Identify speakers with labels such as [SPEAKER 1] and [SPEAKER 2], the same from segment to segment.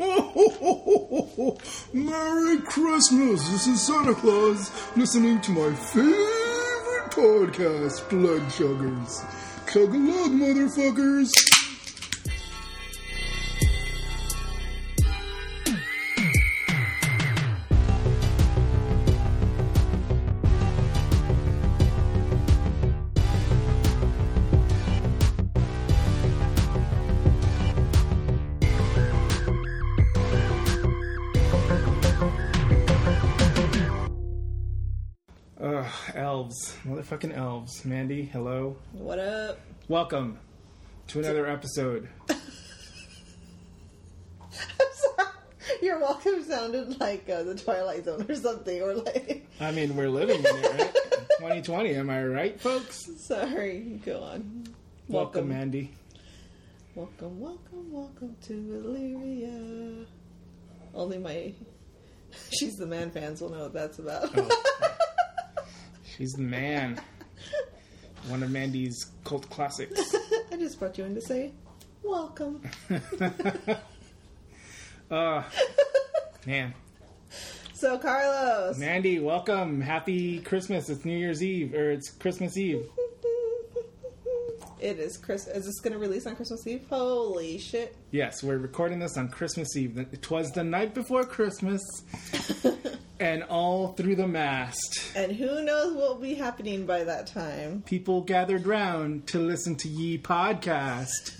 [SPEAKER 1] Oh, Merry Christmas! This is Santa Claus listening to my favorite podcast, Blood Chuggers. Chug a lug, motherfuckers! Ugh, elves. Motherfucking elves. Mandy, hello.
[SPEAKER 2] What up?
[SPEAKER 1] Welcome to another episode.
[SPEAKER 2] Your welcome sounded like uh, the Twilight Zone or something, or like.
[SPEAKER 1] I mean, we're living in it, right? 2020, am I right, folks?
[SPEAKER 2] Sorry, go on.
[SPEAKER 1] Welcome, Mandy.
[SPEAKER 2] welcome, welcome, welcome to Illyria. Only my. She's the man fans will know what that's about.
[SPEAKER 1] She's the man. One of Mandy's cult classics.
[SPEAKER 2] I just brought you in to say, welcome.
[SPEAKER 1] Uh, man.
[SPEAKER 2] So, Carlos.
[SPEAKER 1] Mandy, welcome. Happy Christmas. It's New Year's Eve, or it's Christmas Eve.
[SPEAKER 2] It is Chris. Is this going to release on Christmas Eve? Holy shit!
[SPEAKER 1] Yes, we're recording this on Christmas Eve. It was the night before Christmas, and all through the mast,
[SPEAKER 2] And who knows what will be happening by that time?
[SPEAKER 1] people gathered round to listen to ye podcast.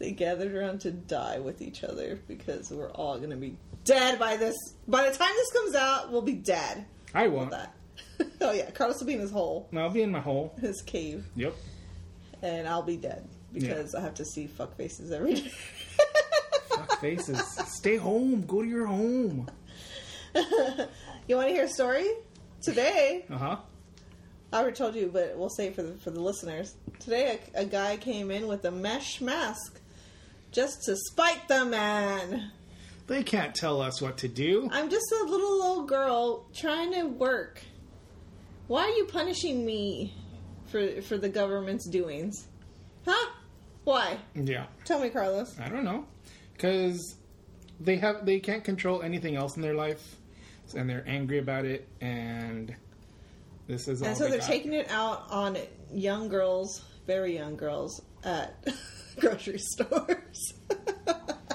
[SPEAKER 2] They gathered around to die with each other because we're all going to be dead by this. By the time this comes out, we'll be dead.
[SPEAKER 1] I won't.
[SPEAKER 2] That. oh yeah, Carlos will be in his hole,
[SPEAKER 1] I'll be in my hole.
[SPEAKER 2] his cave,
[SPEAKER 1] Yep.
[SPEAKER 2] and I'll be dead because I have to see fuck faces every day.
[SPEAKER 1] Fuck faces. Stay home. Go to your home.
[SPEAKER 2] you want to hear a story? Today,
[SPEAKER 1] Uh huh.
[SPEAKER 2] I already told you, but we'll say it for the for the listeners. Today, a, a guy came in with a mesh mask just to spite the man.
[SPEAKER 1] They can't tell us what to do.
[SPEAKER 2] I'm just a little old girl trying to work. Why are you punishing me for for the government's doings? Huh? Why?
[SPEAKER 1] Yeah.
[SPEAKER 2] Tell me, Carlos.
[SPEAKER 1] I don't know, because they have they can't control anything else in their life, and they're angry about it. And this is all
[SPEAKER 2] And so
[SPEAKER 1] they
[SPEAKER 2] they're
[SPEAKER 1] got.
[SPEAKER 2] taking it out on young girls, very young girls at grocery stores.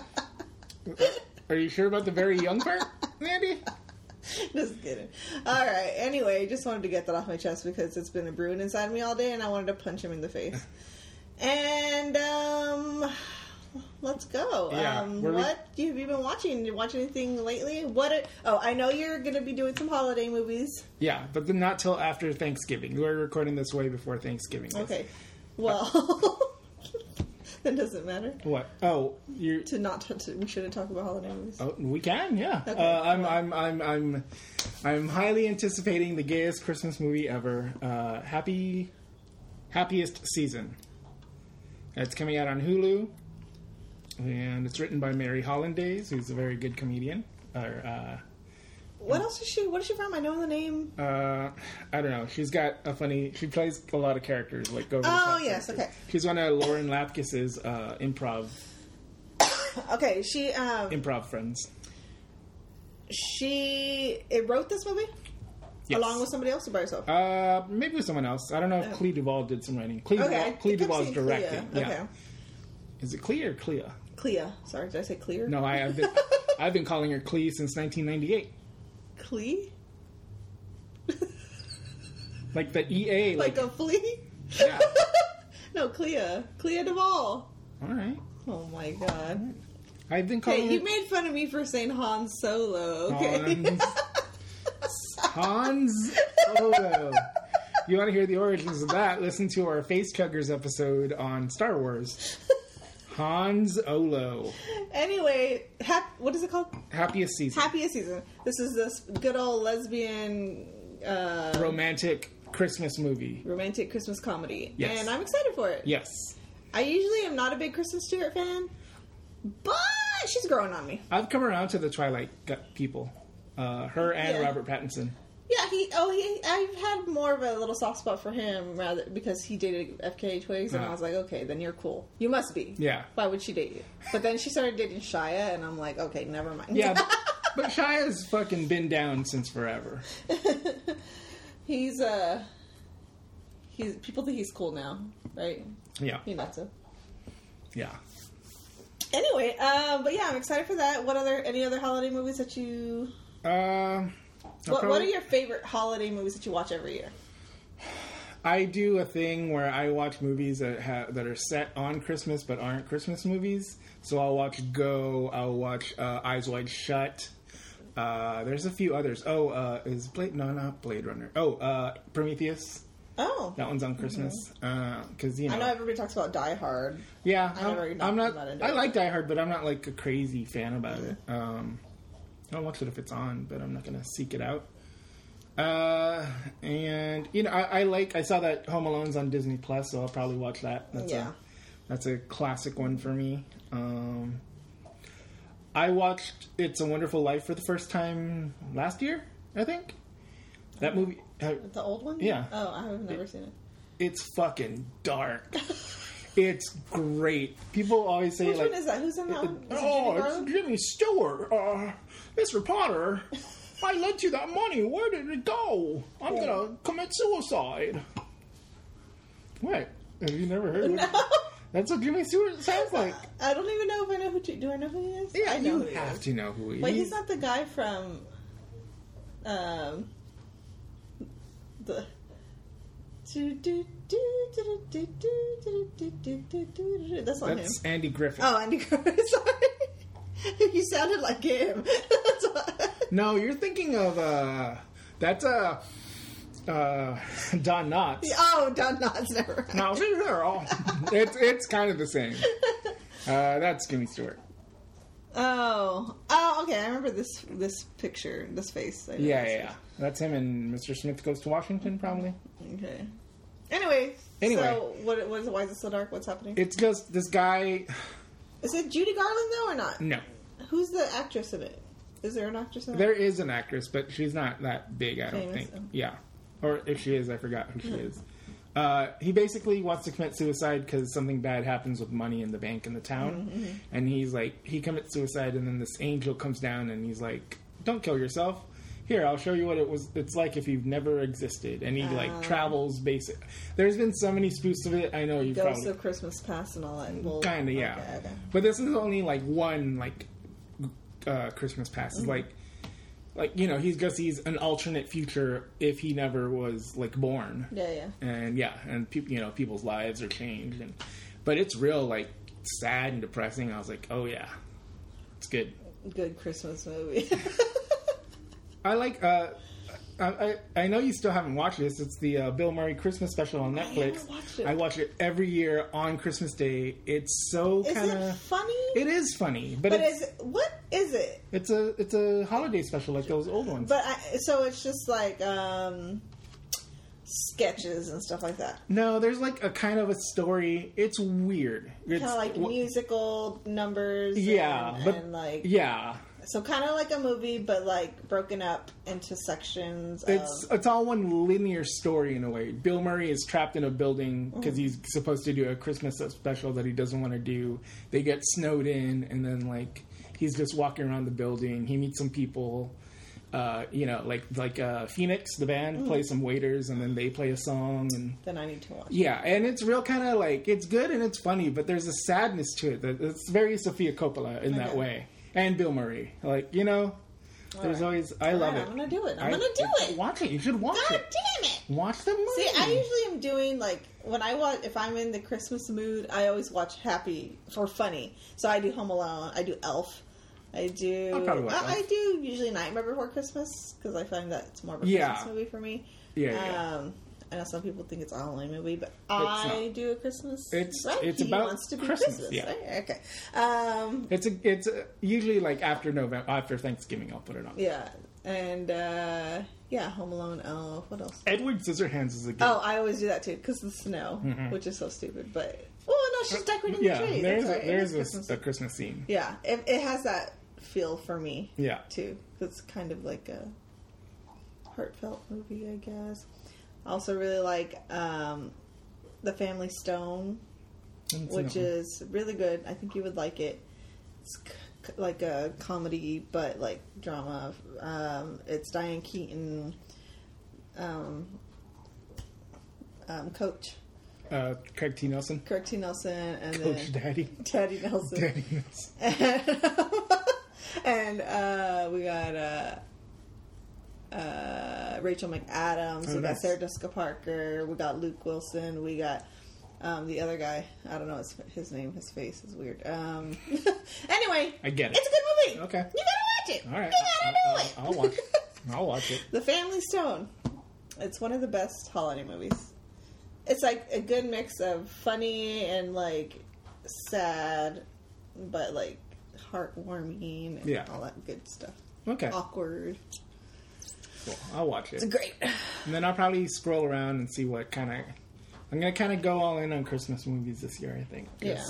[SPEAKER 1] Are you sure about the very young part, Mandy?
[SPEAKER 2] just kidding. All right. Anyway, just wanted to get that off my chest because it's been a brewing inside me all day, and I wanted to punch him in the face. and um, let's go.
[SPEAKER 1] Yeah,
[SPEAKER 2] um,
[SPEAKER 1] were we-
[SPEAKER 2] what have you been watching? You watch anything lately? What? Are, oh, I know you're going to be doing some holiday movies.
[SPEAKER 1] Yeah, but then not till after Thanksgiving. We're recording this way before Thanksgiving.
[SPEAKER 2] Okay. Well, that doesn't matter.
[SPEAKER 1] What? Oh, you.
[SPEAKER 2] To not to, we shouldn't talk about holiday movies.
[SPEAKER 1] Oh, we can. Yeah.
[SPEAKER 2] Okay,
[SPEAKER 1] Uh, I'm. I'm. I'm. I'm. I'm highly anticipating the gayest Christmas movie ever. Uh, happy, happiest season. It's coming out on Hulu, and it's written by Mary Hollandaise, who's a very good comedian. Or uh,
[SPEAKER 2] What else is she? What is she from? I know the name.
[SPEAKER 1] Uh, I don't know. She's got a funny. She plays a lot of characters, like over. the
[SPEAKER 2] Oh,
[SPEAKER 1] top
[SPEAKER 2] yes,
[SPEAKER 1] characters.
[SPEAKER 2] okay.
[SPEAKER 1] She's one of Lauren Lapkus's uh, improv
[SPEAKER 2] Okay, she um
[SPEAKER 1] improv friends.
[SPEAKER 2] she it wrote this movie
[SPEAKER 1] Yes.
[SPEAKER 2] along with somebody else or by herself.
[SPEAKER 1] uh, maybe with someone else. I don't know if Clea Duvall did some writing. Clea,
[SPEAKER 2] Oh. Okay, I
[SPEAKER 1] Duvall, Clea
[SPEAKER 2] think I've
[SPEAKER 1] Duvall's
[SPEAKER 2] seen
[SPEAKER 1] directing.
[SPEAKER 2] Clea.
[SPEAKER 1] Yeah.
[SPEAKER 2] Okay,
[SPEAKER 1] Is it Clea or Clea?
[SPEAKER 2] Clea. Sorry, did I say clear?
[SPEAKER 1] No, I, I've been I've been calling her Clea since 1998.
[SPEAKER 2] Clea,
[SPEAKER 1] Like the EA. Like,
[SPEAKER 2] like a flea.
[SPEAKER 1] yeah.
[SPEAKER 2] No, Clea, Clea Duvall.
[SPEAKER 1] All right.
[SPEAKER 2] Oh my god.
[SPEAKER 1] I've been calling
[SPEAKER 2] Hey, you
[SPEAKER 1] her
[SPEAKER 2] made fun of me for saying Han Solo. Okay.
[SPEAKER 1] Hans. Hans Solo. You want to hear the origins of that? Listen to our Face Chuggers episode on Star Wars. Hans Olo.
[SPEAKER 2] anyway, hap- what is it called?
[SPEAKER 1] Happiest season.
[SPEAKER 2] Happiest season. This is this good old lesbian. Uh,
[SPEAKER 1] Romantic Christmas movie.
[SPEAKER 2] romantic Christmas comedy.
[SPEAKER 1] Yes.
[SPEAKER 2] And I'm excited for it.
[SPEAKER 1] Yes.
[SPEAKER 2] I usually am not a big Kristen Stewart fan, but she's growing on me.
[SPEAKER 1] I've come around to the Twilight gu- people. Uh, her and
[SPEAKER 2] Yeah.
[SPEAKER 1] Robert Pattinson.
[SPEAKER 2] Yeah, he. Oh, he. I've had more of a little soft spot for him rather because he dated FKA Twigs, and
[SPEAKER 1] Uh-huh.
[SPEAKER 2] I was like, okay, then you're cool. You must be.
[SPEAKER 1] Yeah.
[SPEAKER 2] Why would she date you? But then she started dating Shia, and I'm like, okay, never mind.
[SPEAKER 1] Yeah, but, but Shia's fucking been down since forever.
[SPEAKER 2] He's uh. He's people think he's cool now, right?
[SPEAKER 1] Yeah,
[SPEAKER 2] He not so.
[SPEAKER 1] yeah.
[SPEAKER 2] Anyway, um, but yeah, I'm excited for that. What other any other holiday movies that you?
[SPEAKER 1] Uh,
[SPEAKER 2] What, what are your favorite holiday movies that you watch every year?
[SPEAKER 1] I do a thing where I watch movies that ha- that are set on Christmas but aren't Christmas movies. So I'll watch Go. I'll watch uh, Eyes Wide Shut. Uh, there's a few others. Oh, uh, is Blade? No, not Blade Runner. Oh, uh, Prometheus.
[SPEAKER 2] Oh,
[SPEAKER 1] That one's on Christmas because you know.
[SPEAKER 2] Mm-hmm. I know everybody talks about Die Hard.
[SPEAKER 1] yeah,
[SPEAKER 2] I
[SPEAKER 1] I'm,
[SPEAKER 2] never-
[SPEAKER 1] I'm
[SPEAKER 2] not-
[SPEAKER 1] not.
[SPEAKER 2] not into
[SPEAKER 1] I
[SPEAKER 2] it.
[SPEAKER 1] like Die Hard, but I'm not like a crazy fan about it. Um, I'll watch it if it's on, but I'm not gonna seek it out. Uh, and you know, I, I like. I saw that Home Alone's on Disney Plus, so I'll probably watch that. That's
[SPEAKER 2] Yeah.
[SPEAKER 1] a that's a classic one for me. Um, I watched It's a Wonderful Life for the first time last year, I think. That movie, uh,
[SPEAKER 2] The old one?
[SPEAKER 1] Yeah.
[SPEAKER 2] Oh, I have never seen it.
[SPEAKER 1] it's fucking dark. it's great. People always say
[SPEAKER 2] Which
[SPEAKER 1] like,
[SPEAKER 2] one is that? Who's in that one? Um, Is it
[SPEAKER 1] "Oh,
[SPEAKER 2] Judy
[SPEAKER 1] it's
[SPEAKER 2] Garland?
[SPEAKER 1] Jimmy Stewart, uh, Mr. Potter. I lent you that money. Where did it go? I'm gonna commit suicide." What? Have you never heard? No. That's what Jimmy Stewart sounds like.
[SPEAKER 2] I don't even know if I know who. Ju- Do I know who he is? I know
[SPEAKER 1] you
[SPEAKER 2] who he
[SPEAKER 1] have
[SPEAKER 2] is.
[SPEAKER 1] to know who he
[SPEAKER 2] Wait,
[SPEAKER 1] is.
[SPEAKER 2] he's not the guy from, um, the. Do, do, do, do, do, do, do, do, do, do, do, do. That's not him.
[SPEAKER 1] That's Andy Griffith.
[SPEAKER 2] Oh, Andy Griffith. Sorry, you sounded like him. That's why-
[SPEAKER 1] No, you're thinking of uh, that's uh, uh, Don Knotts.
[SPEAKER 2] oh, Don Knotts. Never mind.
[SPEAKER 1] No, she's there. Oh, it's it's kind of the same. Uh, that's Jimmy Stewart.
[SPEAKER 2] Oh, oh, okay. I remember this this picture, this face. I
[SPEAKER 1] Yeah, yeah, yeah. That's him and Mr. Smith goes to Washington, probably.
[SPEAKER 2] yeah. Okay. Anyway.
[SPEAKER 1] Anyway.
[SPEAKER 2] So, what, what is, why is it so dark? What's happening?
[SPEAKER 1] It's just this guy.
[SPEAKER 2] Is it Judy Garland though, or not?
[SPEAKER 1] No,
[SPEAKER 2] Who's the actress in it? Is there an actress in it?
[SPEAKER 1] there is an actress, but she's not that big. I don't
[SPEAKER 2] Famous, Hmm.
[SPEAKER 1] think.
[SPEAKER 2] oh.
[SPEAKER 1] Yeah, or if she is, I forgot who she is. Uh, he basically wants to commit suicide because something bad happens with money in the bank in the town,
[SPEAKER 2] Mm-hmm,
[SPEAKER 1] and he's like, he commits suicide, and then this angel comes down, and he's like, "Don't kill yourself. Here, I'll show you what it was. It's like if you've never existed." And he
[SPEAKER 2] Ah.
[SPEAKER 1] like travels. Basic. There's been so many spoofs of it. I know you
[SPEAKER 2] Ghosts
[SPEAKER 1] probably
[SPEAKER 2] of Christmas Past and all that. Well,
[SPEAKER 1] kind of yeah
[SPEAKER 2] okay, okay.
[SPEAKER 1] but this is only like one like uh christmas pass
[SPEAKER 2] Mm-hmm.
[SPEAKER 1] It's like like you know he's just he's an alternate future if he never was like born
[SPEAKER 2] Yeah, yeah.
[SPEAKER 1] and yeah and people you know people's lives are changed and but it's real like sad and depressing i was like oh yeah it's good
[SPEAKER 2] Good Christmas movie.
[SPEAKER 1] i like uh I, I I know you still haven't watched this. It's the uh, Bill Murray Christmas special on Netflix.
[SPEAKER 2] haven't watched it.
[SPEAKER 1] I watch it every year on Christmas Day. It's so
[SPEAKER 2] is
[SPEAKER 1] kind
[SPEAKER 2] it
[SPEAKER 1] of
[SPEAKER 2] funny?
[SPEAKER 1] it is funny, but,
[SPEAKER 2] but
[SPEAKER 1] it's,
[SPEAKER 2] is what is it?
[SPEAKER 1] it's a it's a holiday special like those old ones.
[SPEAKER 2] But I, so it's just like um sketches and stuff like that.
[SPEAKER 1] no, there's like a kind of a story. It's weird. It's
[SPEAKER 2] Kind of like
[SPEAKER 1] wh-
[SPEAKER 2] musical numbers.
[SPEAKER 1] Yeah,
[SPEAKER 2] and,
[SPEAKER 1] but
[SPEAKER 2] and like
[SPEAKER 1] yeah,
[SPEAKER 2] so kind of like a movie, but like broken up into sections.
[SPEAKER 1] it's
[SPEAKER 2] of,
[SPEAKER 1] it's all one linear story in a way. Bill Murray is trapped in a building because he's supposed to do a Christmas special that he doesn't want to do. They get snowed in, and then like he's just walking around the building. He meets some people. Uh, you know, like like uh, Phoenix, the band, plays some waiters, and then they play a song, and
[SPEAKER 2] then I need to watch.
[SPEAKER 1] Yeah, and it's real kind of like it's good and it's funny, but there's a sadness to it. that It's very Sofia Coppola in that
[SPEAKER 2] Okay.
[SPEAKER 1] way, and Bill Murray. Like you know, there's
[SPEAKER 2] right.
[SPEAKER 1] always I love
[SPEAKER 2] right,
[SPEAKER 1] it.
[SPEAKER 2] I'm gonna do it. I'm
[SPEAKER 1] I-
[SPEAKER 2] gonna do it.
[SPEAKER 1] Watch it. You should watch
[SPEAKER 2] God
[SPEAKER 1] it.
[SPEAKER 2] damn it!
[SPEAKER 1] Watch the movie.
[SPEAKER 2] See, I usually am doing like when I watch if I'm in the Christmas mood, I always watch happy for funny. So I do Home Alone, I do Elf, I do
[SPEAKER 1] I'll probably watch
[SPEAKER 2] I, I
[SPEAKER 1] Elf.
[SPEAKER 2] do usually Nightmare Before Christmas because I find that it's more of a
[SPEAKER 1] Yeah.
[SPEAKER 2] Christmas movie for me.
[SPEAKER 1] Yeah, yeah.
[SPEAKER 2] Um, I know some people think it's a Halloween movie, but I
[SPEAKER 1] not.
[SPEAKER 2] do a Christmas.
[SPEAKER 1] It's- it's about Christmas, yeah.
[SPEAKER 2] right? Okay. Um,
[SPEAKER 1] it's a, it's a, usually like after November, after Thanksgiving, I'll put it on.
[SPEAKER 2] yeah, and uh, yeah, Home Alone, Elf. What else?
[SPEAKER 1] Edward Scissorhands is a good.
[SPEAKER 2] Oh, I always do that too because the snow, which is so stupid. But oh no, she's decorating
[SPEAKER 1] Mm-hmm. yeah,
[SPEAKER 2] the tree.
[SPEAKER 1] there's
[SPEAKER 2] That's
[SPEAKER 1] a,
[SPEAKER 2] right. It
[SPEAKER 1] there's
[SPEAKER 2] is
[SPEAKER 1] a
[SPEAKER 2] Christmas.
[SPEAKER 1] Christmas. a Christmas scene.
[SPEAKER 2] yeah. It, it has that feel for me
[SPEAKER 1] Yeah.
[SPEAKER 2] too. It's kind of like a heartfelt movie, I guess. I also really like um, The Family Stone,
[SPEAKER 1] Haven't seen
[SPEAKER 2] which
[SPEAKER 1] that one.
[SPEAKER 2] is really good. I think you would like it. It's c- c- like a comedy, but like drama. Um, it's Diane Keaton, um, um, Coach
[SPEAKER 1] uh, Craig T. Nelson,
[SPEAKER 2] Craig T. Nelson, and
[SPEAKER 1] Coach
[SPEAKER 2] then
[SPEAKER 1] Daddy,
[SPEAKER 2] Teddy Nelson.
[SPEAKER 1] Daddy Nelson.
[SPEAKER 2] and uh, we got uh, uh, Rachel McAdams.
[SPEAKER 1] Oh,
[SPEAKER 2] we got
[SPEAKER 1] nice.
[SPEAKER 2] Sarah Jessica Parker. We got Luke Wilson. We got um, the other guy. I don't know his, his name. His face is weird. Um, anyway,
[SPEAKER 1] I get it.
[SPEAKER 2] it's a good movie.
[SPEAKER 1] Okay.
[SPEAKER 2] you gotta watch it.
[SPEAKER 1] All right,
[SPEAKER 2] you gotta
[SPEAKER 1] I'll,
[SPEAKER 2] do
[SPEAKER 1] I'll,
[SPEAKER 2] it.
[SPEAKER 1] I'll watch. I'll watch it.
[SPEAKER 2] The Family Stone. It's one of the best holiday movies. It's like a good mix of funny and like sad, but like heartwarming and
[SPEAKER 1] Yeah.
[SPEAKER 2] all that good stuff.
[SPEAKER 1] Okay,
[SPEAKER 2] Awkward.
[SPEAKER 1] cool. I'll watch it,
[SPEAKER 2] It's great.
[SPEAKER 1] and then I'll probably scroll around and see what kind of. I'm gonna kind of go all in on Christmas movies this year. I think.
[SPEAKER 2] Yeah.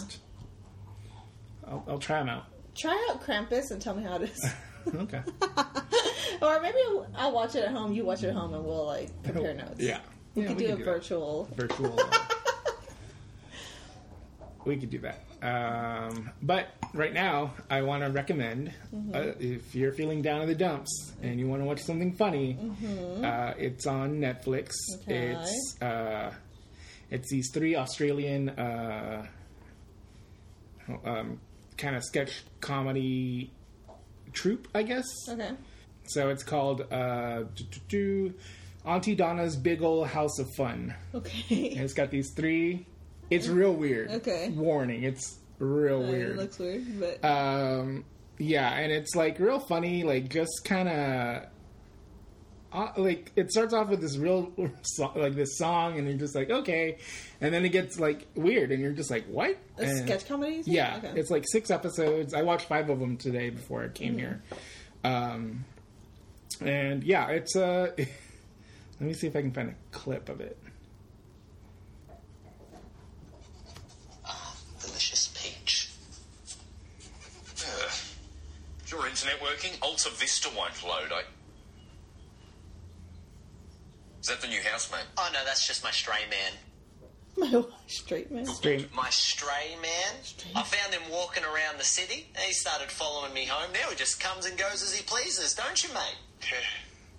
[SPEAKER 1] I'll, I'll try them out.
[SPEAKER 2] Try out Krampus and tell me how it is.
[SPEAKER 1] Okay.
[SPEAKER 2] or maybe I'll watch it at home. You watch it at home, and we'll like compare notes.
[SPEAKER 1] Yeah.
[SPEAKER 2] we
[SPEAKER 1] yeah,
[SPEAKER 2] could do a
[SPEAKER 1] that.
[SPEAKER 2] virtual.
[SPEAKER 1] virtual. uh, we could do that. Um, but right now, I want to recommend
[SPEAKER 2] Mm-hmm.
[SPEAKER 1] uh, if you're feeling down in the dumps and you want to watch something funny, uh, it's on Netflix.
[SPEAKER 2] Mm-hmm. Okay.
[SPEAKER 1] It's uh, it's these three Australian uh, um, kind of sketch comedy troupe, I guess.
[SPEAKER 2] Okay.
[SPEAKER 1] So it's called uh, do- do- do, Auntie Donna's Big Ol' House of Fun.
[SPEAKER 2] Okay.
[SPEAKER 1] And it's got these three. It's real weird.
[SPEAKER 2] Okay.
[SPEAKER 1] Warning. It's real
[SPEAKER 2] It
[SPEAKER 1] weird.
[SPEAKER 2] looks weird, but
[SPEAKER 1] um, yeah, and it's like real funny. Like just kind of. Uh, like it starts off with this real so- like this song and you're just like okay and then it gets like weird and you're just like what
[SPEAKER 2] it's
[SPEAKER 1] And-
[SPEAKER 2] sketch comedy. you think?
[SPEAKER 1] yeah,
[SPEAKER 2] Okay. Mm-hmm.
[SPEAKER 1] it's like six episodes. I watched five of them today before I came here. Um, and yeah, it's uh, let me see if I can find a clip of it.
[SPEAKER 3] delicious peach.
[SPEAKER 4] Ugh. Is your internet working? Alta Vista won't load. I. Is that the new house, mate?
[SPEAKER 3] Oh no, that's just my stray man.
[SPEAKER 2] my straight man.
[SPEAKER 1] Great.
[SPEAKER 3] My stray man. I found him walking around the city. and He started following me home. Now he just comes and goes as he pleases, don't you, mate?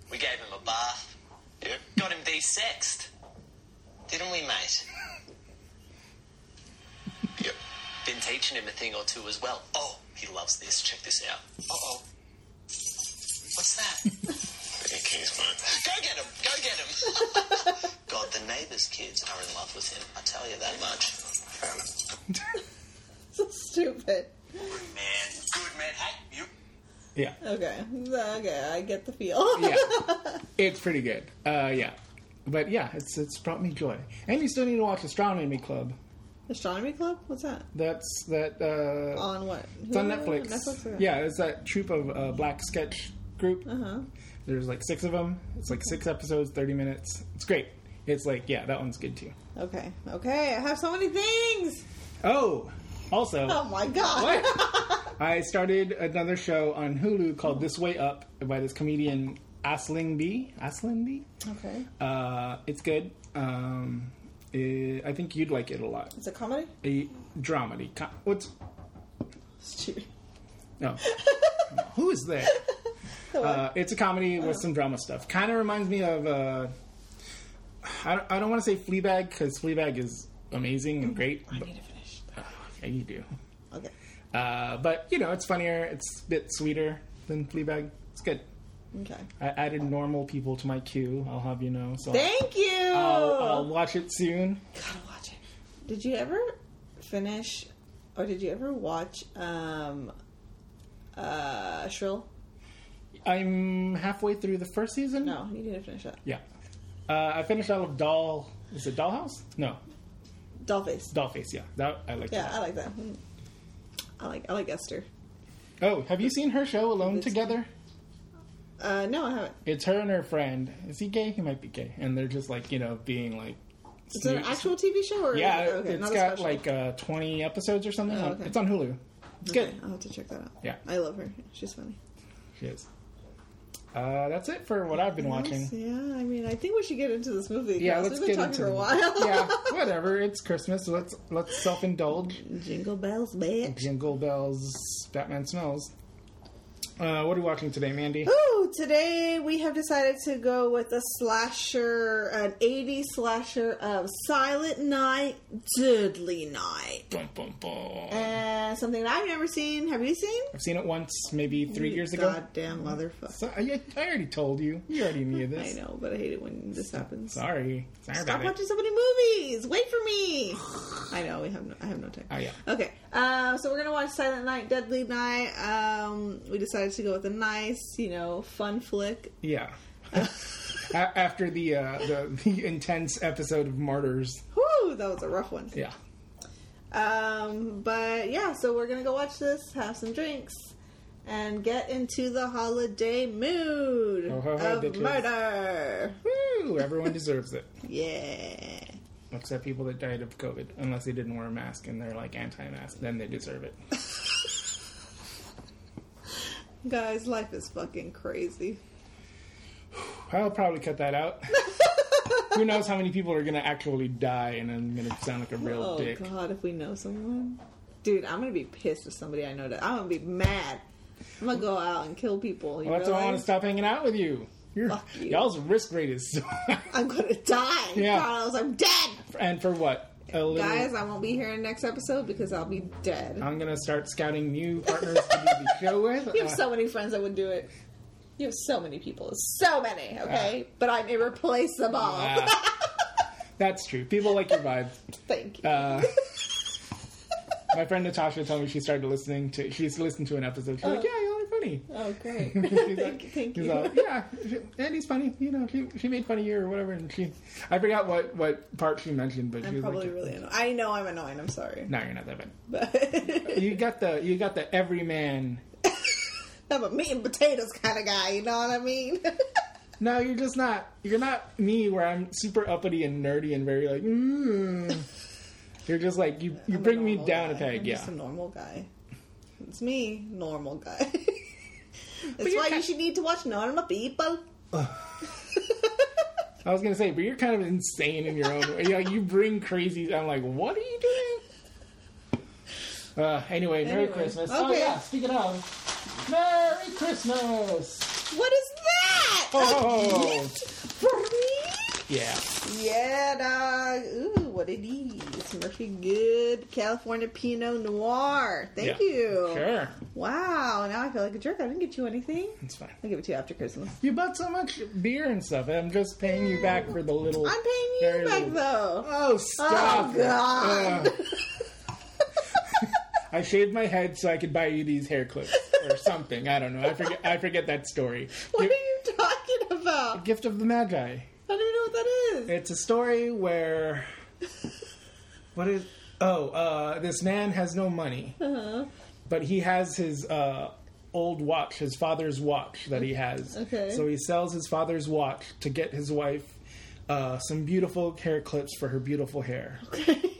[SPEAKER 3] We gave him a bath.
[SPEAKER 4] Yep.
[SPEAKER 3] Got him desexed. Didn't we, mate?
[SPEAKER 4] Yep.
[SPEAKER 3] Been teaching him a thing or two as well. Oh, he loves this. Check this out. Uh oh. What's that?
[SPEAKER 4] Any keys, mate?
[SPEAKER 3] Go get him! Go get him! God, the neighbours' kids are in love with him. I tell you that much.
[SPEAKER 2] So stupid.
[SPEAKER 3] Man, good man. Hey, you.
[SPEAKER 1] Yeah,
[SPEAKER 2] Okay. Okay, I get the feel.
[SPEAKER 1] yeah, it's pretty good. Uh, yeah, but yeah, it's it's brought me joy. And you still need to watch Astronomy Club.
[SPEAKER 2] Astronomy Club? What's that?
[SPEAKER 1] That's that. Uh,
[SPEAKER 2] On what?
[SPEAKER 1] it's on Netflix.
[SPEAKER 2] Oh, Netflix? Okay.
[SPEAKER 1] Yeah, it's that troupe of uh, black sketch group.
[SPEAKER 2] Uh-huh.
[SPEAKER 1] There's like six of them. It's like six episodes, thirty minutes. It's great. It's like yeah, that one's good too.
[SPEAKER 2] Okay. Okay. I have so many things.
[SPEAKER 1] Oh, also.
[SPEAKER 2] Oh my god.
[SPEAKER 1] What? I started another show on Hulu called This Way Up by this comedian Asling B. Asling B.
[SPEAKER 2] Okay.
[SPEAKER 1] Uh, it's good. Um, eh, I think you'd like it a lot.
[SPEAKER 2] It's a comedy?
[SPEAKER 1] A dramedy. Co- what's
[SPEAKER 2] Stupid.
[SPEAKER 1] no? Who is that? Uh, it's a comedy with some drama stuff. Kind of reminds me of. Uh, I don't, I don't want to say Fleabag because Fleabag is amazing and great.
[SPEAKER 2] I
[SPEAKER 1] But,
[SPEAKER 2] need to finish.
[SPEAKER 1] yeah, you do.
[SPEAKER 2] Okay.
[SPEAKER 1] Uh, but you know, it's funnier. It's a bit sweeter than Fleabag. It's good.
[SPEAKER 2] Okay.
[SPEAKER 1] I added normal people to my queue. I'll have you know. So
[SPEAKER 2] Thank you.
[SPEAKER 1] I'll, I'll watch it soon.
[SPEAKER 2] Gotta watch it. Did you ever finish or did you ever watch um uh Shrill?
[SPEAKER 1] I'm halfway through the first season.
[SPEAKER 2] No, you need to finish that.
[SPEAKER 1] Yeah. Uh, I finished all of Doll. Is it Dollhouse? No,
[SPEAKER 2] Dollface.
[SPEAKER 1] Dollface. Yeah, that I like.
[SPEAKER 2] Yeah,
[SPEAKER 1] that.
[SPEAKER 2] I like that. Mm. I like I like Esther.
[SPEAKER 1] Oh, have you seen her show Alone
[SPEAKER 2] It's-
[SPEAKER 1] Together?
[SPEAKER 2] Uh no I haven't.
[SPEAKER 1] It's her and her friend. Is he gay? He might be gay, and they're just like you know being like.
[SPEAKER 2] It's an
[SPEAKER 1] snoots.
[SPEAKER 2] actual TV show, or
[SPEAKER 1] Yeah,
[SPEAKER 2] is it- okay,
[SPEAKER 1] it's
[SPEAKER 2] not a
[SPEAKER 1] got
[SPEAKER 2] special.
[SPEAKER 1] like uh, 20 episodes or something.
[SPEAKER 2] Oh, okay.
[SPEAKER 1] It's on Hulu. It's
[SPEAKER 2] Okay,
[SPEAKER 1] good.
[SPEAKER 2] I'll have to check that out.
[SPEAKER 1] Yeah.
[SPEAKER 2] I love her. She's funny.
[SPEAKER 1] She is. Uh, that's it for what I've been watching.
[SPEAKER 2] Yeah, I mean, I think we should get into this movie.
[SPEAKER 1] Yeah,
[SPEAKER 2] 'cause
[SPEAKER 1] let's
[SPEAKER 2] We've been
[SPEAKER 1] get
[SPEAKER 2] talking
[SPEAKER 1] into
[SPEAKER 2] for a
[SPEAKER 1] it.
[SPEAKER 2] while.
[SPEAKER 1] yeah, whatever. It's Christmas. Let's let's self indulge.
[SPEAKER 2] Jingle bells, bitch.
[SPEAKER 1] Jingle bells. Batman smells. Uh, what are we watching today, Mandy?
[SPEAKER 2] Ooh, today we have decided to go with a slasher, an 80s slasher of Silent Night, Deadly Night.
[SPEAKER 1] Bum, bum, bum.
[SPEAKER 2] Uh, something that I've never seen. Have you seen?
[SPEAKER 1] I've seen it once, maybe three years ago.
[SPEAKER 2] Goddamn motherfucker.
[SPEAKER 1] So, I, I already told you. You already knew
[SPEAKER 2] I
[SPEAKER 1] this.
[SPEAKER 2] know, but I hate it when this happens.
[SPEAKER 1] Sorry. Sorry
[SPEAKER 2] Stop
[SPEAKER 1] about it.
[SPEAKER 2] watching so many movies. Wait for me. I know we have no, I have no time.
[SPEAKER 1] Oh, yeah.
[SPEAKER 2] Okay. Uh, so we're gonna watch Silent Night, Deadly Night. Um, we decided to go with a nice, you know, fun flick.
[SPEAKER 1] Yeah. A- After the, uh, the the intense episode of Martyrs.
[SPEAKER 2] Whew, that was a rough one.
[SPEAKER 1] Yeah.
[SPEAKER 2] Um, but yeah, so we're gonna go watch this, have some drinks, and get into the holiday mood
[SPEAKER 1] Oh, Ho, ho, ho,
[SPEAKER 2] of
[SPEAKER 1] bitches.
[SPEAKER 2] murder.
[SPEAKER 1] Woo! Everyone deserves it.
[SPEAKER 2] Yeah.
[SPEAKER 1] Except people that died of COVID, unless they didn't wear a mask and they're like anti-mask, then they deserve it.
[SPEAKER 2] Guys, life is fucking crazy.
[SPEAKER 1] I'll probably cut that out. Who knows how many people are gonna actually die, and I'm gonna sound like a real
[SPEAKER 2] Oh
[SPEAKER 1] dick.
[SPEAKER 2] god, if we know someone. Dude, I'm gonna be pissed if somebody I know that I'm gonna be mad. I'm gonna go out and kill people. You
[SPEAKER 1] Well, that's why I want
[SPEAKER 2] realize?
[SPEAKER 1] to stop hanging out with you. You're,
[SPEAKER 2] Fuck you.
[SPEAKER 1] you. alls risk rate is so
[SPEAKER 2] I'm gonna die.
[SPEAKER 1] Yeah. uh,
[SPEAKER 2] Carlos, I'm dead.
[SPEAKER 1] and for what? A little,
[SPEAKER 2] Guys, I won't be here in next episode because I'll be dead.
[SPEAKER 1] I'm gonna start scouting new partners to do the show with.
[SPEAKER 2] you have
[SPEAKER 1] Uh,
[SPEAKER 2] so many friends that would do it. You have so many people. So many, okay? but I'm irreplaceable.
[SPEAKER 1] uh, that's true. People like your vibe.
[SPEAKER 2] Thank you.
[SPEAKER 1] Uh, my friend Natasha told me she started listening to. She's listened to an episode.
[SPEAKER 2] Uh.
[SPEAKER 1] She's like, "Yeah, you all are funny."
[SPEAKER 2] oh, great.
[SPEAKER 1] She's
[SPEAKER 2] thank,
[SPEAKER 1] like-
[SPEAKER 2] you, thank
[SPEAKER 1] she's
[SPEAKER 2] you.
[SPEAKER 1] all, yeah, Andy's funny. You know, she, she made fun of you or whatever, and she I forgot what what part she mentioned, but she
[SPEAKER 2] I'm
[SPEAKER 1] was
[SPEAKER 2] probably
[SPEAKER 1] like,
[SPEAKER 2] really annoying. I know I'm annoying. I'm sorry.
[SPEAKER 1] "No, you're not that bad."
[SPEAKER 2] But
[SPEAKER 1] You got the you got the everyman.
[SPEAKER 2] I'm a meat and potatoes kind of guy, you know what I mean?
[SPEAKER 1] No, you're just not. You're not me, where I'm super uppity and nerdy and very like. Mm. You're just like you. You
[SPEAKER 2] I'm a
[SPEAKER 1] bring me
[SPEAKER 2] normal
[SPEAKER 1] down a
[SPEAKER 2] guy.
[SPEAKER 1] peg,
[SPEAKER 2] I'm
[SPEAKER 1] yeah.
[SPEAKER 2] just a normal guy. It's me, normal guy. That's
[SPEAKER 1] you're
[SPEAKER 2] why
[SPEAKER 1] ki-
[SPEAKER 2] you should need to watch normal people.
[SPEAKER 1] I was gonna say, but you're kind of insane in your own way. You, know, you bring crazy. I'm like, what are you doing? Uh, anyway, Merry
[SPEAKER 2] Anyway.
[SPEAKER 1] Christmas. Oh
[SPEAKER 2] Okay.
[SPEAKER 1] yeah, speaking of, Merry Christmas.
[SPEAKER 2] What is that?
[SPEAKER 1] Oh.
[SPEAKER 2] A gift for me?
[SPEAKER 1] Yeah,
[SPEAKER 2] Yeah, dog. Ooh, what it is. Murphy Good California Pinot Noir. Thank
[SPEAKER 1] Yeah.
[SPEAKER 2] you.
[SPEAKER 1] sure,
[SPEAKER 2] Wow, now I feel like a jerk. I didn't get you anything.
[SPEAKER 1] it's fine.
[SPEAKER 2] I'll give it to you after Christmas.
[SPEAKER 1] You bought so much beer and stuff. I'm just paying you back for the little.
[SPEAKER 2] I'm paying you
[SPEAKER 1] very
[SPEAKER 2] back
[SPEAKER 1] little-
[SPEAKER 2] though.
[SPEAKER 1] Oh stop! Uh,
[SPEAKER 2] Oh, God.
[SPEAKER 1] Ugh. I shaved my head so I could buy you these hair clips or something. I don't know. I forget. I forget that story.
[SPEAKER 2] What are
[SPEAKER 1] Gi-
[SPEAKER 2] you talking about?
[SPEAKER 1] Gift of the Magi.
[SPEAKER 2] I don't even know what that is.
[SPEAKER 1] It's a story where what is oh uh, this man has no money, but he has his uh, old watch, his father's watch that he has.
[SPEAKER 2] Okay.
[SPEAKER 1] So he sells his father's watch to get his wife uh, some beautiful hair clips for her beautiful hair.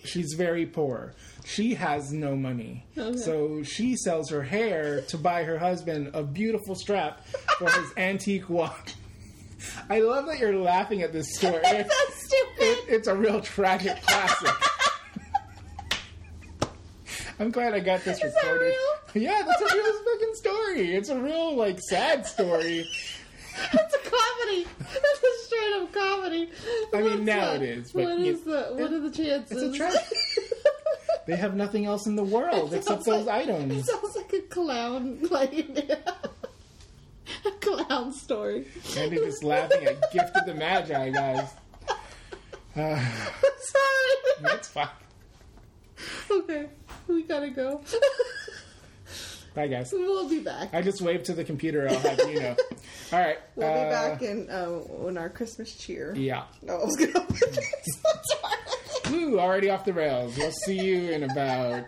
[SPEAKER 1] She's very poor. She has no money. So she sells her hair to buy her husband a beautiful strap for his antique watch. I love that you're laughing at this story.
[SPEAKER 2] That's
[SPEAKER 1] It-
[SPEAKER 2] stupid.
[SPEAKER 1] it's a real tragic classic. I'm glad I got this
[SPEAKER 2] Is that
[SPEAKER 1] recorded. Yeah, that's a real fucking story. It's a real like sad story.
[SPEAKER 2] That's a comedy. That's a straight up comedy.
[SPEAKER 1] I mean,
[SPEAKER 2] What's
[SPEAKER 1] now
[SPEAKER 2] that?
[SPEAKER 1] it is, but
[SPEAKER 2] What
[SPEAKER 1] you-
[SPEAKER 2] is the? What are the chances?
[SPEAKER 1] it's a trash- They have nothing else in the world
[SPEAKER 2] It
[SPEAKER 1] except those
[SPEAKER 2] sounds like- It
[SPEAKER 1] items.
[SPEAKER 2] sounds like a clown playing a clown story.
[SPEAKER 1] Andy just laughing at Gift of the Magi, guys. Uh,
[SPEAKER 2] Sorry.
[SPEAKER 1] that's fine.
[SPEAKER 2] okay, we gotta go.
[SPEAKER 1] Bye, guys.
[SPEAKER 2] we'll be back.
[SPEAKER 1] I just waved to the computer. I'll have you know. All right.
[SPEAKER 2] We'll be
[SPEAKER 1] uh,
[SPEAKER 2] back in uh, in our Christmas cheer.
[SPEAKER 1] Yeah.
[SPEAKER 2] No, I was gonna. Sorry.
[SPEAKER 1] Woo! Already off the rails. We'll see you in about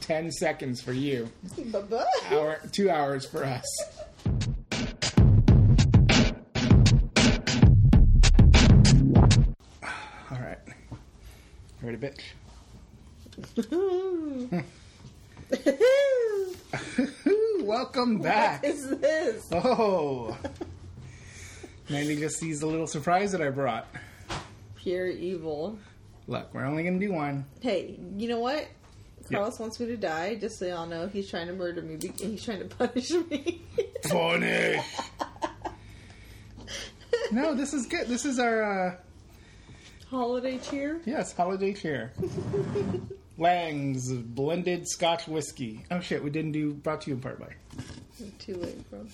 [SPEAKER 1] ten seconds for you.
[SPEAKER 2] Bye-bye.
[SPEAKER 1] hour, two hours for us. All right, ready, bitch.
[SPEAKER 2] what
[SPEAKER 1] Welcome back.
[SPEAKER 2] is this?
[SPEAKER 1] Oh, Mandy just sees the little surprise that I brought.
[SPEAKER 2] Pure evil.
[SPEAKER 1] Look, we're only gonna do one.
[SPEAKER 2] Hey, you know what? Carlos wants me to die. Just so y'all know, he's trying to murder me. be- He's trying to punish me.
[SPEAKER 1] Funny. no, this is good. This is our uh,
[SPEAKER 2] Holiday cheer.
[SPEAKER 1] yes holiday cheer. Lang's blended Scotch whiskey. Oh shit, we didn't do brought to you in part by.
[SPEAKER 2] Too late, bro.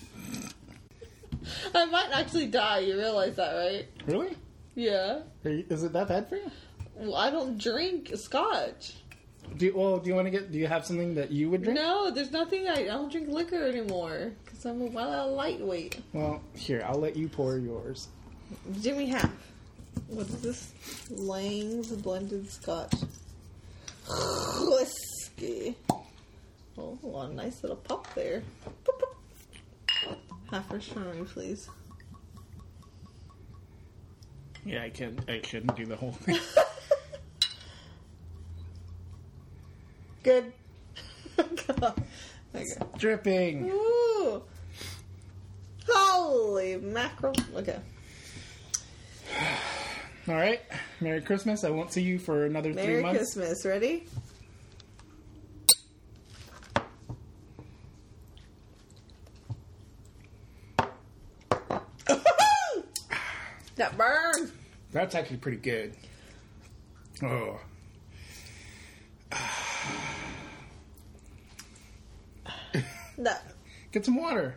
[SPEAKER 2] I might actually die. You realize that, right?
[SPEAKER 1] Really?
[SPEAKER 2] Yeah.
[SPEAKER 1] Are you, is it that bad for you?
[SPEAKER 2] Well, I don't drink scotch.
[SPEAKER 1] Do you, well, do you want to get? Do you have something that you would drink?
[SPEAKER 2] No, there's nothing. I, I don't drink liquor anymore because I'm a wild lightweight.
[SPEAKER 1] Well, here I'll let you pour yours.
[SPEAKER 2] Jimmy half. What is this? Lang's blended scotch. Whiskey. Oh, a nice little pop there. Boop, boop. Half for strawberry, please.
[SPEAKER 1] Yeah, I can. I shouldn't do the whole thing.
[SPEAKER 2] Good. God. okay.
[SPEAKER 1] Dripping.
[SPEAKER 2] Ooh. Holy mackerel. Okay.
[SPEAKER 1] All right. Merry Christmas. I won't see you for another three
[SPEAKER 2] Merry
[SPEAKER 1] months.
[SPEAKER 2] Christmas. Ready? that burns.
[SPEAKER 1] That's actually pretty good. Oh.
[SPEAKER 2] That.
[SPEAKER 1] Get some water.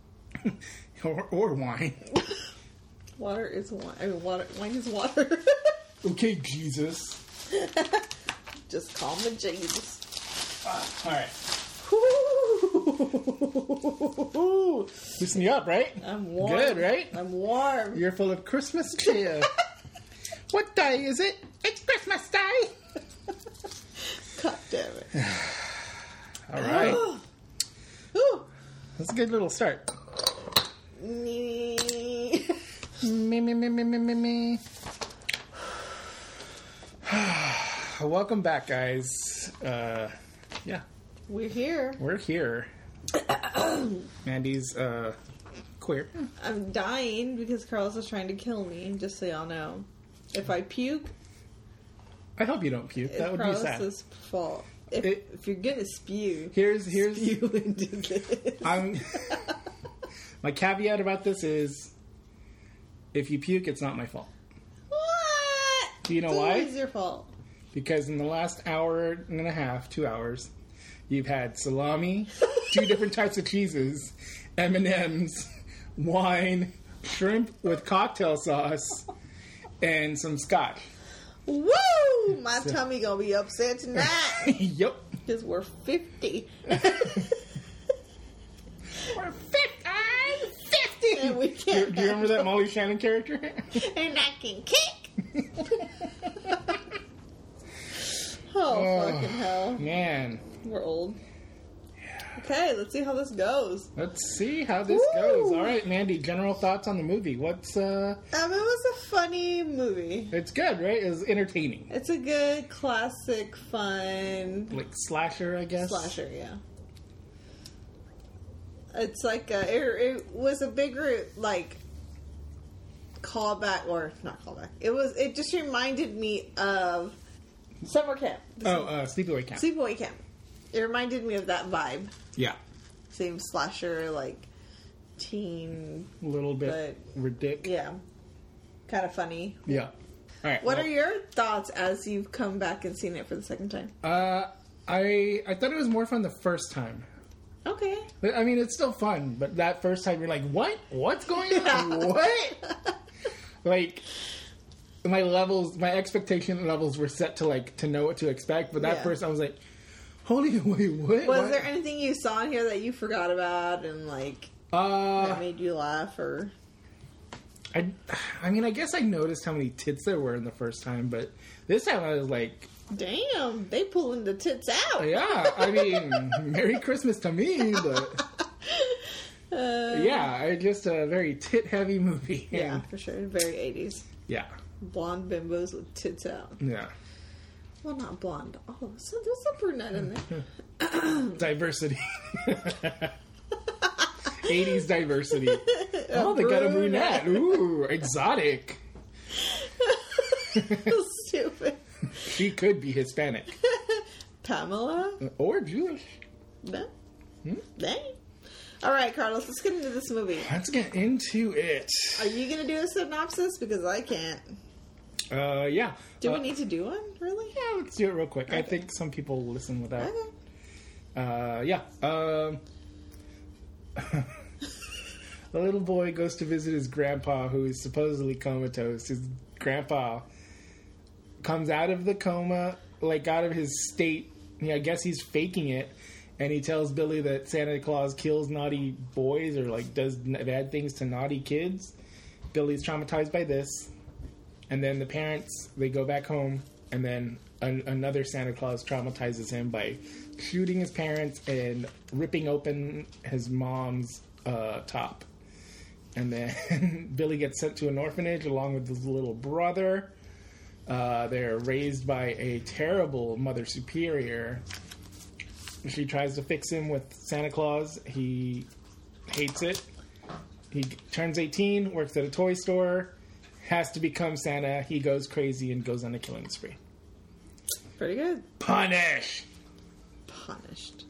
[SPEAKER 1] or, or wine.
[SPEAKER 2] Water is wine. I mean, water. Wine is water.
[SPEAKER 1] Okay, Jesus.
[SPEAKER 2] Just call me Jesus.
[SPEAKER 1] All right.
[SPEAKER 2] Woo.
[SPEAKER 1] Loosen you up, right?
[SPEAKER 2] I'm warm.
[SPEAKER 1] Good, right?
[SPEAKER 2] I'm warm.
[SPEAKER 1] You're full of Christmas cheer. what day is it? It's Christmas Day.
[SPEAKER 2] God damn it.
[SPEAKER 1] All right.
[SPEAKER 2] Ooh.
[SPEAKER 1] That's a good little start.
[SPEAKER 2] Nee.
[SPEAKER 1] Me, me, me, me, me, me, me. Welcome back, guys. Uh, yeah,
[SPEAKER 2] We're here.
[SPEAKER 1] we're here. Mandy's uh, queer.
[SPEAKER 2] I'm dying because Carlos is trying to kill me, just so y'all know. If I puke,
[SPEAKER 1] I hope you don't puke. That
[SPEAKER 2] it's
[SPEAKER 1] would be
[SPEAKER 2] Carlos's
[SPEAKER 1] sad.
[SPEAKER 2] fault. If,
[SPEAKER 1] It-
[SPEAKER 2] if you're gonna spew,
[SPEAKER 1] Here's here's
[SPEAKER 2] you into this.
[SPEAKER 1] I'm my caveat about this is if you puke, it's not my fault
[SPEAKER 2] What?
[SPEAKER 1] Do you know
[SPEAKER 2] it's
[SPEAKER 1] why?
[SPEAKER 2] always your fault.
[SPEAKER 1] because in the last hour and a half, two hours, you've had salami, two different types of cheeses, M and M's, wine, shrimp with cocktail sauce, and some scotch.
[SPEAKER 2] Woo! My tummy gonna be upset tonight
[SPEAKER 1] yep.
[SPEAKER 2] because we're fifty.
[SPEAKER 1] We're 50.
[SPEAKER 2] And we
[SPEAKER 1] Do you,
[SPEAKER 2] can't.
[SPEAKER 1] do you remember that Molly Shannon character?
[SPEAKER 2] and I can kick. oh,
[SPEAKER 1] Oh.
[SPEAKER 2] fucking hell!
[SPEAKER 1] Man,
[SPEAKER 2] We're old. Okay, let's see how this goes.
[SPEAKER 1] let's see how this
[SPEAKER 2] Woo.
[SPEAKER 1] goes. All right, Mandy, general thoughts on the movie. What's uh
[SPEAKER 2] Um, it was a funny movie.
[SPEAKER 1] it's good, right? It's entertaining.
[SPEAKER 2] It's a good classic, fun
[SPEAKER 1] Like slasher, I guess.
[SPEAKER 2] slasher. Yeah, it's like a, it, it was a bigger like callback or not callback. It was. It just reminded me of summer camp,
[SPEAKER 1] Oh, uh Sleepaway Camp.
[SPEAKER 2] sleepaway camp. It reminded me of that vibe,
[SPEAKER 1] yeah.
[SPEAKER 2] same slasher like teen,
[SPEAKER 1] A little bit ridiculous.
[SPEAKER 2] yeah, kind of funny.
[SPEAKER 1] Yeah. All right.
[SPEAKER 2] What
[SPEAKER 1] well,
[SPEAKER 2] are your thoughts as you've come back and seen it for the second time?
[SPEAKER 1] Uh, I I thought it was more fun the first time.
[SPEAKER 2] Okay.
[SPEAKER 1] But, I mean, it's still fun, but that first time you're like, what? What's going on? what? Like, my levels, my expectation levels were set to like to know what to expect, but that
[SPEAKER 2] Yeah.
[SPEAKER 1] first I was like, holy wait, what?
[SPEAKER 2] Was
[SPEAKER 1] What?
[SPEAKER 2] there anything you saw in here that you forgot about and like that
[SPEAKER 1] Uh,
[SPEAKER 2] made you laugh or
[SPEAKER 1] I, I mean, I guess I noticed how many tits there were in the first time, but this time I was like,
[SPEAKER 2] damn, they pulling the tits out.
[SPEAKER 1] yeah, I mean, Merry Christmas to me, but.
[SPEAKER 2] Uh,
[SPEAKER 1] Yeah, I- just a very tit heavy movie.
[SPEAKER 2] yeah,
[SPEAKER 1] And-
[SPEAKER 2] for sure. Very eighties.
[SPEAKER 1] yeah,
[SPEAKER 2] Blonde bimbos with tits out.
[SPEAKER 1] yeah.
[SPEAKER 2] Well not blonde. Oh, so there's a brunette in there.
[SPEAKER 1] Diversity. 80s diversity.
[SPEAKER 2] a
[SPEAKER 1] Oh, they got a
[SPEAKER 2] brunette.
[SPEAKER 1] brunette. Ooh, exotic.
[SPEAKER 2] Stupid.
[SPEAKER 1] She could be Hispanic
[SPEAKER 2] Pamela?
[SPEAKER 1] or Jewish.
[SPEAKER 2] No. Hmm? Dang. All right, Carlos, let's get into this movie.
[SPEAKER 1] Let's get into it.
[SPEAKER 2] Are you going to do a synopsis? Because I can't.
[SPEAKER 1] Uh, yeah.
[SPEAKER 2] Do
[SPEAKER 1] Uh,
[SPEAKER 2] we need to do one? Really?
[SPEAKER 1] yeah, let's do it real quick. I think some people will listen without.
[SPEAKER 2] Okay.
[SPEAKER 1] Uh, yeah. Um, a little boy goes to visit his grandpa, who is supposedly comatose. His grandpa comes out of the coma, like out of his state. Yeah, I guess he's faking it. And he tells Billy that Santa Claus kills naughty boys or like does n- bad things to naughty kids. Billy's traumatized by this. And then the parents, they go back home, and then an- another Santa Claus traumatizes him by shooting his parents and ripping open his mom's uh, top. And then Billy gets sent to an orphanage along with his little brother. Uh, they're raised by a terrible mother superior. She tries to fix him with Santa Claus. He hates it. He turns 18, works at a toy store, has to become Santa. He goes crazy and goes on a killing spree.
[SPEAKER 2] Pretty good.
[SPEAKER 1] Punish!
[SPEAKER 2] Punished.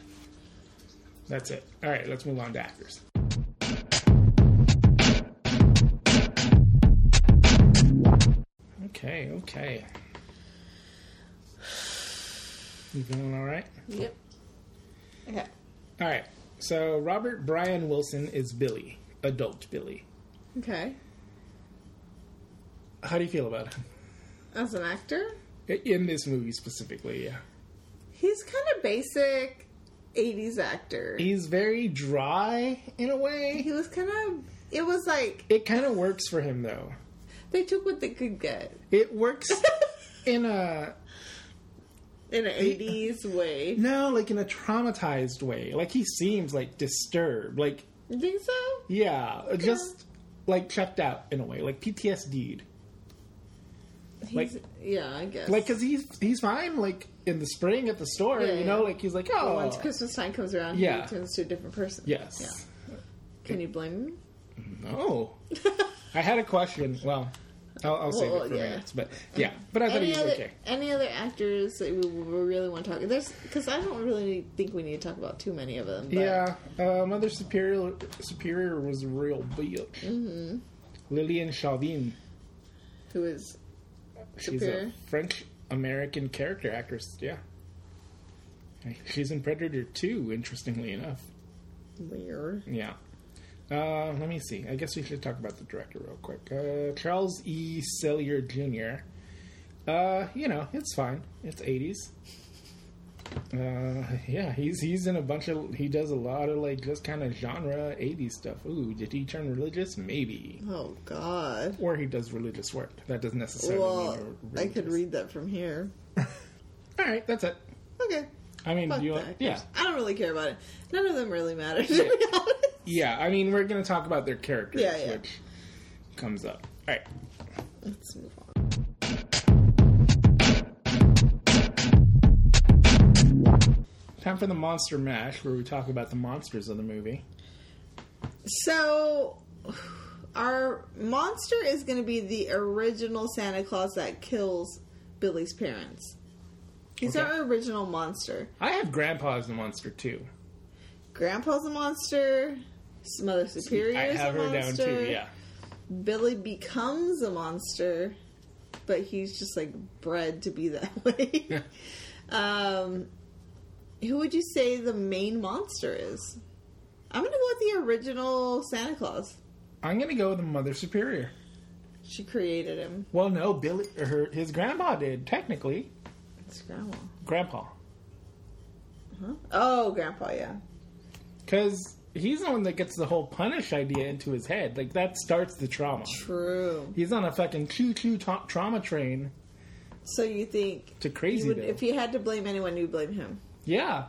[SPEAKER 1] That's it. All right, let's move on to actors. Okay, okay. You feeling all right?
[SPEAKER 2] Yep. Okay.
[SPEAKER 1] All right. So Robert Brian Wilson is Billy, adult Billy.
[SPEAKER 2] Okay.
[SPEAKER 1] How do you feel about
[SPEAKER 2] As an actor,
[SPEAKER 1] it in this movie specifically? Yeah,
[SPEAKER 2] he's kind of basic 80s actor.
[SPEAKER 1] he's very dry in a way.
[SPEAKER 2] He was kind of. It was like
[SPEAKER 1] It kind of works for him though.
[SPEAKER 2] they took what they could get
[SPEAKER 1] It works in a
[SPEAKER 2] in an 80s way.
[SPEAKER 1] No, like in a traumatized way. Like he seems like disturbed. Like
[SPEAKER 2] You think so?
[SPEAKER 1] yeah, just like checked out in a way, like PTSD'd. Like-
[SPEAKER 2] He's- yeah, I guess.
[SPEAKER 1] Like cuz he's he's fine like in the spring at the store,
[SPEAKER 2] Yeah,
[SPEAKER 1] you know,
[SPEAKER 2] yeah.
[SPEAKER 1] like he's like, "Oh,
[SPEAKER 2] once Christmas time comes around,
[SPEAKER 1] Yeah.
[SPEAKER 2] he turns to a different person.
[SPEAKER 1] yes."
[SPEAKER 2] Yeah. Can you blame him?
[SPEAKER 1] No. I had a question. Well, I'll, I'll save
[SPEAKER 2] Well,
[SPEAKER 1] it for
[SPEAKER 2] yeah.
[SPEAKER 1] minutes, but yeah. But I thought
[SPEAKER 2] Any
[SPEAKER 1] he was
[SPEAKER 2] other
[SPEAKER 1] okay.
[SPEAKER 2] any other actors that we, we really want to talk? There's because I don't really think we need to talk about too many of them. But
[SPEAKER 1] Yeah, uh, Mother Superior Superior was a real bitch.
[SPEAKER 2] Mm-hmm.
[SPEAKER 1] Lillian Chauvin.
[SPEAKER 2] Who is
[SPEAKER 1] She's
[SPEAKER 2] Superior.
[SPEAKER 1] a French American character actress. Yeah. She's in Predator 2, interestingly enough.
[SPEAKER 2] weird?
[SPEAKER 1] Yeah. Uh, let me see. I guess we should talk about the director real quick. Uh, Charles E. Sellier Jr. Uh, you know, it's fine. It's 80s. Uh, yeah, he's he's in a bunch of he does a lot of like just kind of genre 80s stuff. Ooh, did he turn religious? Maybe.
[SPEAKER 2] Oh God.
[SPEAKER 1] Or he does religious work. That doesn't necessarily
[SPEAKER 2] Well,
[SPEAKER 1] mean re-
[SPEAKER 2] I could
[SPEAKER 1] religious.
[SPEAKER 2] read that from here.
[SPEAKER 1] All right, that's it.
[SPEAKER 2] Okay.
[SPEAKER 1] I mean,
[SPEAKER 2] Fuck
[SPEAKER 1] do you
[SPEAKER 2] the
[SPEAKER 1] want,
[SPEAKER 2] actors.
[SPEAKER 1] yeah,
[SPEAKER 2] I don't really care about it. None of them really matter. To be honest.
[SPEAKER 1] yeah. I mean, we're gonna talk about their characters,
[SPEAKER 2] Yeah, yeah.
[SPEAKER 1] which comes up. All right,
[SPEAKER 2] Let's move on.
[SPEAKER 1] time for the monster mash, where we talk about the monsters of the movie.
[SPEAKER 2] So, our monster is going to be the original Santa Claus that kills Billy's parents. He's
[SPEAKER 1] Okay.
[SPEAKER 2] our original monster.
[SPEAKER 1] I have Grandpa as the monster too.
[SPEAKER 2] Grandpa's a monster. S- Mother Superior
[SPEAKER 1] I
[SPEAKER 2] is a
[SPEAKER 1] have her down
[SPEAKER 2] monster.
[SPEAKER 1] too. Yeah,
[SPEAKER 2] Billy becomes a monster, but he's just like bred to be that way. um, who would you say the main monster is? I'm gonna go with the original Santa Claus.
[SPEAKER 1] I'm gonna go with the Mother Superior.
[SPEAKER 2] She created him.
[SPEAKER 1] Well, no, Billy, or her, his grandpa did technically.
[SPEAKER 2] It's grandma.
[SPEAKER 1] Grandpa,
[SPEAKER 2] Oh, grandpa, yeah.
[SPEAKER 1] because he's the one that gets the whole punish idea into his head. Like that starts the trauma.
[SPEAKER 2] True.
[SPEAKER 1] He's on a fucking choo-choo ta- trauma train
[SPEAKER 2] So you think
[SPEAKER 1] to
[SPEAKER 2] you
[SPEAKER 1] crazy.
[SPEAKER 2] would,
[SPEAKER 1] though.
[SPEAKER 2] if you had to blame anyone, you'd blame him
[SPEAKER 1] yeah,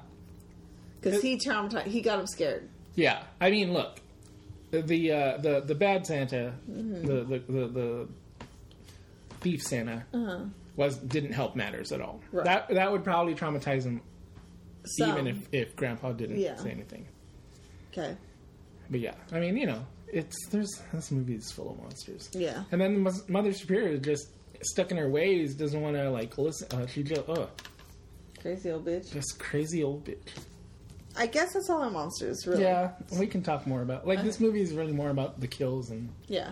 [SPEAKER 2] because he traumatized. He got him scared.
[SPEAKER 1] Yeah, I mean, look, the uh, the the bad Santa,
[SPEAKER 2] Mm-hmm.
[SPEAKER 1] the, the the the thief Santa, was didn't help matters at all.
[SPEAKER 2] Uh-huh. Right.
[SPEAKER 1] That that would probably traumatize him,
[SPEAKER 2] So,
[SPEAKER 1] even if if Grandpa didn't
[SPEAKER 2] Yeah.
[SPEAKER 1] say anything.
[SPEAKER 2] okay.
[SPEAKER 1] But yeah, I mean, you know, it's there's this movie is full of monsters.
[SPEAKER 2] Yeah.
[SPEAKER 1] And then Mo- Mother Superior just stuck in her ways, doesn't want to like listen. Uh, she just uh,
[SPEAKER 2] Crazy old bitch.
[SPEAKER 1] this crazy old bitch.
[SPEAKER 2] I guess that's all our monsters, really.
[SPEAKER 1] Yeah, we can talk more about like this movie is really more about the kills and
[SPEAKER 2] Yeah.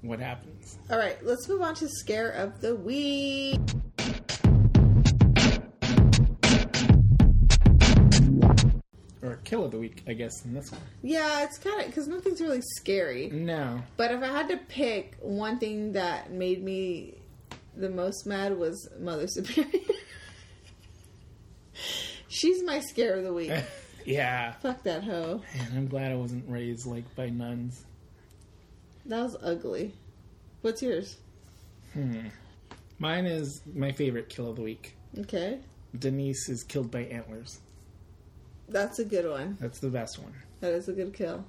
[SPEAKER 1] what happens.
[SPEAKER 2] All right, let's move on to scare of the week.
[SPEAKER 1] Or kill of the week, I guess, in this one.
[SPEAKER 2] Yeah, it's kind of because nothing's really scary.
[SPEAKER 1] No.
[SPEAKER 2] But if I had to pick one thing that made me the most mad was Mother Superior. She's my scare of the week.
[SPEAKER 1] yeah.
[SPEAKER 2] Fuck that hoe.
[SPEAKER 1] And I'm glad I wasn't raised like by nuns.
[SPEAKER 2] That was ugly. What's yours?
[SPEAKER 1] Mine is my favorite kill of the week.
[SPEAKER 2] Okay,
[SPEAKER 1] Denise is killed by antlers.
[SPEAKER 2] that's a good one.
[SPEAKER 1] That's the best one.
[SPEAKER 2] That is a good kill.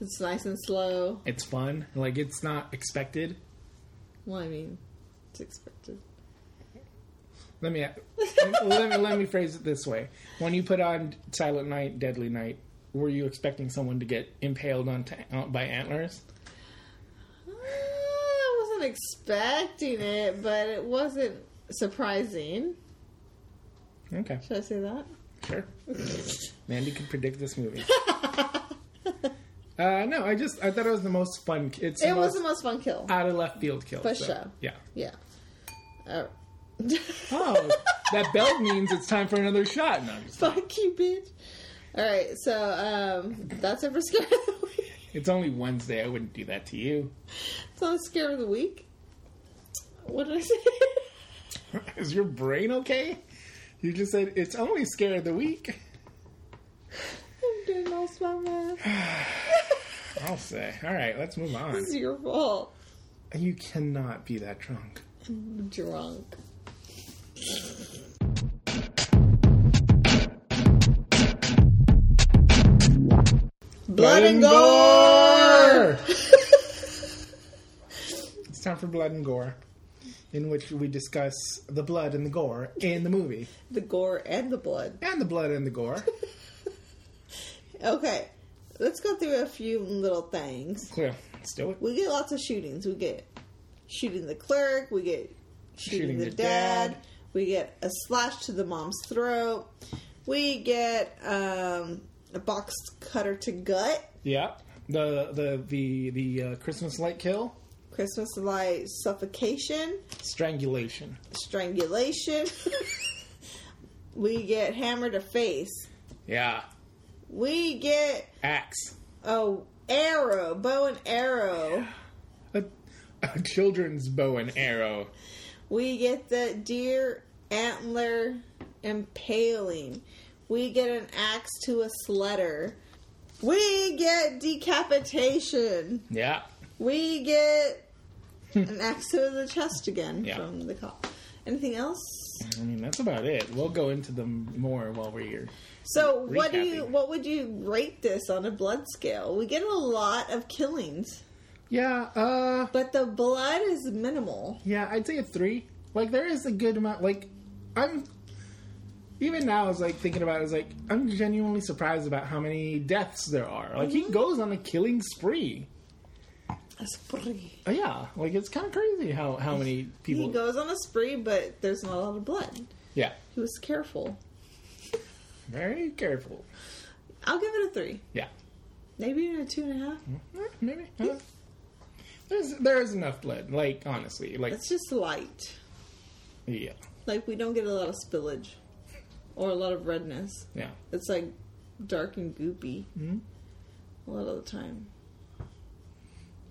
[SPEAKER 2] It's nice and slow.
[SPEAKER 1] It's fun. Like it's not expected.
[SPEAKER 2] Well, I mean, it's expected.
[SPEAKER 1] Let me let me let me phrase it this way: When you put on Silent Night, Deadly Night, were you expecting someone to get impaled on ta- uh, by antlers?
[SPEAKER 2] Ah, I wasn't expecting it, but it wasn't surprising.
[SPEAKER 1] Okay,
[SPEAKER 2] Should I say that?
[SPEAKER 1] sure. Mandy could predict this movie. uh, no, I just I thought it was the most fun. It's the
[SPEAKER 2] it
[SPEAKER 1] most
[SPEAKER 2] was the most fun kill.
[SPEAKER 1] out of left field kill.
[SPEAKER 2] For
[SPEAKER 1] so,
[SPEAKER 2] sure.
[SPEAKER 1] Yeah.
[SPEAKER 2] yeah. Uh, Oh.
[SPEAKER 1] Oh, that bell means it's time for another shot. No, I'm just-
[SPEAKER 2] Fuck you, bitch. All right, so um, that's it for scare of the week.
[SPEAKER 1] it's only Wednesday. I wouldn't do that to you.
[SPEAKER 2] It's not scare of the week. What did I say?
[SPEAKER 1] Is your brain okay? You just said it's only scare of the week.
[SPEAKER 2] I'm doing all my math.
[SPEAKER 1] I'll say. All right, let's move on.
[SPEAKER 2] It's your fault.
[SPEAKER 1] You cannot be that drunk.
[SPEAKER 2] Drunk. Blood and gore.
[SPEAKER 1] it's time for blood and gore, in which we discuss the blood and the gore in the movie,
[SPEAKER 2] The gore and the blood.
[SPEAKER 1] and the blood and the gore.
[SPEAKER 2] Okay, let's go through a few little things.
[SPEAKER 1] Well, let's do it.
[SPEAKER 2] We get lots of shootings. We get shooting the clerk. We get shooting, the, dad. We get a slash to the mom's throat. We get um, a box cutter to gut.
[SPEAKER 1] Yeah, the the the the uh, Christmas light kill,
[SPEAKER 2] Christmas light suffocation,
[SPEAKER 1] strangulation.
[SPEAKER 2] strangulation. we get hammer to face.
[SPEAKER 1] Yeah,
[SPEAKER 2] We get
[SPEAKER 1] axe.
[SPEAKER 2] a arrow, bow and arrow.
[SPEAKER 1] A, a children's bow and arrow.
[SPEAKER 2] We get the deer antler impaling. We get an axe to a sledder. We get decapitation.
[SPEAKER 1] Yeah,
[SPEAKER 2] We get an axe to the chest again
[SPEAKER 1] Yeah.
[SPEAKER 2] from the cop. Anything else?
[SPEAKER 1] I mean that's about it. We'll go into them more while we're here.
[SPEAKER 2] So what do you
[SPEAKER 1] recapping.
[SPEAKER 2] what would you rate this on a blood scale? We get a lot of killings,
[SPEAKER 1] Yeah, uh,
[SPEAKER 2] but the blood is minimal.
[SPEAKER 1] Yeah, I'd say a three. Like there is a good amount. Like I'm even now. I was like thinking about. It, I was like, I'm genuinely surprised about how many deaths there are. Like he goes on a killing spree.
[SPEAKER 2] A spree.
[SPEAKER 1] Uh, yeah, like it's kind of crazy how how many people.
[SPEAKER 2] He goes on a spree, but there's not a lot of blood.
[SPEAKER 1] yeah,
[SPEAKER 2] He was careful.
[SPEAKER 1] very careful.
[SPEAKER 2] I'll give it a three,
[SPEAKER 1] Yeah,
[SPEAKER 2] maybe even a two and a half.
[SPEAKER 1] Eh, maybe. huh? There's there is enough blood. Like honestly, like
[SPEAKER 2] It's just light.
[SPEAKER 1] yeah,
[SPEAKER 2] Like we don't get a lot of spillage or a lot of redness.
[SPEAKER 1] yeah.
[SPEAKER 2] It's like dark and goopy a lot of the time.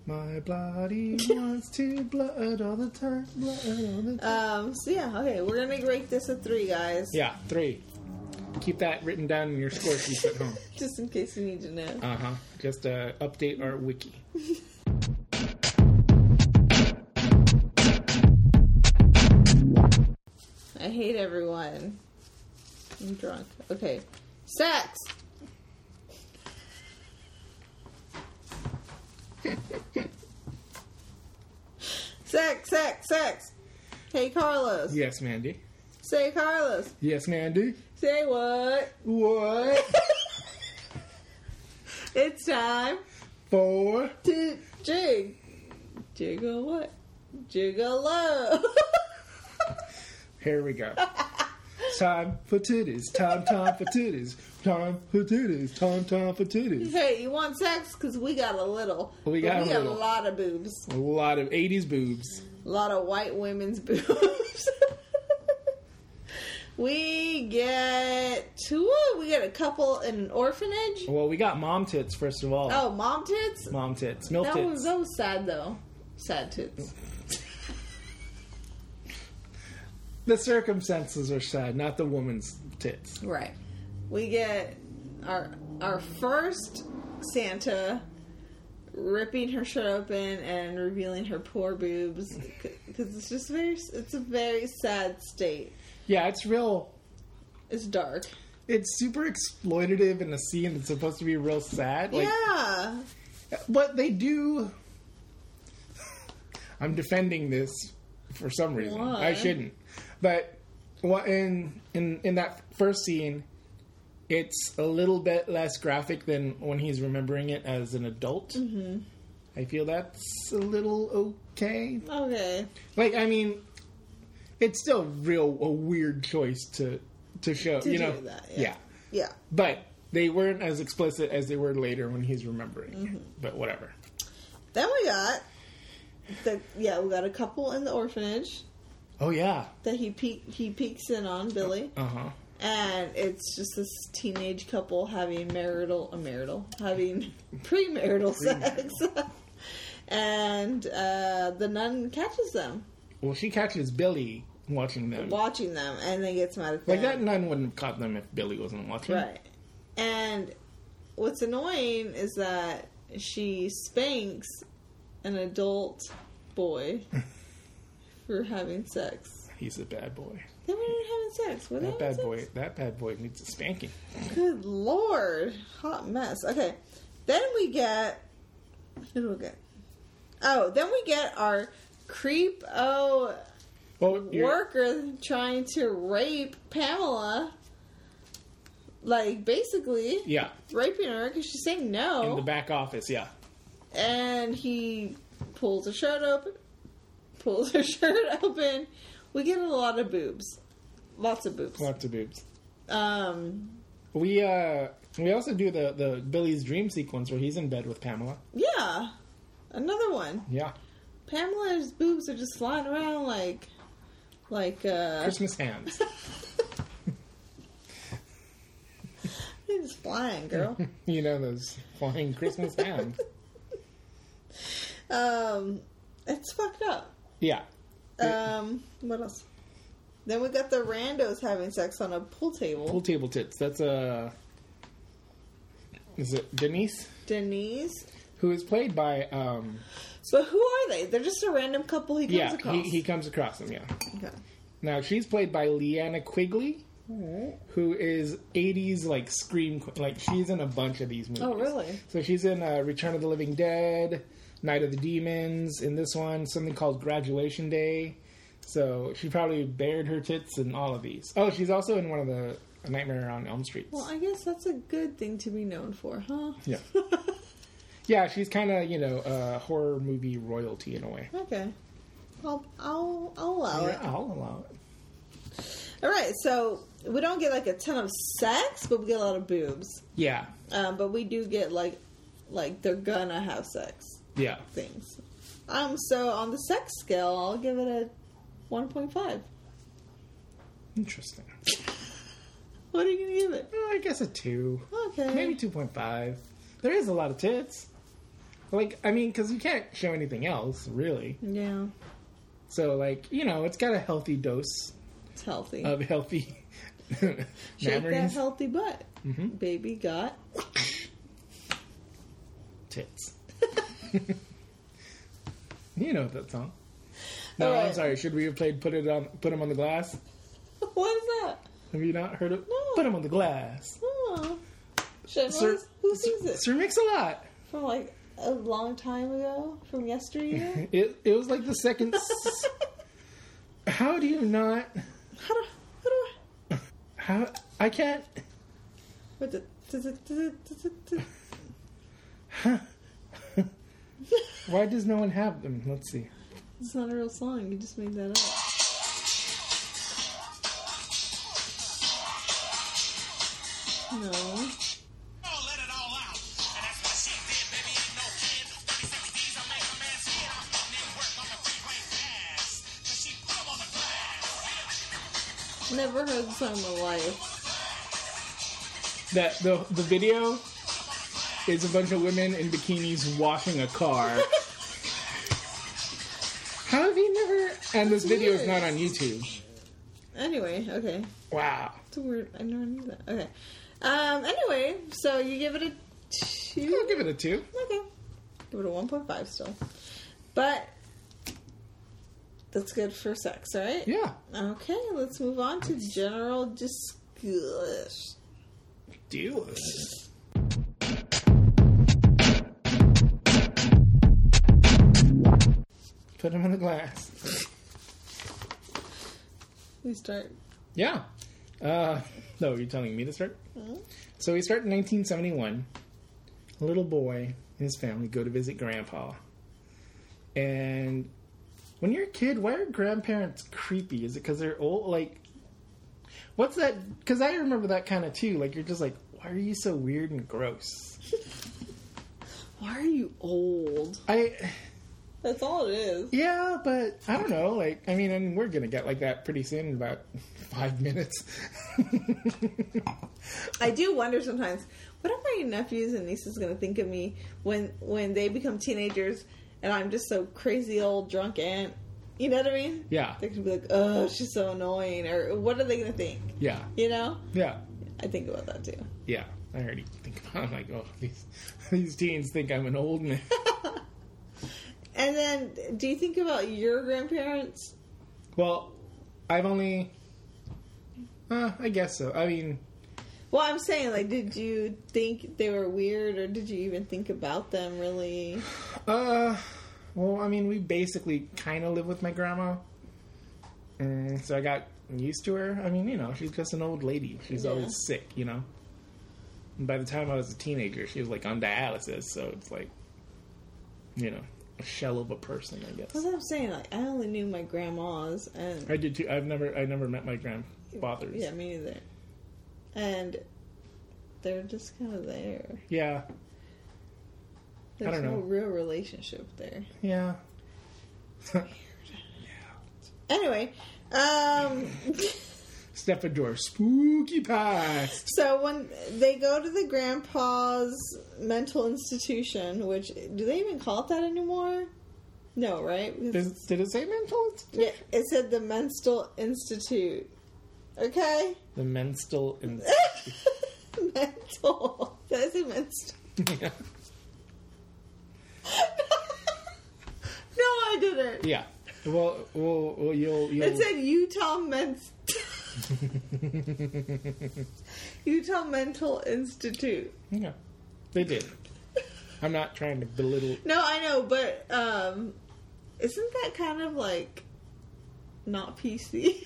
[SPEAKER 1] My body wants to blood all the time. Blood all the time.
[SPEAKER 2] Um, so yeah, okay, we're gonna rate this a three, guys.
[SPEAKER 1] Yeah, three. Keep that written down in your score sheets at home.
[SPEAKER 2] Just in case you need to know.
[SPEAKER 1] Uh huh. Just uh, update our wiki.
[SPEAKER 2] I hate everyone. I'm drunk. Okay. Sex. sex, sex, sex. Hey, Carlos.
[SPEAKER 1] Yes, Mandy.
[SPEAKER 2] Say, Carlos.
[SPEAKER 1] Yes, Mandy.
[SPEAKER 2] Say what?
[SPEAKER 1] What?
[SPEAKER 2] It's time
[SPEAKER 1] Four.
[SPEAKER 2] to jig. Jiggle what? Jiggle low.
[SPEAKER 1] Here we go. time for titties. Time, time for titties. Time for titties. Time, time for titties.
[SPEAKER 2] hey, you want sex? Because we got a little.
[SPEAKER 1] We
[SPEAKER 2] But
[SPEAKER 1] got a
[SPEAKER 2] we got
[SPEAKER 1] little.
[SPEAKER 2] a lot of boobs.
[SPEAKER 1] A lot of 80s boobs.
[SPEAKER 2] A lot of white women's boobs. we get two. We get a couple in an orphanage.
[SPEAKER 1] Well, we got mom tits, first of all.
[SPEAKER 2] Oh, mom tits.
[SPEAKER 1] Mom tits. Milk
[SPEAKER 2] That
[SPEAKER 1] tits.
[SPEAKER 2] was so sad though. Sad tits.
[SPEAKER 1] The circumstances are sad, not the woman's tits.
[SPEAKER 2] Right. We get our our first Santa ripping her shirt open and revealing her poor boobs because it's just very it's a very sad state.
[SPEAKER 1] Yeah, it's real.
[SPEAKER 2] It's dark.
[SPEAKER 1] It's super exploitative in a scene that's supposed to be real sad. Like,
[SPEAKER 2] yeah.
[SPEAKER 1] But they do. I'm defending this for some reason.
[SPEAKER 2] Why?
[SPEAKER 1] I shouldn't. But what in in in that first scene, it's a little bit less graphic than when he's remembering it as an adult. Mm-hmm. I feel that's a little okay.
[SPEAKER 2] Okay.
[SPEAKER 1] Like I mean, it's still real a weird choice to to show.
[SPEAKER 2] To
[SPEAKER 1] you
[SPEAKER 2] do
[SPEAKER 1] know,
[SPEAKER 2] that, yeah.
[SPEAKER 1] yeah.
[SPEAKER 2] Yeah.
[SPEAKER 1] But they weren't as explicit as they were later when he's remembering.
[SPEAKER 2] Mm-hmm.
[SPEAKER 1] It. But whatever.
[SPEAKER 2] Then we got the yeah we got a couple in the orphanage
[SPEAKER 1] Oh yeah.
[SPEAKER 2] that he peek, he peeks in on Billy
[SPEAKER 1] Uh huh.
[SPEAKER 2] and it's just this teenage couple having marital, a marital, having premarital sex, and uh, the nun catches them,
[SPEAKER 1] Well, she catches Billy watching them.
[SPEAKER 2] watching them, and then gets mad at them.
[SPEAKER 1] Like that nun wouldn't have caught them if Billy wasn't watching.
[SPEAKER 2] right? And what's annoying is that she spanks an adult boy for having sex.
[SPEAKER 1] He's a bad boy.
[SPEAKER 2] They weren't even having sex. Were they
[SPEAKER 1] That
[SPEAKER 2] having
[SPEAKER 1] bad
[SPEAKER 2] sex?
[SPEAKER 1] boy. That bad boy needs a spanking.
[SPEAKER 2] Good lord. Hot mess. Okay. Then we get. Who do we get? Oh, then we get our creep oh
[SPEAKER 1] Well, you're-
[SPEAKER 2] worker trying to rape Pamela. Like, basically,
[SPEAKER 1] Yeah,
[SPEAKER 2] raping her because she's saying
[SPEAKER 1] in the
[SPEAKER 2] no.
[SPEAKER 1] back office. Yeah.
[SPEAKER 2] And he pulls her shirt open. Pulls her shirt open. We get a lot of boobs. Lots of boobs.
[SPEAKER 1] Lots of boobs.
[SPEAKER 2] Um,
[SPEAKER 1] We uh we also do the the Billy's dream sequence where he's in bed with Pamela.
[SPEAKER 2] yeah. Another one.
[SPEAKER 1] Yeah.
[SPEAKER 2] Pamela's boobs are just flying around like, like uh,
[SPEAKER 1] Christmas hands.
[SPEAKER 2] they're just flying, girl.
[SPEAKER 1] you know those flying Christmas hands.
[SPEAKER 2] um, it's fucked up.
[SPEAKER 1] Yeah.
[SPEAKER 2] Um, what else? Then we got the randos having sex on a pool table.
[SPEAKER 1] Pool table tits. That's uh is it Denise?
[SPEAKER 2] Denise,
[SPEAKER 1] Who is played by um
[SPEAKER 2] but who are they? They're just a random couple he comes
[SPEAKER 1] Yeah,
[SPEAKER 2] across.
[SPEAKER 1] he, he comes across them, yeah.
[SPEAKER 2] Okay.
[SPEAKER 1] Now she's played by Leanna Quigley, who is '80s like scream que- like she's in a bunch of these movies.
[SPEAKER 2] Oh, really?
[SPEAKER 1] So she's in uh, Return of the Living Dead, Night of the Demons, in this one something called Graduation Day. So she probably bared her tits in all of these. Oh, she's also in one of the A Nightmare on Elm Street.
[SPEAKER 2] Well, I guess that's a good thing to be known for, huh?
[SPEAKER 1] yeah, yeah, she's kind of you know uh, horror movie royalty in a way.
[SPEAKER 2] Okay. I'll, I'll, I'll allow it.
[SPEAKER 1] Yeah, I'll allow it.
[SPEAKER 2] All right, so we don't get like a ton of sex, but we get a lot of boobs.
[SPEAKER 1] Yeah,
[SPEAKER 2] Um, but we do get like like they're gonna have sex
[SPEAKER 1] yeah.
[SPEAKER 2] things. Um, so on the sex scale, I'll give it a one point five.
[SPEAKER 1] Interesting.
[SPEAKER 2] What are you gonna give it?
[SPEAKER 1] Well, I guess a two.
[SPEAKER 2] Okay.
[SPEAKER 1] Maybe 2.5. There is a lot of tits. Like, I mean, because you can't show anything else, really.
[SPEAKER 2] Yeah,
[SPEAKER 1] So, like, you know, it's got a healthy dose
[SPEAKER 2] it's healthy.
[SPEAKER 1] of healthy
[SPEAKER 2] Shake that
[SPEAKER 1] memories.
[SPEAKER 2] healthy butt,
[SPEAKER 1] Mm-hmm.
[SPEAKER 2] baby. Got
[SPEAKER 1] tits. you know that song. No, I'm
[SPEAKER 2] Alright.
[SPEAKER 1] sorry. Should we have played "Put It On"? Put 'em on the glass.
[SPEAKER 2] what is that?
[SPEAKER 1] Have you not heard it?
[SPEAKER 2] No.
[SPEAKER 1] Put 'em on the glass.
[SPEAKER 2] Oh, Shit, what
[SPEAKER 1] Sir,
[SPEAKER 2] is- who sings it
[SPEAKER 1] Sir Mix a Lot.
[SPEAKER 2] from like a long time ago, from yesteryear?
[SPEAKER 1] It it was like the second. s- how do you not?
[SPEAKER 2] how do how do I?
[SPEAKER 1] How I can't.
[SPEAKER 2] What the?
[SPEAKER 1] Why does no one have them? Let's see.
[SPEAKER 2] It's not a real song. You just made that up. No.
[SPEAKER 5] let it all out. And that's what she did, baby, ain't no kid. 36 D's, I make a man's head off. Then work on the freeway fast. Cause she put 'em on the glass.
[SPEAKER 2] Never heard the song in my life.
[SPEAKER 1] That the the video is a bunch of women in bikinis washing a car. How have you never? And this video is not on YouTube.
[SPEAKER 2] Anyway, okay.
[SPEAKER 1] Wow.
[SPEAKER 2] It's a weird. I never knew that. Okay. Um. Anyway, so you give it a
[SPEAKER 1] I'll
[SPEAKER 2] two.
[SPEAKER 1] give it a two.
[SPEAKER 2] Okay. Give it a one point five still, but that's good for sex, right?
[SPEAKER 1] Yeah.
[SPEAKER 2] Okay. Let's move on to general discuss.
[SPEAKER 1] Do it. Put them in a glass.
[SPEAKER 2] We start.
[SPEAKER 1] Yeah. Uh, no, you're telling me to start? So we start in 1971. A little boy and his family go to visit grandpa. And when you're a kid, why are grandparents creepy? Is it because they're old? Like, what's that? Because I remember that kind of too. Like, you're just like, why are you so weird and gross?
[SPEAKER 2] Why are you old?
[SPEAKER 1] I.
[SPEAKER 2] That's all it is.
[SPEAKER 1] Yeah, but I don't know. Like, I mean, and we're gonna get like that pretty soon in about five minutes.
[SPEAKER 2] I do wonder sometimes what are my nephews and nieces going to think of me when when they become teenagers and I'm just so crazy old drunk aunt. You know what I mean?
[SPEAKER 1] yeah,
[SPEAKER 2] They're going to be like, "Oh, she's so annoying," or what are they going to think?
[SPEAKER 1] yeah,
[SPEAKER 2] You know?
[SPEAKER 1] yeah,
[SPEAKER 2] I think about that too.
[SPEAKER 1] yeah. I already think about. It. I'm like, oh, these these teens think I'm an old man.
[SPEAKER 2] And then, do you think about your grandparents?
[SPEAKER 1] well, I've only. Uh, I guess so. I mean,
[SPEAKER 2] Well, I'm saying, like, did you think they were weird, or did you even think about them really?
[SPEAKER 1] uh, well, I mean, we basically kind of live with my grandma, and so I got used to her. I mean, you know, she's just an old lady. She's
[SPEAKER 2] Yeah.
[SPEAKER 1] always sick, you know. And by the time I was a teenager, she was like on dialysis, so it's like, you know, a shell of a person, I guess.
[SPEAKER 2] That's what I'm saying. Like, I only knew my grandmas, and
[SPEAKER 1] I did too. I've never, I never met my grandfathers.
[SPEAKER 2] Yeah, me neither. And they're just kind of there.
[SPEAKER 1] yeah,
[SPEAKER 2] There's
[SPEAKER 1] don't
[SPEAKER 2] no
[SPEAKER 1] know.
[SPEAKER 2] real relationship there.
[SPEAKER 1] yeah.
[SPEAKER 2] Anyway, um,
[SPEAKER 1] Step into our spooky past.
[SPEAKER 2] so when they go to the grandpa's mental institution, which do they even call it that anymore? No, right? Because-
[SPEAKER 1] Did, did it say mental?
[SPEAKER 2] yeah, it said the Mental Institute. Okay,
[SPEAKER 1] The mental. In-
[SPEAKER 2] mental. Did I say mental?
[SPEAKER 1] yeah.
[SPEAKER 2] No, I didn't.
[SPEAKER 1] yeah. Well, well, well, you'll, you'll.
[SPEAKER 2] It said Utah Men's Utah Mental Institute.
[SPEAKER 1] yeah. They did. I'm not trying to belittle.
[SPEAKER 2] No, I know, but um, isn't that kind of like not PC?
[SPEAKER 1] It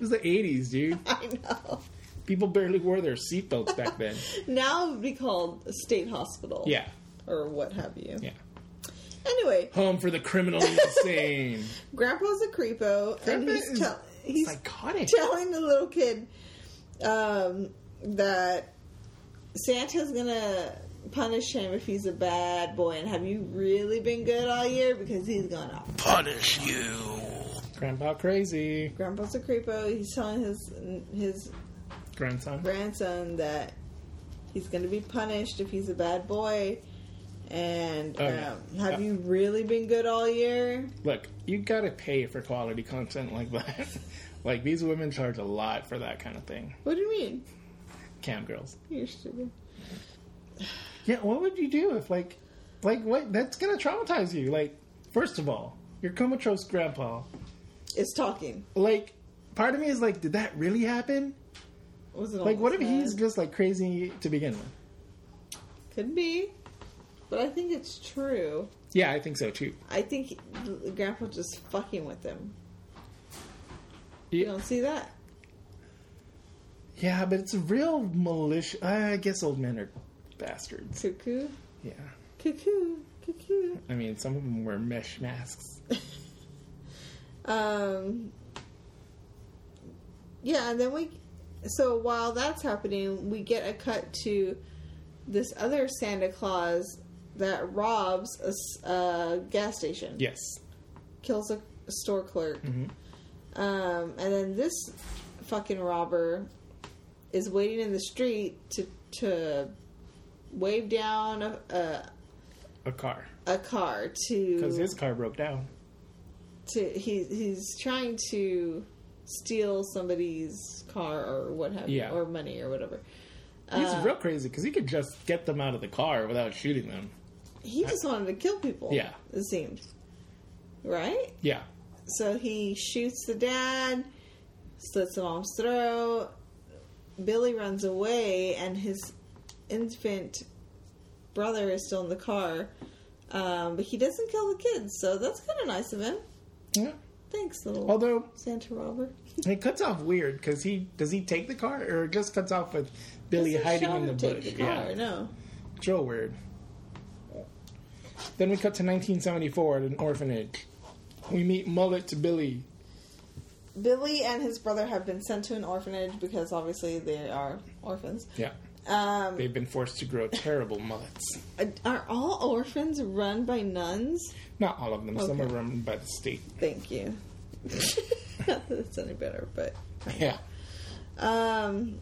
[SPEAKER 1] was the 80s, dude.
[SPEAKER 2] I know.
[SPEAKER 1] People barely wore their seatbelts back then.
[SPEAKER 2] Now it would be called a state hospital.
[SPEAKER 1] Yeah.
[SPEAKER 2] Or what have you.
[SPEAKER 1] Yeah.
[SPEAKER 2] Anyway,
[SPEAKER 1] Home for the criminally insane.
[SPEAKER 2] Grandpa's a creepo, and
[SPEAKER 1] Grandpa
[SPEAKER 2] he's,
[SPEAKER 1] is
[SPEAKER 2] tell he's
[SPEAKER 1] Psychotic.
[SPEAKER 2] telling the little kid um, that Santa's gonna punish him if he's a bad boy. And have you really been good all year? Because he's gonna.
[SPEAKER 5] Punish you.
[SPEAKER 1] Grandpa crazy.
[SPEAKER 2] Grandpa's a creepo. He's telling his his
[SPEAKER 1] Grandson.
[SPEAKER 2] grandson that he's gonna be punished if he's a bad boy. And
[SPEAKER 1] Oh,
[SPEAKER 2] um,
[SPEAKER 1] yeah.
[SPEAKER 2] have
[SPEAKER 1] Yeah.
[SPEAKER 2] you really been good all year?
[SPEAKER 1] Look, you gotta pay for quality content like that. like these women charge a lot for that kind of thing.
[SPEAKER 2] What do you mean?
[SPEAKER 1] Cam girls.
[SPEAKER 2] You're stupid.
[SPEAKER 1] Yeah, what would you do if like, like what? That's gonna traumatize you. Like, first of all, your comatose grandpa.
[SPEAKER 2] It's talking.
[SPEAKER 1] Like, part of me is like, did that really happen?
[SPEAKER 2] Was it
[SPEAKER 1] Like, what if
[SPEAKER 2] almost
[SPEAKER 1] he's
[SPEAKER 2] bad?
[SPEAKER 1] just like crazy to begin with?
[SPEAKER 2] Could be, but I think it's true.
[SPEAKER 1] Yeah, I think so too.
[SPEAKER 2] I think he- the grandpa just fucking with him. You
[SPEAKER 1] Yeah,
[SPEAKER 2] don't see that?
[SPEAKER 1] yeah but it's a real malicious. I guess old men are bastards.
[SPEAKER 2] Cuckoo,
[SPEAKER 1] Yeah,
[SPEAKER 2] cuckoo, Cute.
[SPEAKER 1] I mean, some of them wear mesh masks.
[SPEAKER 2] Um, yeah, and then we. So while that's happening, we get a cut to this other Santa Claus that robs a s- a gas station.
[SPEAKER 1] Yes.
[SPEAKER 2] kills a store clerk.
[SPEAKER 1] Mm-hmm.
[SPEAKER 2] Um, and then this fucking robber is waiting in the street to to wave down a a,
[SPEAKER 1] A car.
[SPEAKER 2] a car to
[SPEAKER 1] Because his car broke down.
[SPEAKER 2] to he he's trying to steal somebody's car or what have you
[SPEAKER 1] Yeah.
[SPEAKER 2] or money or whatever.
[SPEAKER 1] He's real crazy because he could just get them out of the car without shooting them.
[SPEAKER 2] He just wanted to kill people.
[SPEAKER 1] Yeah.
[SPEAKER 2] it seemed right.
[SPEAKER 1] Yeah.
[SPEAKER 2] So he shoots the dad, slits the mom's throat. Billy runs away, and his infant brother is still in the car. Um, but he doesn't kill the kids, so that's kind of nice of him.
[SPEAKER 1] Yeah.
[SPEAKER 2] Thanks, little
[SPEAKER 1] Although
[SPEAKER 2] Santa robber.
[SPEAKER 1] it cuts off weird because he does he take the car or it just cuts off with Billy
[SPEAKER 2] Doesn't
[SPEAKER 1] hiding
[SPEAKER 2] show
[SPEAKER 1] in the
[SPEAKER 2] him take
[SPEAKER 1] bush.
[SPEAKER 2] The car,
[SPEAKER 1] yeah.
[SPEAKER 2] No.
[SPEAKER 1] It's real weird. Then we cut to 1974 at an orphanage. We meet Mullet to Billy.
[SPEAKER 2] Billy and his brother have been sent to an orphanage because obviously they are orphans.
[SPEAKER 1] Yeah.
[SPEAKER 2] Um,
[SPEAKER 1] They've been forced to grow terrible mullets.
[SPEAKER 2] are all orphans run by nuns?
[SPEAKER 1] Not all of them. Some are
[SPEAKER 2] Okay.
[SPEAKER 1] run by the state.
[SPEAKER 2] Thank you. Not that it's any better, but
[SPEAKER 1] Yeah.
[SPEAKER 2] um.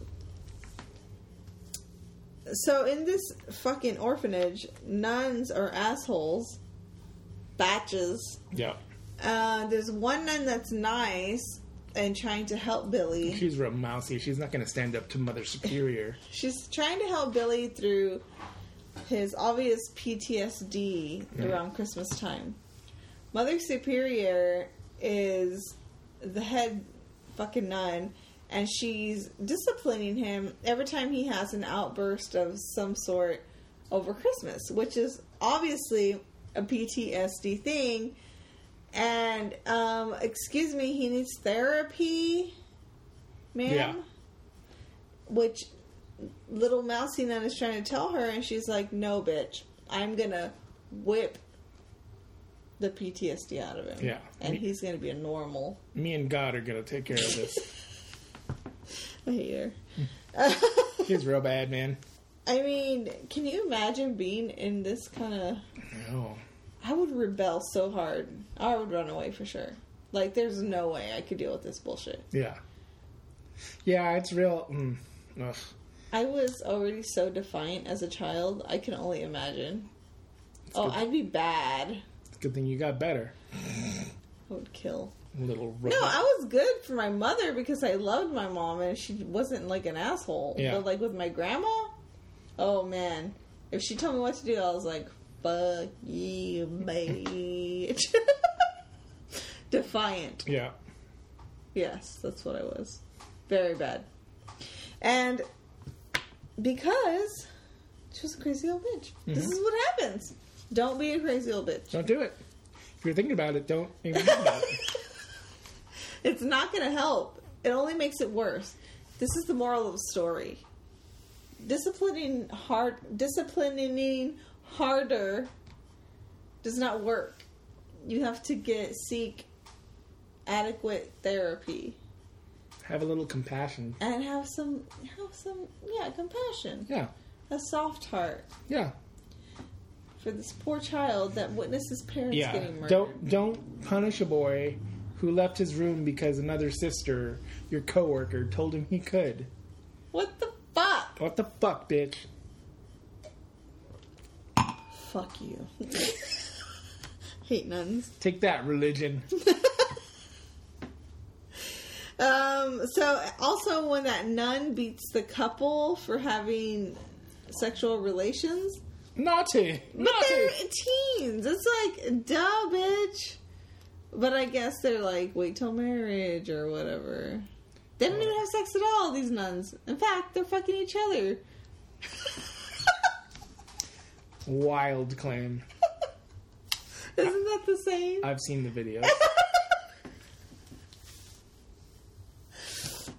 [SPEAKER 2] So in this fucking orphanage, nuns are assholes, batches.
[SPEAKER 1] Yeah.
[SPEAKER 2] Uh, there's one nun that's nice and trying to help Billy.
[SPEAKER 1] She's real mousy. She's not going to stand up to Mother Superior.
[SPEAKER 2] She's trying to help Billy through his obvious PTSD around Christmas time. Mother Superior is the head fucking nun, and she's disciplining him every time he has an outburst of some sort over Christmas, which is obviously a PTSD thing. And, um, excuse me, he needs therapy, ma'am?
[SPEAKER 1] Yeah.
[SPEAKER 2] Which little mousy nun is trying to tell her, and she's like, "No, bitch, I'm gonna whip the PTSD out of him,
[SPEAKER 1] Yeah.
[SPEAKER 2] and
[SPEAKER 1] Me-
[SPEAKER 2] he's gonna be a normal."
[SPEAKER 1] Me and God are going to take care of this.
[SPEAKER 2] I hate her.
[SPEAKER 1] She's real bad, man.
[SPEAKER 2] I mean, can you imagine being in this kind of?
[SPEAKER 1] Oh.
[SPEAKER 2] I would rebel so hard. I would run away for sure. Like, there's no way I could deal with this bullshit.
[SPEAKER 1] Yeah. Yeah, it's real. Mm, ugh.
[SPEAKER 2] I was already so defiant as a child. I can only imagine. Oh, I'd be bad.
[SPEAKER 1] It's a good thing you got better.
[SPEAKER 2] I would kill.
[SPEAKER 1] Little
[SPEAKER 2] No,
[SPEAKER 1] robot.
[SPEAKER 2] I was good for my mother because I loved my mom and she wasn't like an asshole.
[SPEAKER 1] Yeah.
[SPEAKER 2] But like with my grandma, oh man, if she told me what to do, I was like, "Fuck you, bitch." Defiant.
[SPEAKER 1] yeah.
[SPEAKER 2] Yes, that's what I was. Very bad. And because she was a crazy old bitch, this is what happens. Don't be a crazy old bitch.
[SPEAKER 1] Don't do it. If you're thinking about it, don't even think about it.
[SPEAKER 2] It's not going to help. It only makes it worse. This is the moral of the story. Disciplining hard, disciplining harder does not work. You have to get seek adequate therapy
[SPEAKER 1] Have a little compassion.
[SPEAKER 2] and have some have some yeah compassion,
[SPEAKER 1] Yeah.
[SPEAKER 2] a soft heart
[SPEAKER 1] Yeah.
[SPEAKER 2] for this poor child that witnesses parents
[SPEAKER 1] Yeah.
[SPEAKER 2] getting murdered.
[SPEAKER 1] Don't don't punish a boy who left his room because another sister, your coworker, told him he could.
[SPEAKER 2] What the fuck?
[SPEAKER 1] What the fuck, bitch?
[SPEAKER 2] Fuck you. Hate nuns.
[SPEAKER 1] Take that religion.
[SPEAKER 2] Um, so also when that nun beats the couple for having sexual relations,
[SPEAKER 1] Naughty.
[SPEAKER 2] but they're
[SPEAKER 1] Naughty.
[SPEAKER 2] teens. It's like, duh, bitch. But I guess they're like, wait till marriage or whatever. They don't even have sex at all. These nuns. In fact, they're fucking each other.
[SPEAKER 1] Wild claim.
[SPEAKER 2] Isn't that the same?
[SPEAKER 1] I've seen the video.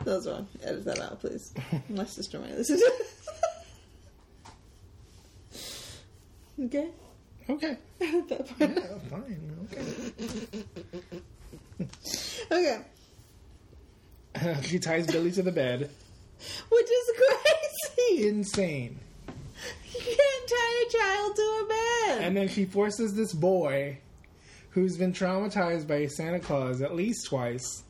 [SPEAKER 2] That was wrong. Edit that out, please. My sister might listen to this. okay.
[SPEAKER 1] Okay.
[SPEAKER 2] That part.
[SPEAKER 1] Yeah, fine. Okay.
[SPEAKER 2] Okay.
[SPEAKER 1] he ties Billy to the bed.
[SPEAKER 2] Which is crazy.
[SPEAKER 1] Insane.
[SPEAKER 2] You can't tie a child to a bed.
[SPEAKER 1] And then she forces this boy, who's been traumatized by Santa Claus at least twice,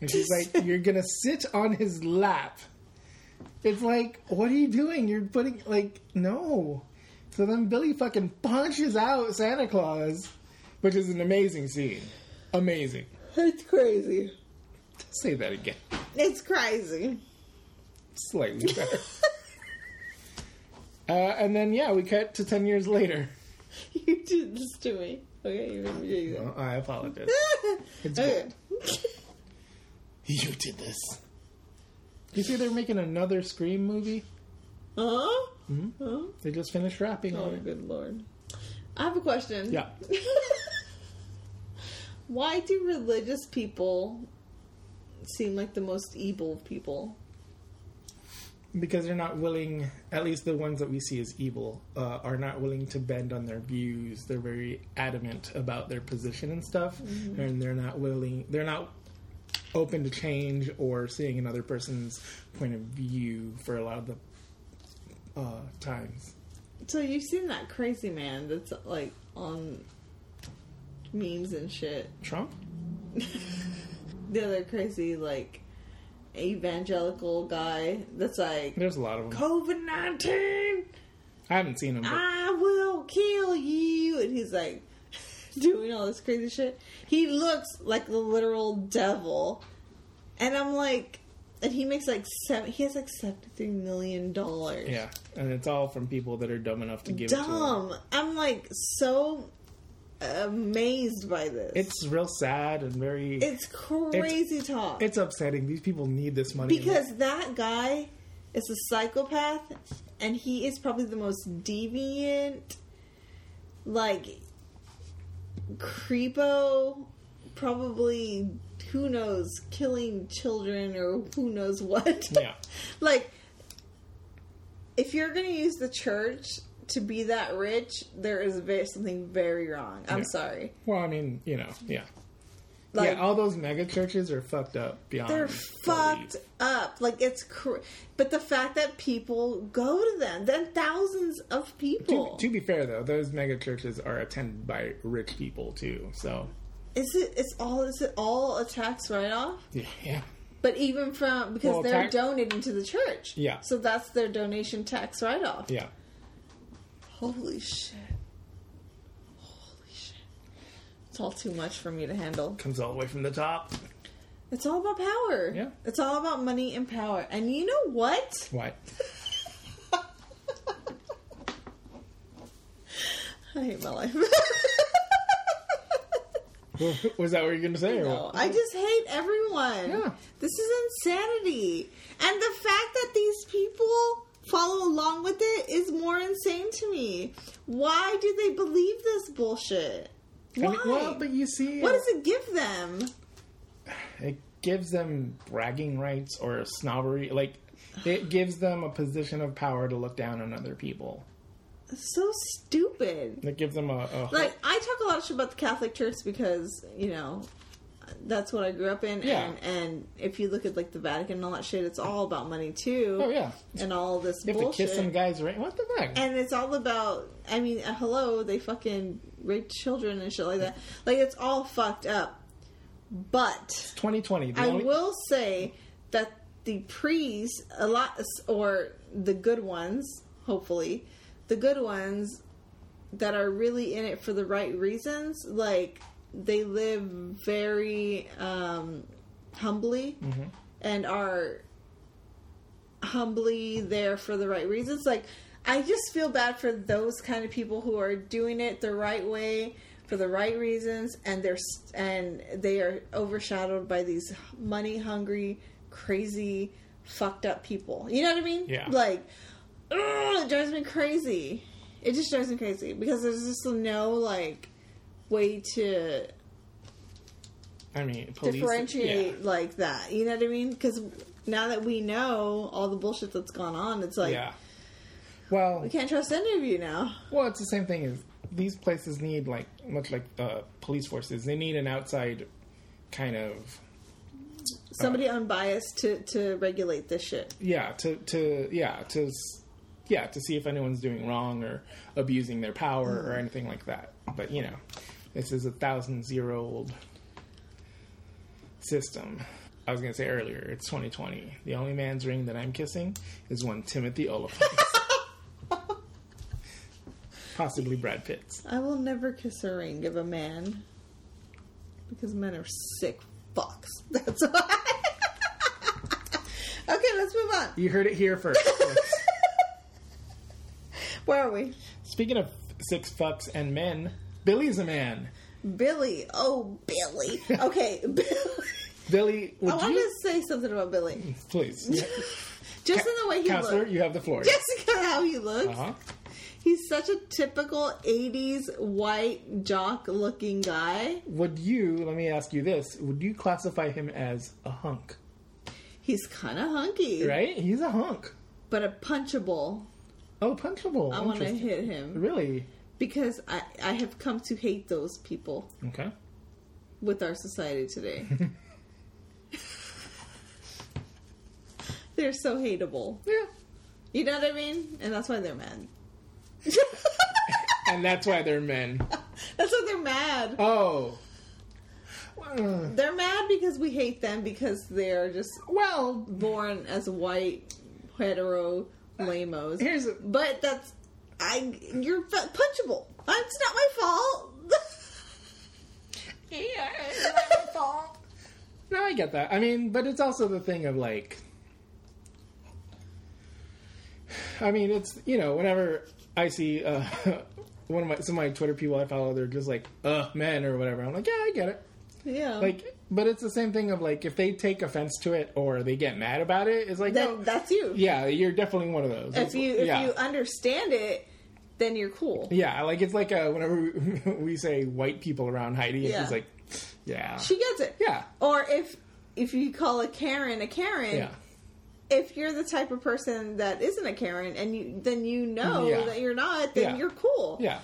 [SPEAKER 1] and she's like, "You're gonna sit on his lap." It's like, what are you doing? You're putting like no. So then Billy fucking punches out Santa Claus, which is an amazing scene. Amazing.
[SPEAKER 2] it's crazy.
[SPEAKER 1] Say that again.
[SPEAKER 2] It's crazy.
[SPEAKER 1] Slightly better. uh, and then yeah, we cut to ten years later.
[SPEAKER 2] You did this to me. Okay, you made me do that.
[SPEAKER 1] Well, Oh, I apologize. It's
[SPEAKER 2] okay.
[SPEAKER 1] You did this. You see, they're making another Scream movie.
[SPEAKER 2] Huh? Huh?
[SPEAKER 1] They just finished wrapping
[SPEAKER 2] Uh-huh. Oh,
[SPEAKER 1] on it.
[SPEAKER 2] good lord. I have a question.
[SPEAKER 1] Yeah.
[SPEAKER 2] Why do religious people seem like the most evil people?
[SPEAKER 1] Because they're not willing, at least the ones that we see as evil, uh, are not willing to bend on their views. They're very adamant about their position and stuff, and they're not willing, they're not open to change or seeing another person's point of view for a lot of the uh, times.
[SPEAKER 2] So you've seen that crazy man that's like on memes and shit.
[SPEAKER 1] Trump?
[SPEAKER 2] The other crazy like evangelical guy that's like
[SPEAKER 1] There's a lot of them.
[SPEAKER 2] COVID nineteen.
[SPEAKER 1] I haven't seen him. But
[SPEAKER 2] I will kill you. And he's like doing all this crazy shit. He looks like the literal devil. And I'm like, and he makes like seven, he has like $73 million.
[SPEAKER 1] yeah, and it's all from people that are dumb enough to give it to him.
[SPEAKER 2] Dumb. I'm like so amazed by this.
[SPEAKER 1] It's real sad and very.
[SPEAKER 2] it's crazy talk.
[SPEAKER 1] It's upsetting. These people need this money.
[SPEAKER 2] because that guy is a psychopath and he is probably the most deviant like creepo probably who knows killing children or who knows what
[SPEAKER 1] yeah,
[SPEAKER 2] like if you're gonna use the church to be that rich there is ve- something very wrong i'm
[SPEAKER 1] Yeah.
[SPEAKER 2] sorry
[SPEAKER 1] well, I mean, you know, yeah,
[SPEAKER 2] like
[SPEAKER 1] yeah. All those mega churches are fucked up beyond.
[SPEAKER 2] They're
[SPEAKER 1] belief.
[SPEAKER 2] fucked up. Like it's, cr- but the fact that people go to them, then thousands of
[SPEAKER 1] To,
[SPEAKER 2] people.
[SPEAKER 1] to be fair, though, those mega churches are attended by rich people too. So
[SPEAKER 2] is it? It's all. Is it all a tax write off?
[SPEAKER 1] yeah, yeah.
[SPEAKER 2] But even from because
[SPEAKER 1] Well,
[SPEAKER 2] they're
[SPEAKER 1] tax-
[SPEAKER 2] donating to the church.
[SPEAKER 1] Yeah.
[SPEAKER 2] So that's their donation tax write off.
[SPEAKER 1] yeah.
[SPEAKER 2] Holy shit. Holy shit. It's all too much for me to handle.
[SPEAKER 1] Comes all the way from the top.
[SPEAKER 2] It's all about power.
[SPEAKER 1] Yeah.
[SPEAKER 2] It's all about money and power. And you know what?
[SPEAKER 1] What?
[SPEAKER 2] I hate my life.
[SPEAKER 1] Was that what you're gonna say? or
[SPEAKER 2] No,
[SPEAKER 1] what?
[SPEAKER 2] I just hate everyone.
[SPEAKER 1] Yeah.
[SPEAKER 2] This is insanity. And the fact that these people follow along with it is more insane to me. Why do they believe this bullshit?
[SPEAKER 1] I
[SPEAKER 2] Why?
[SPEAKER 1] mean, well, but you see,
[SPEAKER 2] what does it give them?
[SPEAKER 1] it gives them bragging rights or snobbery. Like it gives them a position of power to look down on other people.
[SPEAKER 2] It's so stupid.
[SPEAKER 1] It gives them a, a
[SPEAKER 2] Like, I talk a lot of shit about the Catholic Church because, you know, that's what I grew up in.
[SPEAKER 1] Yeah.
[SPEAKER 2] And, and if you look at, like, the Vatican and all that shit, it's all about money, too.
[SPEAKER 1] oh yeah.
[SPEAKER 2] And all this
[SPEAKER 1] You have
[SPEAKER 2] bullshit.
[SPEAKER 1] to kiss some guy's right. What the fuck?
[SPEAKER 2] and it's all about i mean uh, hello they fucking rape children and shit like that like it's all fucked up but
[SPEAKER 1] 2020. The
[SPEAKER 2] i
[SPEAKER 1] only-
[SPEAKER 2] will say that the priests a lot or the good ones hopefully the good ones that are really in it for the right reasons like they live very um humbly and are humbly there for the right reasons. Like, I just feel bad for those kind of people who are doing it the right way for the right reasons, and they're s- and they are overshadowed by these money hungry, crazy, fucked up people. You know what I mean?
[SPEAKER 1] Yeah.
[SPEAKER 2] Like, ugh, it drives me crazy. It just drives me crazy because there's just no like way to
[SPEAKER 1] I mean, police,
[SPEAKER 2] differentiate
[SPEAKER 1] Yeah.
[SPEAKER 2] like that. You know what I mean? Because now that we know all the bullshit that's gone on, it's like
[SPEAKER 1] yeah. Well,
[SPEAKER 2] we can't trust any of you now.
[SPEAKER 1] well, it's the same thing as these places need like much like the police forces. They need an outside kind of
[SPEAKER 2] Somebody
[SPEAKER 1] Uh.
[SPEAKER 2] unbiased to, to regulate this shit.
[SPEAKER 1] yeah to to yeah to s- yeah to see if anyone's doing wrong or abusing their power or anything like that. But you know, this is a thousand year old system. I was gonna say earlier, it's 2020. The only man's ring that I'm kissing is one Timothy Oliphant, possibly Brad Pitt's.
[SPEAKER 2] I will never kiss a ring of a man because men are sick fucks. That's why. okay, let's move on.
[SPEAKER 1] You heard it here first.
[SPEAKER 2] Where are we?
[SPEAKER 1] Speaking of six fucks and men, Billy's a man.
[SPEAKER 2] Billy. Oh, Billy. Okay, Billy.
[SPEAKER 1] Billy, would
[SPEAKER 2] Oh, I wanted
[SPEAKER 1] you
[SPEAKER 2] to say something about Billy.
[SPEAKER 1] please?
[SPEAKER 2] Just in the way he
[SPEAKER 1] Counselor,
[SPEAKER 2] looked.
[SPEAKER 1] you have the floor.
[SPEAKER 2] Just how he looks.
[SPEAKER 1] Uh-huh.
[SPEAKER 2] He's such a typical 80s white jock looking guy.
[SPEAKER 1] Would you? Let me ask you this: Would you classify him as a hunk?
[SPEAKER 2] He's kind of hunky,
[SPEAKER 1] Right? He's a hunk.
[SPEAKER 2] but a punchable.
[SPEAKER 1] Oh, punchable.
[SPEAKER 2] I want to
[SPEAKER 1] Interesting.
[SPEAKER 2] hit him
[SPEAKER 1] Really?
[SPEAKER 2] because I, I have come to hate those people
[SPEAKER 1] Okay.
[SPEAKER 2] with our society today. they're so hateable.
[SPEAKER 1] Yeah.
[SPEAKER 2] You know what I mean? And that's why they're mad.
[SPEAKER 1] And that's why they're men.
[SPEAKER 2] That's why they're mad.
[SPEAKER 1] Oh. Well,
[SPEAKER 2] They're mad because we hate them because they're just
[SPEAKER 1] Well,
[SPEAKER 2] born as white hetero lamos.
[SPEAKER 1] Here's a-
[SPEAKER 2] but that's I you're fu- punchable. That's not my fault.
[SPEAKER 1] no, I get that. I mean, but it's also the thing of like. I mean, it's you know, whenever I see uh, one of my some of my Twitter people I follow, they're just like, "Uh, men" or whatever. I'm like, yeah, I get it.
[SPEAKER 2] yeah,
[SPEAKER 1] Like, but it's the same thing of like if they take offense to it or they get mad about it, it's like,
[SPEAKER 2] that,
[SPEAKER 1] no,
[SPEAKER 2] that's you.
[SPEAKER 1] yeah, you're definitely one of those.
[SPEAKER 2] If you if
[SPEAKER 1] yeah.
[SPEAKER 2] you understand it, then you're cool.
[SPEAKER 1] yeah, like it's like uh, whenever we, we say white people around Heidi, it's
[SPEAKER 2] Yeah.
[SPEAKER 1] she's like, yeah,
[SPEAKER 2] She gets it.
[SPEAKER 1] yeah,
[SPEAKER 2] Or if if you call a Karen a Karen,
[SPEAKER 1] yeah,
[SPEAKER 2] if you're the type of person that isn't a Karen and you then you know
[SPEAKER 1] Yeah.
[SPEAKER 2] that you're not, then
[SPEAKER 1] Yeah.
[SPEAKER 2] you're cool.
[SPEAKER 1] yeah.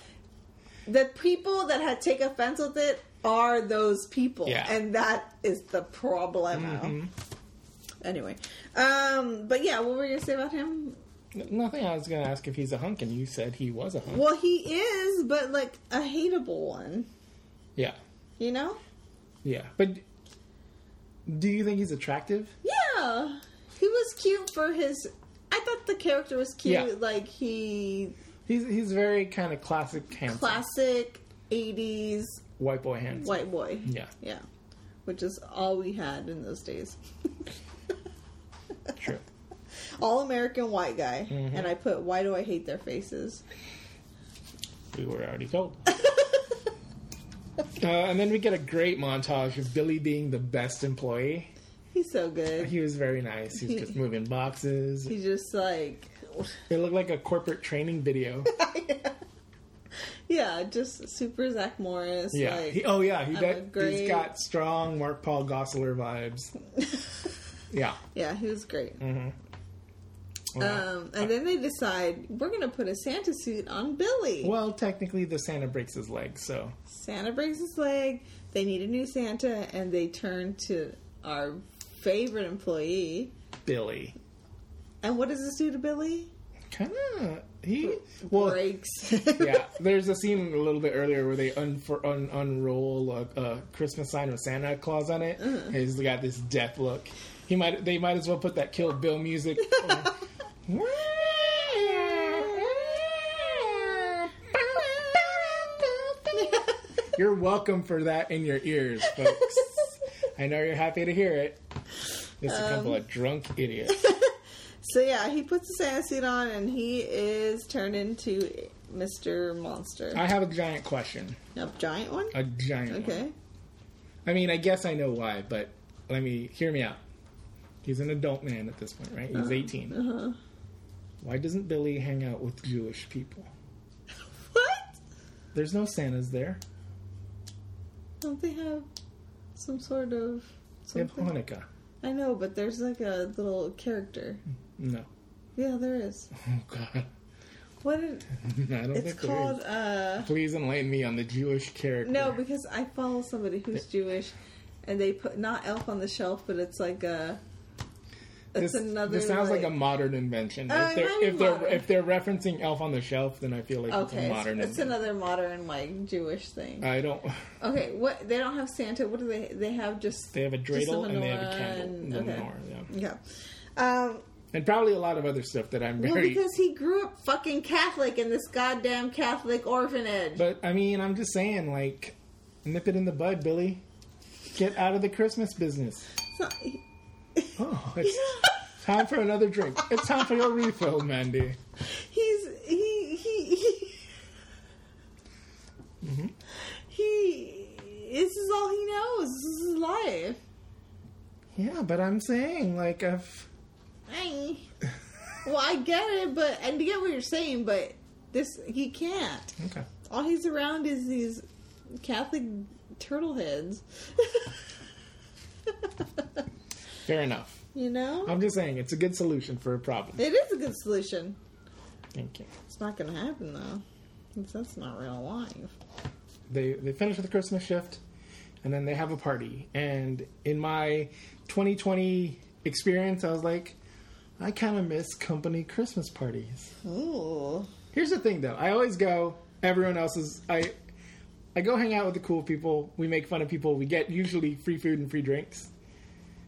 [SPEAKER 2] The people that had take offense with it are those people.
[SPEAKER 1] Yeah. Mm-hmm.
[SPEAKER 2] And that is the problem. Anyway. Um but yeah, what were you gonna say about him?
[SPEAKER 1] N- Nothing. I was gonna ask if he's a hunk, and you said he was a hunk.
[SPEAKER 2] Well he is, but like a hateable one.
[SPEAKER 1] Yeah,
[SPEAKER 2] You know?
[SPEAKER 1] yeah. But do you think he's attractive?
[SPEAKER 2] Yeah. He was cute for his I thought the character was cute,
[SPEAKER 1] Yeah.
[SPEAKER 2] like he
[SPEAKER 1] He's he's very kind of classic handsome
[SPEAKER 2] classic eighties
[SPEAKER 1] white boy handsome.
[SPEAKER 2] white boy.
[SPEAKER 1] Yeah,
[SPEAKER 2] Yeah. Which is all we had in those days.
[SPEAKER 1] true.
[SPEAKER 2] All American white guy.
[SPEAKER 1] Mm-hmm.
[SPEAKER 2] And I put, why do I hate their faces?
[SPEAKER 1] We were already told. Uh, and then we get a great montage of Billy being the best employee.
[SPEAKER 2] He's so good.
[SPEAKER 1] He was very nice. He's just moving boxes.
[SPEAKER 2] He's just like,
[SPEAKER 1] It looked like a corporate training video.
[SPEAKER 2] yeah, just super Zach Morris.
[SPEAKER 1] Yeah.
[SPEAKER 2] Like,
[SPEAKER 1] He, oh yeah. He
[SPEAKER 2] I'm a
[SPEAKER 1] got,
[SPEAKER 2] great-
[SPEAKER 1] he's got strong Mark Paul Gosselaar vibes. yeah.
[SPEAKER 2] yeah, he was great.
[SPEAKER 1] Mm-hmm. Well,
[SPEAKER 2] Um, and then they decide, we're going to put a Santa suit on Billy.
[SPEAKER 1] well, technically, the Santa breaks his leg, so
[SPEAKER 2] Santa breaks his leg. They need a new Santa. And they turn to our favorite employee.
[SPEAKER 1] Billy
[SPEAKER 2] And what does this do to Billy?
[SPEAKER 1] kind of he well.
[SPEAKER 2] Breaks.
[SPEAKER 1] yeah, there's a scene a little bit earlier where they un- un- unroll a, a Christmas sign with Santa Claus on it. He's got this death look. He might they might as well put that Kill Bill music. You're welcome for that in your ears, folks. I know you're happy to hear it. It's a couple of drunk idiots.
[SPEAKER 2] So yeah, he puts the Santa suit on and he is turned into Mr. Monster.
[SPEAKER 1] I have a giant question.
[SPEAKER 2] a giant one?
[SPEAKER 1] A giant one.
[SPEAKER 2] Okay.
[SPEAKER 1] I mean, I guess I know why, but let me hear me out. He's an adult man at this point, right?
[SPEAKER 2] Uh-huh.
[SPEAKER 1] He's 18. Why doesn't Billy hang out with Jewish people?
[SPEAKER 2] What?
[SPEAKER 1] There's no Santas there.
[SPEAKER 2] Don't they have some sort of
[SPEAKER 1] They have
[SPEAKER 2] something?
[SPEAKER 1] Hanukkah.
[SPEAKER 2] I know, but
[SPEAKER 1] Hmm.
[SPEAKER 2] there's like a little character.
[SPEAKER 1] No.
[SPEAKER 2] Yeah, there is.
[SPEAKER 1] Oh God.
[SPEAKER 2] What did,
[SPEAKER 1] I don't
[SPEAKER 2] it's
[SPEAKER 1] think there
[SPEAKER 2] called?
[SPEAKER 1] is.
[SPEAKER 2] Uh,
[SPEAKER 1] Please enlighten me on the Jewish character.
[SPEAKER 2] no, because I follow somebody who's Jewish, and they put not Elf on the shelf, but it's like a. It's
[SPEAKER 1] this,
[SPEAKER 2] another.
[SPEAKER 1] this sounds like, a modern invention.
[SPEAKER 2] Uh,
[SPEAKER 1] if
[SPEAKER 2] it
[SPEAKER 1] they're
[SPEAKER 2] might be
[SPEAKER 1] if they're
[SPEAKER 2] modern.
[SPEAKER 1] if they're referencing Elf on the Shelf, then I feel like it's
[SPEAKER 2] okay.
[SPEAKER 1] a
[SPEAKER 2] It's,
[SPEAKER 1] modern. Uh,
[SPEAKER 2] it's
[SPEAKER 1] invention.
[SPEAKER 2] another modern like Jewish thing.
[SPEAKER 1] I don't.
[SPEAKER 2] Okay, what they don't have Santa. What do they? They have just
[SPEAKER 1] They have a
[SPEAKER 2] just
[SPEAKER 1] dreidel and they have
[SPEAKER 2] menorah
[SPEAKER 1] a candle.
[SPEAKER 2] and-
[SPEAKER 1] The
[SPEAKER 2] okay.
[SPEAKER 1] menorah, yeah.
[SPEAKER 2] Yeah. Um,
[SPEAKER 1] and probably a lot of other stuff that I'm
[SPEAKER 2] well,
[SPEAKER 1] very.
[SPEAKER 2] because he grew up fucking Catholic in this goddamn Catholic orphanage.
[SPEAKER 1] but I mean, I'm just saying, like, nip it in the bud, Billy. Get out of the Christmas business.
[SPEAKER 2] It's not- he-
[SPEAKER 1] Oh, it's time for another drink. It's time for your refill, Mandy.
[SPEAKER 2] he's he he he.
[SPEAKER 1] Mm-hmm.
[SPEAKER 2] He. This is all he knows. This is his life.
[SPEAKER 1] Yeah, but I'm saying, like, I've.
[SPEAKER 2] I, well, I get it, but and to get what you're saying, but this he can't.
[SPEAKER 1] Okay.
[SPEAKER 2] All he's around is these Catholic turtle heads.
[SPEAKER 1] Fair enough.
[SPEAKER 2] you know?
[SPEAKER 1] I'm just saying, it's a good solution for a problem.
[SPEAKER 2] It is a good solution.
[SPEAKER 1] Thank you.
[SPEAKER 2] It's not going to happen, though. 'cause That's not real life.
[SPEAKER 1] they they finish with the Christmas shift, and then they have a party. And in my 2020 experience, I was like, I kind of miss company Christmas parties.
[SPEAKER 2] Ooh.
[SPEAKER 1] Here's the thing, though. I always go. Everyone else is I. I go hang out with the cool people. We make fun of people. We get usually free food and free drinks.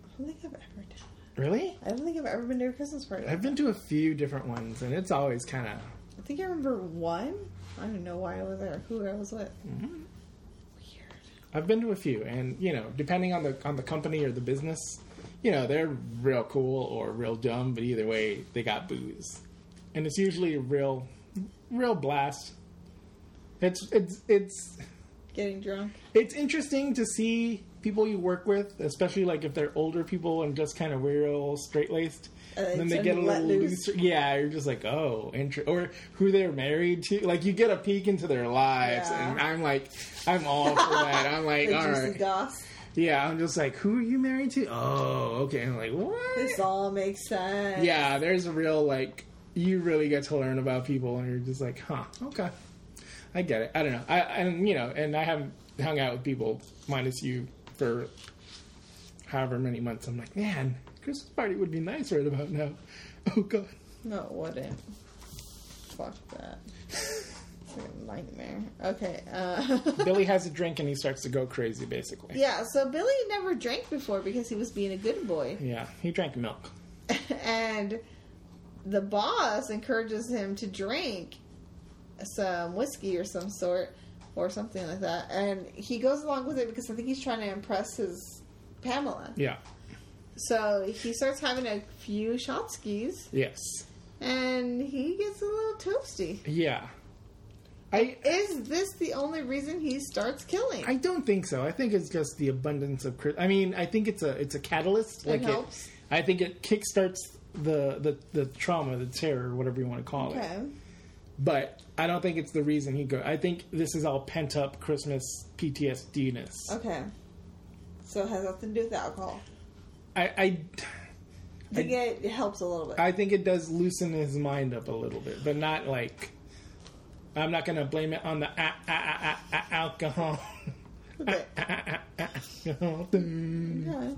[SPEAKER 2] I don't think I've ever done
[SPEAKER 1] Really?
[SPEAKER 2] I don't think I've ever been to a Christmas party.
[SPEAKER 1] I've been to a few different ones, and it's always kind of
[SPEAKER 2] I think I remember one. I don't know why I was there, who I was with. Weird.
[SPEAKER 1] I've been to a few, and you know, depending on the on the company or the business, you know, they're real cool or real dumb, but either way, they got booze, and it's usually a real, real blast. It's it's it's
[SPEAKER 2] Getting drunk.
[SPEAKER 1] it's interesting to see people you work with, especially like if they're older people and just kind of real straight laced.
[SPEAKER 2] Uh,
[SPEAKER 1] then
[SPEAKER 2] it's
[SPEAKER 1] they get a
[SPEAKER 2] let
[SPEAKER 1] little
[SPEAKER 2] loose.
[SPEAKER 1] looser. Yeah, you're just like, oh, inter- or who they're married to. Like you get a peek into their lives,
[SPEAKER 2] Yeah.
[SPEAKER 1] and I'm like, I'm all for that. I'm like,
[SPEAKER 2] The
[SPEAKER 1] all
[SPEAKER 2] juicy
[SPEAKER 1] right,
[SPEAKER 2] goss.
[SPEAKER 1] yeah, I'm just like, who are you married to? Oh, okay. I'm like,
[SPEAKER 2] This
[SPEAKER 1] what?
[SPEAKER 2] all makes sense.
[SPEAKER 1] Yeah, there's a real like, you really get to learn about people, and you're just like, huh, okay, I get it. I don't know. I and you know, and I haven't hung out with people minus you for however many months. I'm like, man, Christmas party would be nice right about now. Oh god,
[SPEAKER 2] No, it wouldn't. Fuck that. It's like a nightmare. Okay. Uh,
[SPEAKER 1] Billy has a drink and he starts to go crazy. Basically,
[SPEAKER 2] yeah, so Billy never drank before because he was being a good boy.
[SPEAKER 1] yeah, he drank milk.
[SPEAKER 2] and the boss encourages him to drink some whiskey or some sort or something like that. And he goes along with it because I think he's trying to impress his Pamela.
[SPEAKER 1] Yeah,
[SPEAKER 2] So he starts having a few shot skis
[SPEAKER 1] yes,
[SPEAKER 2] and he gets a little toasty.
[SPEAKER 1] yeah. I
[SPEAKER 2] Is this the only reason he starts killing?
[SPEAKER 1] I don't think so. I think it's just the abundance of. Chris- I mean, I think it's a it's a catalyst.
[SPEAKER 2] It helps.
[SPEAKER 1] I think it kickstarts the, the the trauma, the terror, whatever you want to call
[SPEAKER 2] okay.
[SPEAKER 1] it. But I don't think it's the reason he go. I think this is all pent up Christmas PTSD ness.
[SPEAKER 2] Okay. So it has nothing to do with alcohol.
[SPEAKER 1] I,
[SPEAKER 2] I think it it helps a little bit.
[SPEAKER 1] I I think it does loosen his mind up a little bit, but not like. I'm not gonna blame it on the ah, a- a- a- a- a- alcohol. Ah,
[SPEAKER 2] A bit.
[SPEAKER 1] alcohol thing.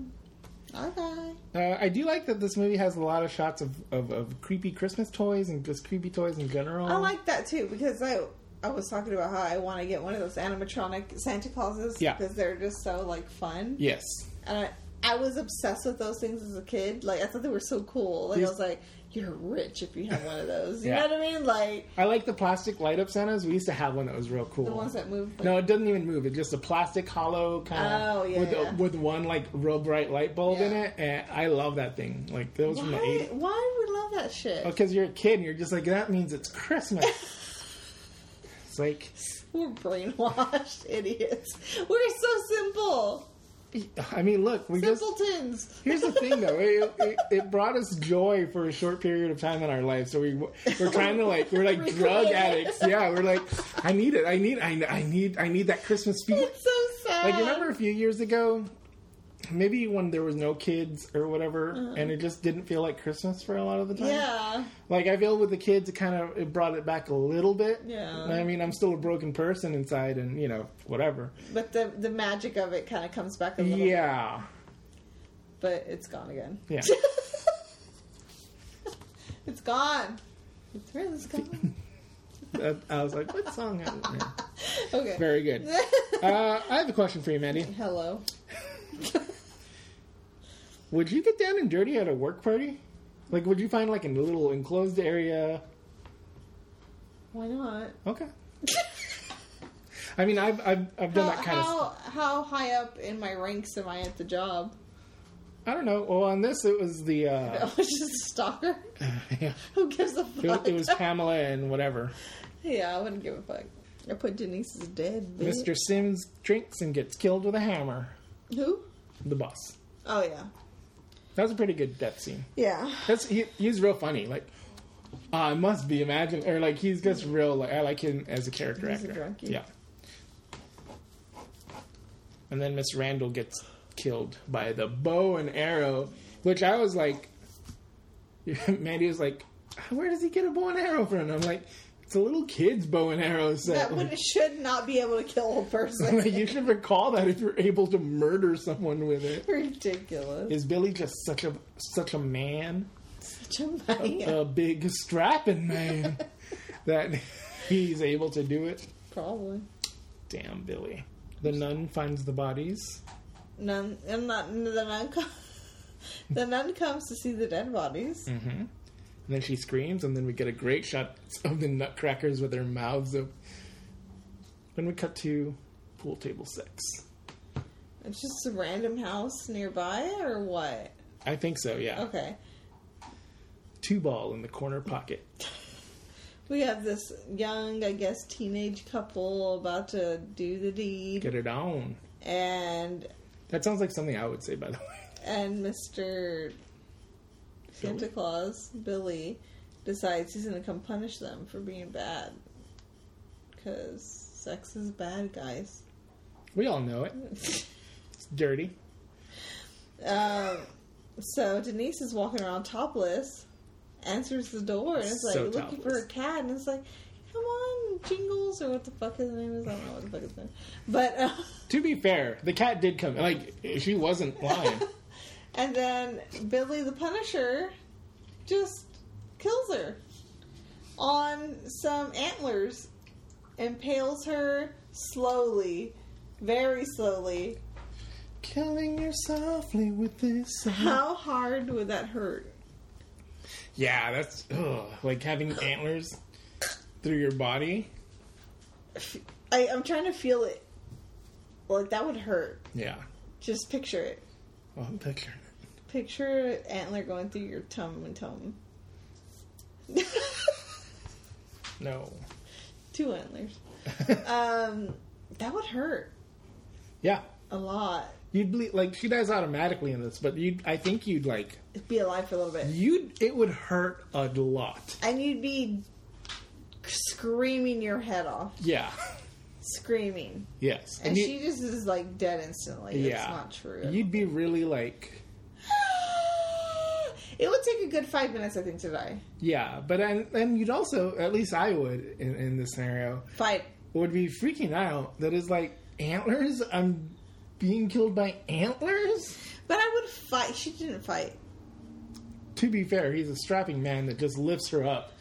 [SPEAKER 2] Okay. Okay.
[SPEAKER 1] Uh, I do like that this movie has a lot of shots of, of, of creepy Christmas toys and just creepy toys in general.
[SPEAKER 2] I like that too because I I was talking about how I want to get one of those animatronic Santa Clauses
[SPEAKER 1] Yeah.
[SPEAKER 2] because they're just so like fun.
[SPEAKER 1] Yes.
[SPEAKER 2] And I, I was obsessed with those things as a kid. Like I thought they were so cool. Like
[SPEAKER 1] These-
[SPEAKER 2] I was like, you're rich if you have one of those. You
[SPEAKER 1] Yeah.
[SPEAKER 2] know what I mean? Like
[SPEAKER 1] I like the plastic light up Santas. We used to have one that was real cool.
[SPEAKER 2] the ones that move. Like,
[SPEAKER 1] No, it doesn't even move. It's just a plastic hollow kind of
[SPEAKER 2] Oh, yeah,
[SPEAKER 1] with,
[SPEAKER 2] yeah.
[SPEAKER 1] with one like real bright light bulb in
[SPEAKER 2] Yeah.
[SPEAKER 1] it. And I love that thing. Like that was from the
[SPEAKER 2] why?
[SPEAKER 1] 80s.
[SPEAKER 2] Why do we love that shit?
[SPEAKER 1] Because you're a kid and you're just like, that means it's Christmas. it's like,
[SPEAKER 2] We're brainwashed idiots. We're so simple.
[SPEAKER 1] I mean, look, we just
[SPEAKER 2] Simpletons.
[SPEAKER 1] Here's the thing, though. It, it, it brought us joy for a short period of time in our life. So we we're trying to like we're like drug addicts. Yeah, we're like, I need it. I need. I, I need. I need that Christmas feeling.
[SPEAKER 2] It's so sad.
[SPEAKER 1] Like remember a few years ago, maybe when there was no kids or whatever, and it just didn't feel like Christmas for a lot of the time.
[SPEAKER 2] Uh-huh. Yeah.
[SPEAKER 1] Like I feel with the kids, it kind of it brought it back a little bit.
[SPEAKER 2] Yeah.
[SPEAKER 1] I mean, I'm still a broken person inside, and you know, whatever.
[SPEAKER 2] But the the magic of it kind of comes back a little bit.
[SPEAKER 1] Yeah,
[SPEAKER 2] But it's gone again.
[SPEAKER 1] yeah.
[SPEAKER 2] It's gone. It's really gone.
[SPEAKER 1] That- I was like, what song? Is it? Yeah.
[SPEAKER 2] Okay.
[SPEAKER 1] Very good. Uh, I have a question for you, Mandy.
[SPEAKER 2] Hello.
[SPEAKER 1] Would you get down and dirty at a work party? Like, would you find like a little enclosed area?
[SPEAKER 2] Why not?
[SPEAKER 1] Okay. I mean, I've I've, I've done
[SPEAKER 2] How,
[SPEAKER 1] that kind of.
[SPEAKER 2] how, how high up in my ranks am I at the job?
[SPEAKER 1] I don't know. Well, on this, it was the.
[SPEAKER 2] I
[SPEAKER 1] Uh,
[SPEAKER 2] was just a stalker.
[SPEAKER 1] yeah.
[SPEAKER 2] Who gives a
[SPEAKER 1] It was,
[SPEAKER 2] fuck?
[SPEAKER 1] it was Pamela and whatever.
[SPEAKER 2] yeah, I wouldn't give a fuck. I put Denise's dead. bitch.
[SPEAKER 1] Mr. Sims drinks and gets killed with a hammer.
[SPEAKER 2] Who?
[SPEAKER 1] The boss.
[SPEAKER 2] Oh yeah.
[SPEAKER 1] That was a pretty good death scene.
[SPEAKER 2] Yeah.
[SPEAKER 1] That's he, he's real funny. Like I must be imagined, or like he's just real. Like I like him as a character
[SPEAKER 2] He's a
[SPEAKER 1] actor.
[SPEAKER 2] drunkie.
[SPEAKER 1] Yeah. And then Miss Randall gets killed by the bow and arrow, which I was like, Mandy was like, "Where does he get a bow and arrow from?" I'm like, "It's a little kid's bow and arrow set."
[SPEAKER 2] That would should not be able to kill a person.
[SPEAKER 1] Like, you should recall that if you're able to murder someone with it.
[SPEAKER 2] Ridiculous.
[SPEAKER 1] Is Billy just such a such a man?
[SPEAKER 2] Such a man.
[SPEAKER 1] a big strapping man that he's able to do it.
[SPEAKER 2] Probably.
[SPEAKER 1] Damn, Billy. The nun finds the bodies.
[SPEAKER 2] None. And not the nun. co- the nun comes to see the dead bodies.
[SPEAKER 1] And then she screams, and then we get a great shot of the nutcrackers with their mouths open. Then we cut to pool table sex.
[SPEAKER 2] It's just a random house nearby, or what?
[SPEAKER 1] I think so, yeah.
[SPEAKER 2] Okay.
[SPEAKER 1] Two ball in the corner pocket.
[SPEAKER 2] We have this young, I guess, teenage couple about to do the deed,
[SPEAKER 1] Get it on.
[SPEAKER 2] and
[SPEAKER 1] That sounds like something I would say, by the way.
[SPEAKER 2] and Mister Santa
[SPEAKER 1] Billy?
[SPEAKER 2] Claus Billy decides he's going to come punish them for being bad, because sex is bad, guys.
[SPEAKER 1] We all know it. It's dirty.
[SPEAKER 2] Um, so Denise is walking around topless, answers the door, and it's like
[SPEAKER 1] So
[SPEAKER 2] looking for
[SPEAKER 1] topless.
[SPEAKER 2] a cat, and it's like, come on, Jingles, or what the fuck his name is. I don't know what the fuck his name. is. But uh,
[SPEAKER 1] To be fair, the cat did come. Like, she wasn't lying.
[SPEAKER 2] and then Billy the Punisher just kills her on some antlers, impales her slowly, very slowly.
[SPEAKER 1] Killing her softly with this.
[SPEAKER 2] How hard would that hurt?
[SPEAKER 1] Yeah, that's ugh, like having antlers through your body.
[SPEAKER 2] I, I'm trying to feel it. Like that would hurt.
[SPEAKER 1] Yeah.
[SPEAKER 2] Just picture it.
[SPEAKER 1] Well, I'm picturing
[SPEAKER 2] Picture an antler going through your tum and tum.
[SPEAKER 1] it. No.
[SPEAKER 2] Two antlers. um, that would hurt
[SPEAKER 1] Yeah.
[SPEAKER 2] a lot.
[SPEAKER 1] You'd ble- like she dies automatically in this, but you would I think you'd like
[SPEAKER 2] It'd be alive for a little bit,
[SPEAKER 1] you'd it would hurt a lot.
[SPEAKER 2] and you'd be screaming your head off,
[SPEAKER 1] Yeah.
[SPEAKER 2] screaming,
[SPEAKER 1] Yes.
[SPEAKER 2] and,
[SPEAKER 1] you-
[SPEAKER 2] she just is like dead instantly.
[SPEAKER 1] yeah.
[SPEAKER 2] It's not true.
[SPEAKER 1] You'd be really like
[SPEAKER 2] it would take a good five minutes, I think, to die.
[SPEAKER 1] yeah, but and and you'd also at least I would in, in this scenario
[SPEAKER 2] Five.
[SPEAKER 1] would be freaking out. That is like antlers. I'm being killed by antlers.
[SPEAKER 2] But I would fight. She didn't fight.
[SPEAKER 1] to be fair, he's a strapping man that just lifts her up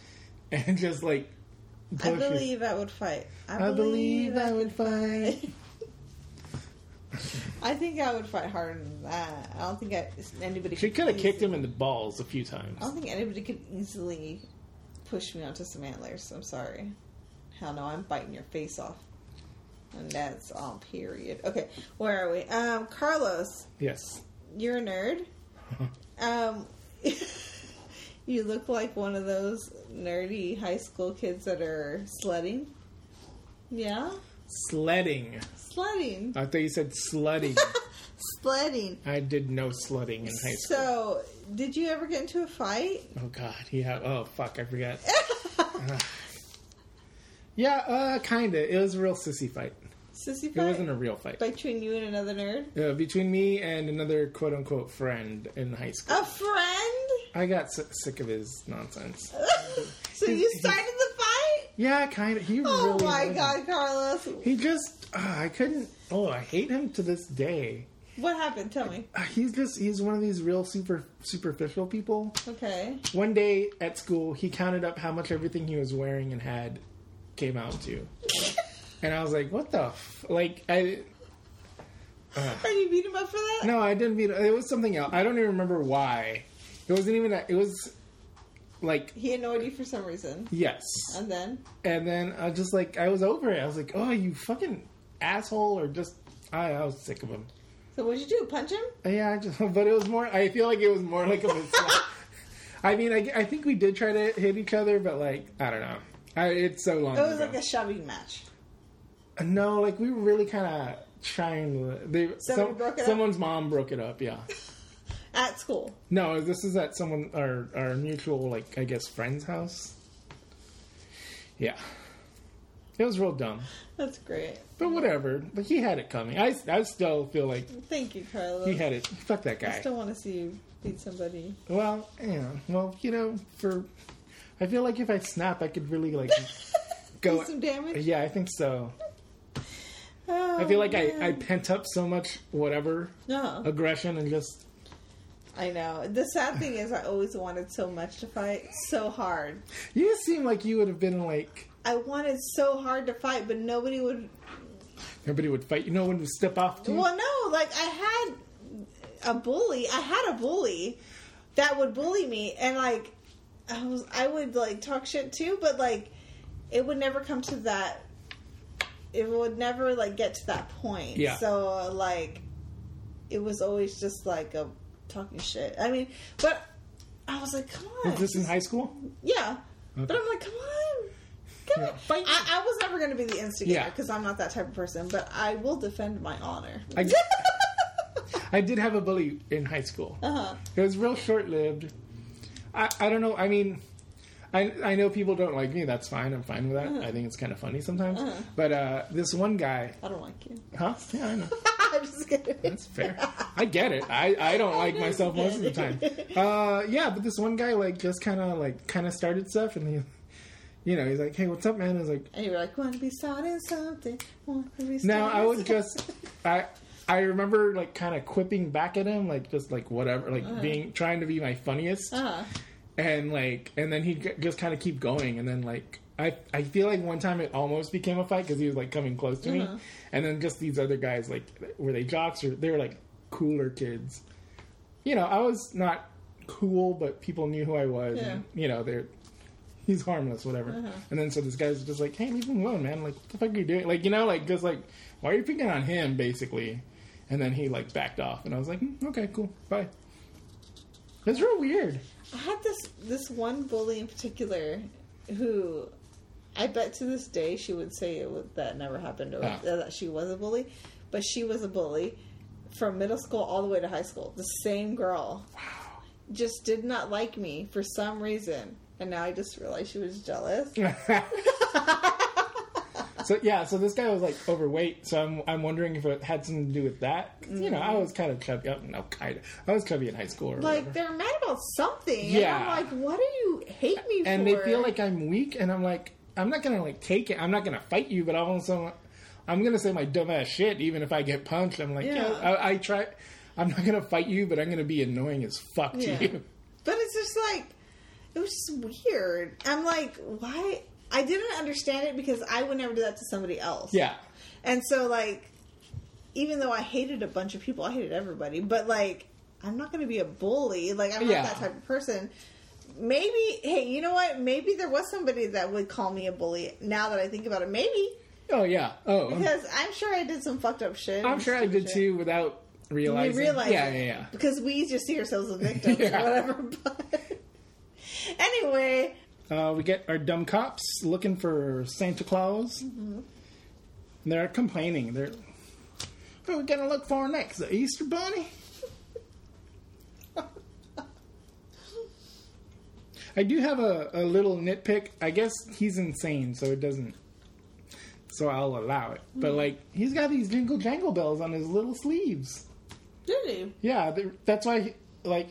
[SPEAKER 1] and just like
[SPEAKER 2] I
[SPEAKER 1] pushes.
[SPEAKER 2] believe I would fight.
[SPEAKER 1] I believe I would fight.
[SPEAKER 2] I think I would fight harder than that. I don't think I, anybody.
[SPEAKER 1] She could have kicked
[SPEAKER 2] easily-
[SPEAKER 1] him in the balls a few times.
[SPEAKER 2] I don't think anybody could easily push me onto some antlers. I'm sorry. Hell no, I'm biting your face off, and that's all. Period. Okay, where are we? Um, Carlos,
[SPEAKER 1] Yes.
[SPEAKER 2] you're a nerd. Um, you look like one of those nerdy high school kids that are sledding. Yeah,
[SPEAKER 1] Sledding.
[SPEAKER 2] sledding,
[SPEAKER 1] I thought you said slutting.
[SPEAKER 2] sledding.
[SPEAKER 1] I did no slutting in high school.
[SPEAKER 2] So, did you ever get into a fight?
[SPEAKER 1] Oh god, yeah. Oh fuck, I forgot. uh, yeah, uh, kinda. It was a real sissy fight.
[SPEAKER 2] Sissy
[SPEAKER 1] It
[SPEAKER 2] fight?
[SPEAKER 1] wasn't a real fight.
[SPEAKER 2] Between you and another nerd?
[SPEAKER 1] Uh, between me and another quote unquote friend in high school.
[SPEAKER 2] A friend?
[SPEAKER 1] I got s- sick of his nonsense.
[SPEAKER 2] so you started the fight?
[SPEAKER 1] Yeah, kind of. He
[SPEAKER 2] Oh
[SPEAKER 1] really.
[SPEAKER 2] my
[SPEAKER 1] was.
[SPEAKER 2] god, Carlos.
[SPEAKER 1] He just. Uh, I couldn't. Oh, I hate him to this day.
[SPEAKER 2] What happened? Tell me.
[SPEAKER 1] Uh, he's just. He's one of these real super superficial people.
[SPEAKER 2] Okay.
[SPEAKER 1] One day at school, he counted up how much everything he was wearing and had came out to, and I was like, "What the f-? like I."
[SPEAKER 2] And you beat him up for that?
[SPEAKER 1] No, I didn't mean it. Was something else. I don't even remember why. It wasn't even. that- It was like
[SPEAKER 2] He annoyed you for some reason.
[SPEAKER 1] yes,
[SPEAKER 2] And then?
[SPEAKER 1] and then I just like I was over it. I was like, oh, you fucking asshole, or just I, I was sick of him.
[SPEAKER 2] So what'd you do? Punch him?
[SPEAKER 1] Yeah, I just, but it was more. I feel like it was more like a. misled- I mean, I, I think we did try to hit each other, but like I don't know. I, it's so long.
[SPEAKER 2] It was
[SPEAKER 1] ago.
[SPEAKER 2] like a shoving match.
[SPEAKER 1] No, like we were really kind of trying to. They, some,
[SPEAKER 2] broke it up?
[SPEAKER 1] someone's mom broke it up. Yeah.
[SPEAKER 2] At school.
[SPEAKER 1] No, this is at someone our our mutual like I guess friend's house. Yeah, it was real dumb,
[SPEAKER 2] That's great.
[SPEAKER 1] but whatever. But he had it coming. I I still feel like
[SPEAKER 2] Thank you, Carlos.
[SPEAKER 1] he had it. Fuck that
[SPEAKER 2] I
[SPEAKER 1] guy.
[SPEAKER 2] still want to see you beat somebody.
[SPEAKER 1] Well, yeah. Well, you know, for I feel like if I snap, I could really like
[SPEAKER 2] Do
[SPEAKER 1] go.
[SPEAKER 2] some damage?
[SPEAKER 1] Yeah, I think so.
[SPEAKER 2] Oh,
[SPEAKER 1] I feel like I
[SPEAKER 2] man. Oh.
[SPEAKER 1] I pent up so much whatever
[SPEAKER 2] No.
[SPEAKER 1] aggression and just
[SPEAKER 2] I know. The sad thing is, I always wanted so much to fight, so hard.
[SPEAKER 1] you seem like you would have been like
[SPEAKER 2] I wanted so hard to fight, but nobody would
[SPEAKER 1] nobody would fight. You know when to step off to you.
[SPEAKER 2] Well, no, like I had a bully. I had a bully that would bully me, and like I was, I would like talk shit too, but like it would never come to that. It would never like get to that point.
[SPEAKER 1] Yeah.
[SPEAKER 2] So like, it was always just like a talking shit. I mean, but I was like, come on,
[SPEAKER 1] Was this in high school?
[SPEAKER 2] yeah. But
[SPEAKER 1] Okay.
[SPEAKER 2] I'm like, come on. Come
[SPEAKER 1] Yeah.
[SPEAKER 2] on. I, I was never going to be the instigator
[SPEAKER 1] Yeah.
[SPEAKER 2] because I'm not that type of person, but I will defend my honor.
[SPEAKER 1] I, I did have a bully in high school.
[SPEAKER 2] Uh-huh.
[SPEAKER 1] It was real short lived. I, I don't know. I mean, I, I know people don't like me. That's fine. I'm fine with that.
[SPEAKER 2] Uh-huh.
[SPEAKER 1] I think it's kind of funny sometimes. But uh, this one guy,
[SPEAKER 2] I don't like you.
[SPEAKER 1] huh? Yeah, I know.
[SPEAKER 2] I'm just kidding.
[SPEAKER 1] That's fair. I get it. I, I don't like myself most of the time. Uh, yeah, but this one guy like just kind of like kind of started stuff, and he, you know, he's like, "Hey, what's up, man?" I was like,
[SPEAKER 2] and you were like, want to be starting something. Want to be starting
[SPEAKER 1] No, I would
[SPEAKER 2] something."
[SPEAKER 1] just I I remember like kind of quipping back at him, like just like whatever, like being trying to be my funniest,
[SPEAKER 2] Uh-huh.
[SPEAKER 1] and like and then he just kind of keep going, and then like I I feel like one time it almost became a fight because he was like coming close to me, and then just these other guys like were they jocks or they were like cooler kids, you know I was not cool, but people knew who I was, and you know they're. He's harmless, whatever. And then so this guy's just like, "Hey, leave him alone, man! Like, what the fuck are you doing? Like, you know, like just like, why are you picking on him, basically?" And then he like backed off, and I was like, "Hmm, "Okay, cool, bye." It's real weird.
[SPEAKER 2] I had this this one bully in particular who I bet to this day she would say it would, that never happened or
[SPEAKER 1] Ah.
[SPEAKER 2] that she was a bully, but she was a bully from middle school all the way to high school. The same girl. Wow. Just did not like me for some reason. And now I just realized she was jealous.
[SPEAKER 1] So yeah, so this guy was like overweight. So I'm I'm wondering if it had something to do with that. 'Cause, You know, I was kind of chubby. Oh, no, kind of. I was chubby in high school, or
[SPEAKER 2] Mm. Like
[SPEAKER 1] whatever.
[SPEAKER 2] they're mad about something.
[SPEAKER 1] Yeah.
[SPEAKER 2] And I'm like, what do you hate me for?
[SPEAKER 1] and they feel like I'm weak, and I'm like, I'm not gonna like take it. I'm not gonna fight you, but I'm also, I'm gonna say my dumb ass shit, even if I get punched. I'm like, yeah,
[SPEAKER 2] Yeah.
[SPEAKER 1] I, I try. I'm not gonna fight you, but I'm gonna be annoying as fuck to
[SPEAKER 2] Yeah.
[SPEAKER 1] you.
[SPEAKER 2] But it's just like it was just weird. I'm like, why? I didn't understand it because I would never do that to somebody else.
[SPEAKER 1] Yeah,
[SPEAKER 2] And so like, even though I hated a bunch of people, I hated everybody. But like, I'm not going to be a bully. Like I'm
[SPEAKER 1] Yeah.
[SPEAKER 2] not that type of person. Maybe hey, you know what? Maybe there was somebody that would call me a bully. Now that I think about it, maybe
[SPEAKER 1] oh yeah, oh, I'm,
[SPEAKER 2] because I'm sure I did some fucked up shit.
[SPEAKER 1] I'm sure I did
[SPEAKER 2] Shit.
[SPEAKER 1] too without
[SPEAKER 2] We
[SPEAKER 1] realizing.
[SPEAKER 2] realize
[SPEAKER 1] yeah,
[SPEAKER 2] it.
[SPEAKER 1] yeah, yeah.
[SPEAKER 2] Because we just see ourselves as victims
[SPEAKER 1] Yeah.
[SPEAKER 2] or whatever. But anyway,
[SPEAKER 1] Uh, we get our dumb cops looking for Santa Claus. They're complaining. They're, who are we going to look for next? The Easter Bunny? I do have a, a little nitpick. I guess he's insane, so it doesn't. so I'll allow it. But like, he's got these jingle jangle bells on his little sleeves.
[SPEAKER 2] Did he?
[SPEAKER 1] Yeah, th- that's why, he- like,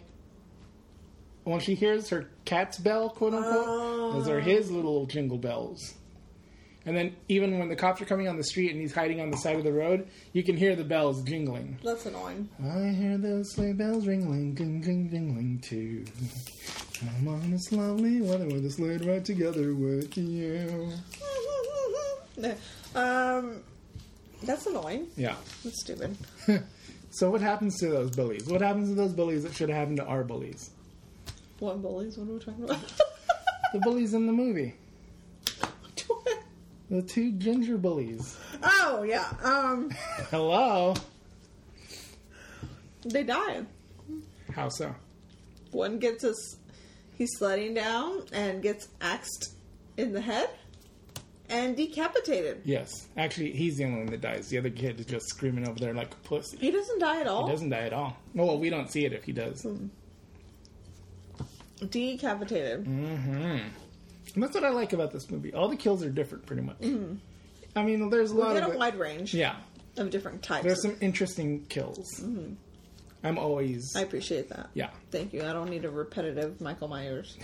[SPEAKER 1] when she hears her cat's bell, quote unquote, those are his little jingle bells. And then even when the cops are coming on the street and he's hiding on the side of the road, you can hear the bells jingling.
[SPEAKER 2] That's annoying.
[SPEAKER 1] I hear those sleigh bells ringling, ging, ging, jingling too. I'm on this lovely weather with a sled right together with you.
[SPEAKER 2] um, that's annoying.
[SPEAKER 1] Yeah.
[SPEAKER 2] That's stupid.
[SPEAKER 1] So what happens to those bullies? What happens to those bullies that should have happened to our bullies?
[SPEAKER 2] What bullies? What are we talking about?
[SPEAKER 1] The bullies in the movie. The two ginger bullies.
[SPEAKER 2] oh yeah. Um,
[SPEAKER 1] Hello.
[SPEAKER 2] they died.
[SPEAKER 1] How so?
[SPEAKER 2] One gets us. He's sledding down and gets axed in the head and decapitated.
[SPEAKER 1] Yes. Actually, he's the only one that dies. The other kid is just screaming over there like a pussy.
[SPEAKER 2] He doesn't die at all.
[SPEAKER 1] He doesn't die at all. No, well, we don't see it if he does.
[SPEAKER 2] Hmm. Decapitated.
[SPEAKER 1] Mm-hmm. And that's what I like about this movie. All the kills are different, pretty much. I mean, there's a lot
[SPEAKER 2] Hmm. We get
[SPEAKER 1] of.
[SPEAKER 2] a
[SPEAKER 1] it-
[SPEAKER 2] wide range
[SPEAKER 1] Yeah.
[SPEAKER 2] of different types.
[SPEAKER 1] There's some interesting kills. I'm always.
[SPEAKER 2] Hmm. I appreciate that.
[SPEAKER 1] yeah.
[SPEAKER 2] Thank you. I don't need a repetitive Michael Myers.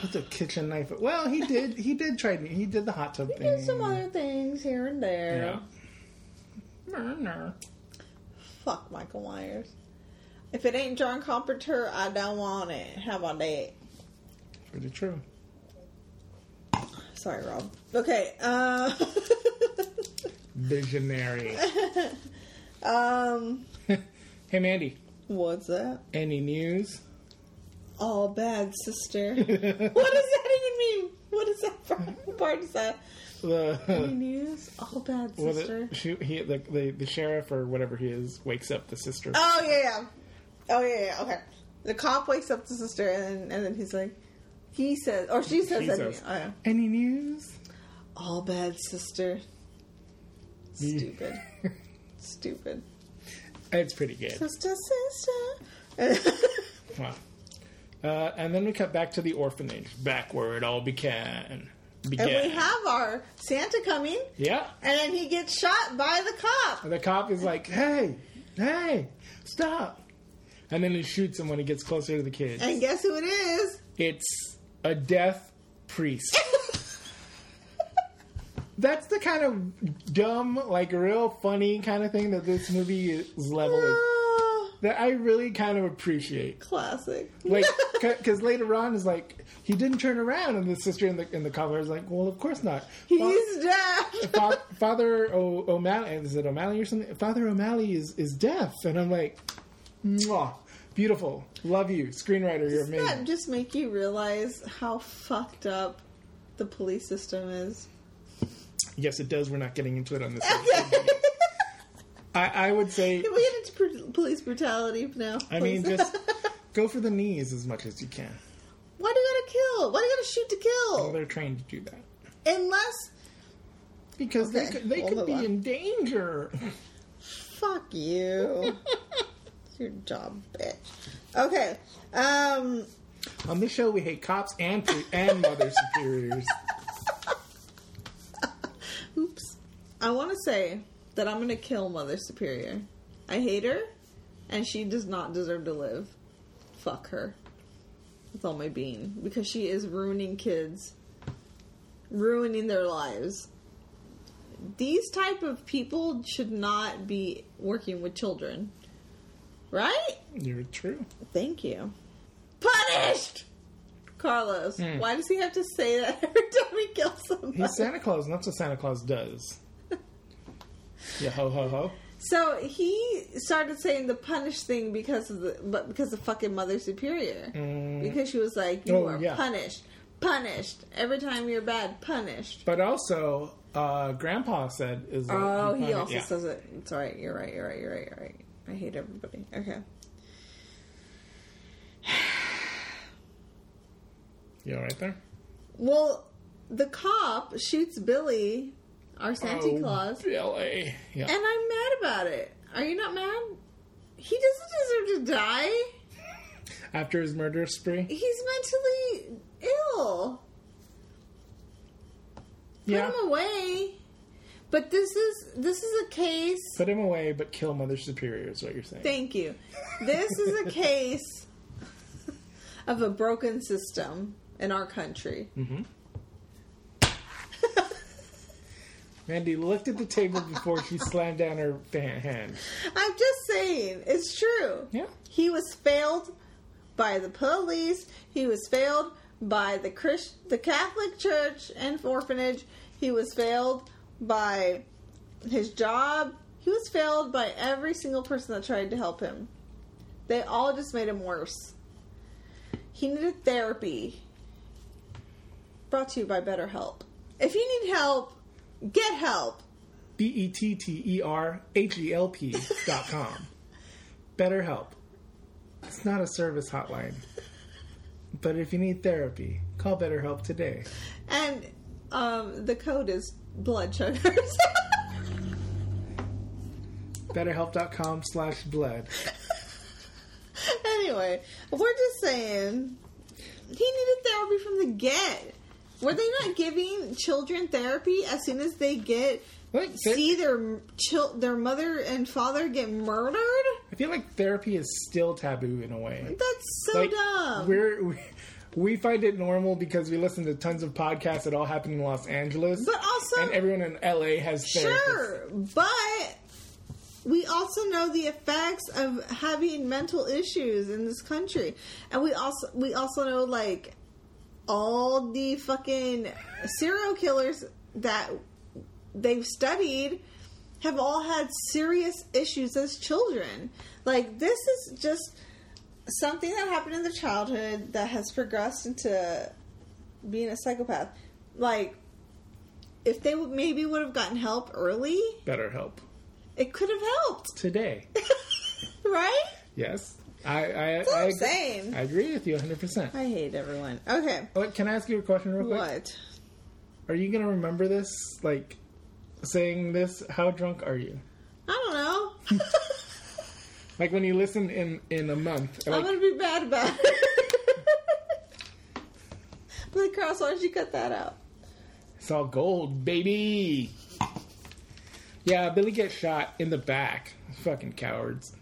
[SPEAKER 1] Put the kitchen knife. Well, he did. He did try. He did the hot tub
[SPEAKER 2] We
[SPEAKER 1] thing.
[SPEAKER 2] did some other things here and there.
[SPEAKER 1] Yeah. Murder.
[SPEAKER 2] Fuck Michael Myers. If it ain't John Carpenter, I don't want it. How about that?
[SPEAKER 1] Pretty true.
[SPEAKER 2] Sorry, Rob. Okay. Uh,
[SPEAKER 1] Visionary.
[SPEAKER 2] um,
[SPEAKER 1] hey, Mandy.
[SPEAKER 2] what's that?
[SPEAKER 1] Any news?
[SPEAKER 2] All bad, sister. what does that even mean? What is that part? What part is that? Any
[SPEAKER 1] The
[SPEAKER 2] news? All bad,
[SPEAKER 1] well,
[SPEAKER 2] sister.
[SPEAKER 1] the, she, he, the, the the sheriff or whatever he is wakes up the sister.
[SPEAKER 2] Oh yeah, yeah. Oh yeah, yeah. Okay. The cop wakes up the sister, and and then he's like, he says, or she says,
[SPEAKER 1] She
[SPEAKER 2] that-
[SPEAKER 1] says.
[SPEAKER 2] oh, yeah.
[SPEAKER 1] Any news?
[SPEAKER 2] all bad, sister. Stupid. Stupid.
[SPEAKER 1] It's pretty good.
[SPEAKER 2] Sister, sister.
[SPEAKER 1] Wow. Uh, and then we cut back to the orphanage, back where it all began. began.
[SPEAKER 2] and we have our Santa coming,
[SPEAKER 1] yeah.
[SPEAKER 2] and then he gets shot by the cop.
[SPEAKER 1] And the cop is like, "Hey, hey, stop!" And then he shoots him when he gets closer to the kids.
[SPEAKER 2] And guess who it is?
[SPEAKER 1] It's a deaf priest. That's the kind of dumb, like real funny kind of thing that this movie's level is.
[SPEAKER 2] Ah,
[SPEAKER 1] That I really kind of appreciate.
[SPEAKER 2] classic.
[SPEAKER 1] Like, because later on is like he didn't turn around, and the sister in the in the cover is like, "Well, of course not."
[SPEAKER 2] He's deaf.
[SPEAKER 1] Fa- Fa- Father o- O'Malley is it O'Malley or something? Father O'Malley is is deaf, and I'm like, Mwah, beautiful, love you, screenwriter, you're
[SPEAKER 2] Doesn't that
[SPEAKER 1] amazing.
[SPEAKER 2] just make you realize how fucked up the police system is?
[SPEAKER 1] Yes, it does. We're not getting into it on this. episode. I, I would say,
[SPEAKER 2] Can we get into pr- police brutality now?
[SPEAKER 1] I mean,
[SPEAKER 2] please?
[SPEAKER 1] just go for the knees as much as you can.
[SPEAKER 2] why do you gotta kill? Why do you gotta shoot to
[SPEAKER 1] Well,
[SPEAKER 2] kill?
[SPEAKER 1] they're trained to do that
[SPEAKER 2] Unless,
[SPEAKER 1] because they
[SPEAKER 2] Okay,
[SPEAKER 1] could, they
[SPEAKER 2] we'll
[SPEAKER 1] could
[SPEAKER 2] move
[SPEAKER 1] be
[SPEAKER 2] on.
[SPEAKER 1] in danger.
[SPEAKER 2] fuck you. it's your job, bitch. Okay. Um.
[SPEAKER 1] on this show, we hate cops and pre- and mother superiors.
[SPEAKER 2] Oops. I want to say that I'm gonna kill Mother Superior. I hate her, and she does not deserve to live. Fuck her. With all my being, because she is ruining kids, ruining their lives. These type of people should not be working with children, right?
[SPEAKER 1] You're true.
[SPEAKER 2] Thank you. Punished, Carlos. Why does he have to say that every time he kills somebody?
[SPEAKER 1] He's Santa Claus, and that's what Santa Claus does. Yeah, ho ho ho.
[SPEAKER 2] So he started saying the punish thing because of the but because of fucking Mother Superior because she was like you
[SPEAKER 1] Mm. Oh,
[SPEAKER 2] are
[SPEAKER 1] yeah.
[SPEAKER 2] punished, punished every time you're bad, punished.
[SPEAKER 1] But also, uh, Grandpa said is. that
[SPEAKER 2] Oh, he
[SPEAKER 1] found it-
[SPEAKER 2] also
[SPEAKER 1] yeah.
[SPEAKER 2] says it. It's all right. You're right. You're right. You're right. You're right. I hate everybody. Okay.
[SPEAKER 1] You all right there?
[SPEAKER 2] Well, the cop shoots Billy, our Santa
[SPEAKER 1] Oh,
[SPEAKER 2] Claus,
[SPEAKER 1] Billy. Yeah.
[SPEAKER 2] and I'm mad about it. Are you not mad? He doesn't deserve to die.
[SPEAKER 1] After his murder spree,
[SPEAKER 2] He's mentally ill.
[SPEAKER 1] Yeah.
[SPEAKER 2] Put him away. But this is this is a case.
[SPEAKER 1] Put him away, but kill Mother Superior is what you're saying.
[SPEAKER 2] Thank you. This is a case of a broken system in our country.
[SPEAKER 1] Mandy looked at the table before she slammed down her fan hand.
[SPEAKER 2] I'm just saying, it's true.
[SPEAKER 1] Yeah.
[SPEAKER 2] He was failed by the police. He was failed by the Christ- the Catholic Church and orphanage. He was failed by his job. He was failed by every single person that tried to help him. They all just made him worse. He needed therapy. Brought to you by BetterHelp. If you need help, get help.
[SPEAKER 1] B E T T E R H E L P dot com. BetterHelp. It's not a service hotline. But if you need therapy, call BetterHelp today.
[SPEAKER 2] And um, the code is blood sugars.
[SPEAKER 1] BetterHelp.com slash blood.
[SPEAKER 2] anyway, we're just saying he needed therapy from the get. Were they not giving children therapy as soon as they get
[SPEAKER 1] Like, ther-
[SPEAKER 2] see their chil- their mother and father get murdered?
[SPEAKER 1] I feel like therapy is still taboo in a way.
[SPEAKER 2] That's so
[SPEAKER 1] Like,
[SPEAKER 2] dumb.
[SPEAKER 1] We're, we, we find it normal because we listen to tons of podcasts that all happen in Los Angeles.
[SPEAKER 2] But also-
[SPEAKER 1] And everyone in LA has therapists.
[SPEAKER 2] Sure, but we also know the effects of having mental issues in this country, and we also we also know like all the fucking serial killers that they've studied have all had serious issues as children. Like this is just something that happened in their childhood that has progressed into being a psychopath. Like if they would maybe would have gotten help early,
[SPEAKER 1] BetterHelp.
[SPEAKER 2] it could have helped,
[SPEAKER 1] Today.
[SPEAKER 2] right?
[SPEAKER 1] Yes. I, I,
[SPEAKER 2] what
[SPEAKER 1] I,
[SPEAKER 2] I'm
[SPEAKER 1] agree-
[SPEAKER 2] saying.
[SPEAKER 1] I agree with you 100%.
[SPEAKER 2] I hate everyone. Okay,
[SPEAKER 1] Look, can I ask you a question real quick?
[SPEAKER 2] what?
[SPEAKER 1] Are you going to remember this? Like, saying this? How drunk are you?
[SPEAKER 2] I don't know.
[SPEAKER 1] Like, when you listen in, in a month.
[SPEAKER 2] I'm
[SPEAKER 1] Like,
[SPEAKER 2] gonna be bad about it. like, Cross, why don't you cut that out?
[SPEAKER 1] It's all gold, baby. Yeah, Billy gets shot in the back. Fucking cowards.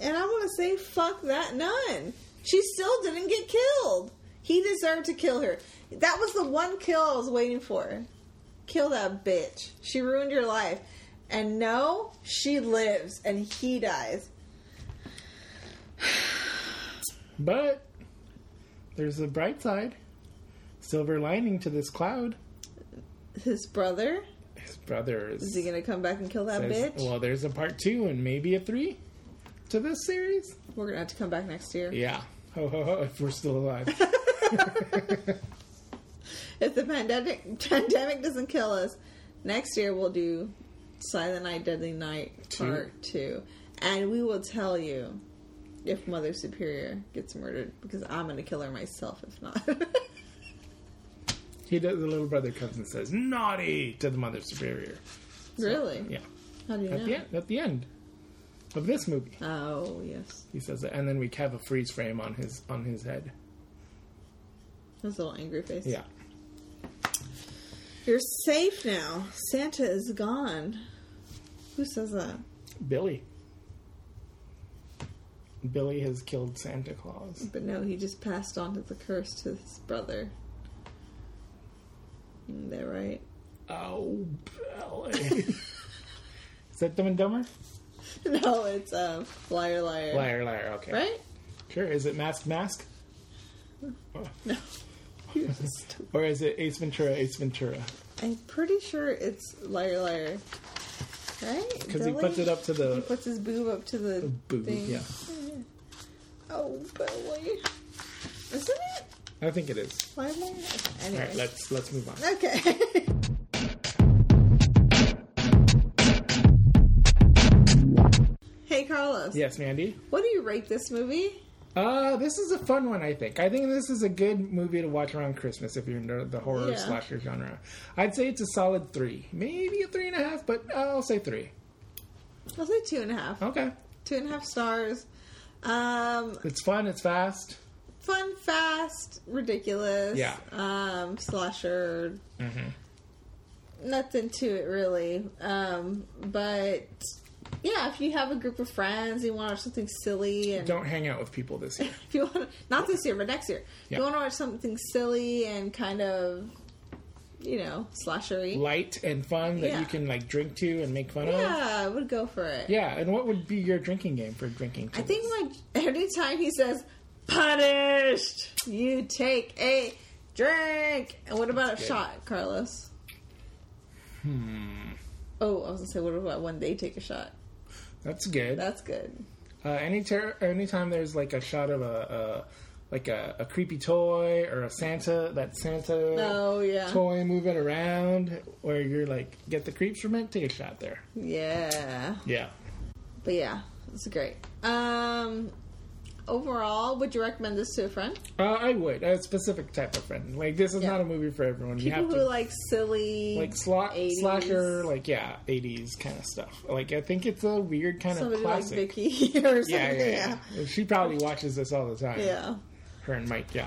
[SPEAKER 2] And I want to say, fuck that nun. She still didn't get killed. He deserved to kill her. That was the one kill I was waiting for. Kill that bitch. She ruined your life. And no, she lives and he dies.
[SPEAKER 1] But there's a bright side. Silver lining to this cloud.
[SPEAKER 2] His brother?
[SPEAKER 1] His brother is.
[SPEAKER 2] Is he gonna come back and kill that
[SPEAKER 1] says-
[SPEAKER 2] bitch?
[SPEAKER 1] Well, there's a part two and maybe a three to this series.
[SPEAKER 2] We're gonna have to come back next year.
[SPEAKER 1] Yeah. Ho ho ho! If we're still alive,
[SPEAKER 2] If the pandemic pandemic doesn't kill us, next year we'll do Silent Night, Deadly Night Part Two, and we will tell you if Mother Superior gets murdered because I'm gonna kill her myself if not.
[SPEAKER 1] he does, the little brother comes and says "naughty" to the mother superior.
[SPEAKER 2] really?
[SPEAKER 1] Yeah.
[SPEAKER 2] How do you
[SPEAKER 1] At
[SPEAKER 2] know?
[SPEAKER 1] the end, at the end of this movie,
[SPEAKER 2] Oh yes,
[SPEAKER 1] he says that, and then we have a freeze frame on his on his head.
[SPEAKER 2] his little angry face.
[SPEAKER 1] Yeah.
[SPEAKER 2] You're safe now. Santa is gone. Who says that?
[SPEAKER 1] Billy. Billy has killed Santa Claus.
[SPEAKER 2] But no, he just passed on to the curse to his brother. Mm, They're right.
[SPEAKER 1] Oh, Billy. Is that Dumb and Dumber?
[SPEAKER 2] No, it's um, liar, liar,
[SPEAKER 1] Liar, liar. Okay.
[SPEAKER 2] Right?
[SPEAKER 1] Sure. Is it Mask, Mask?
[SPEAKER 2] No.
[SPEAKER 1] Or is it Ace Ventura, Ace Ventura?
[SPEAKER 2] I'm pretty sure it's liar, liar. Right?
[SPEAKER 1] Because he puts it up to
[SPEAKER 2] He
[SPEAKER 1] the
[SPEAKER 2] puts his boob up to the
[SPEAKER 1] boob.
[SPEAKER 2] thing.
[SPEAKER 1] Yeah.
[SPEAKER 2] Oh, Billy. Isn't it
[SPEAKER 1] I think it is.
[SPEAKER 2] liar, liar?
[SPEAKER 1] All
[SPEAKER 2] Anyway.
[SPEAKER 1] right, let's let's move on.
[SPEAKER 2] okay. hey, Carlos.
[SPEAKER 1] Yes, Mandy.
[SPEAKER 2] What do you rate this movie?
[SPEAKER 1] Uh, this is a fun one. I think. I think this is a good movie to watch around Christmas if you're into the horror
[SPEAKER 2] Yeah.
[SPEAKER 1] slasher genre. I'd say it's a solid three, maybe a three and a half, but I'll say three.
[SPEAKER 2] I'll say
[SPEAKER 1] Oh.
[SPEAKER 2] two and a half.
[SPEAKER 1] Okay.
[SPEAKER 2] Two and a half stars. Um,
[SPEAKER 1] It's fun. It's fast.
[SPEAKER 2] fun, fast, ridiculous.
[SPEAKER 1] Yeah.
[SPEAKER 2] Um, slasher.
[SPEAKER 1] Mm-hmm.
[SPEAKER 2] Nothing to it really. Um, but yeah, if you have a group of friends, you want to watch something silly and
[SPEAKER 1] Don't hang out with people this year.
[SPEAKER 2] if you want to, not this year, but next year, if
[SPEAKER 1] Yeah.
[SPEAKER 2] you want to watch something silly and kind of, you know, slashery.
[SPEAKER 1] Light and fun that
[SPEAKER 2] Yeah.
[SPEAKER 1] you can like drink to and make fun of.
[SPEAKER 2] yeah, I would go for it.
[SPEAKER 1] Yeah, and what would be your drinking game for drinking? To
[SPEAKER 2] I think like every time he says punished, you take a drink. And what about a
[SPEAKER 1] good.
[SPEAKER 2] shot, Carlos? Hmm. Oh, I was gonna say, what about when they take a shot?
[SPEAKER 1] that's good.
[SPEAKER 2] That's good.
[SPEAKER 1] Uh, any ter- anytime there's like a shot of a, a like a, a creepy toy or a Santa that Santa
[SPEAKER 2] Oh yeah,
[SPEAKER 1] toy moving around, where you're like get the creeps from it, take a shot there.
[SPEAKER 2] yeah.
[SPEAKER 1] Yeah,
[SPEAKER 2] But yeah, it's great. Um, overall, would you recommend this to a friend?
[SPEAKER 1] uh, I would a specific type of friend. Like this is
[SPEAKER 2] Yeah.
[SPEAKER 1] not a movie for everyone. you
[SPEAKER 2] People
[SPEAKER 1] have
[SPEAKER 2] who
[SPEAKER 1] to
[SPEAKER 2] like silly,
[SPEAKER 1] like slot
[SPEAKER 2] 80s.
[SPEAKER 1] slasher, like yeah, '80s kind of stuff. Like I think it's a weird kind
[SPEAKER 2] somebody
[SPEAKER 1] of
[SPEAKER 2] like
[SPEAKER 1] classic.
[SPEAKER 2] Vicky or something.
[SPEAKER 1] yeah, yeah, yeah,
[SPEAKER 2] yeah.
[SPEAKER 1] She probably watches this all the time.
[SPEAKER 2] yeah.
[SPEAKER 1] her and Mike. Yeah.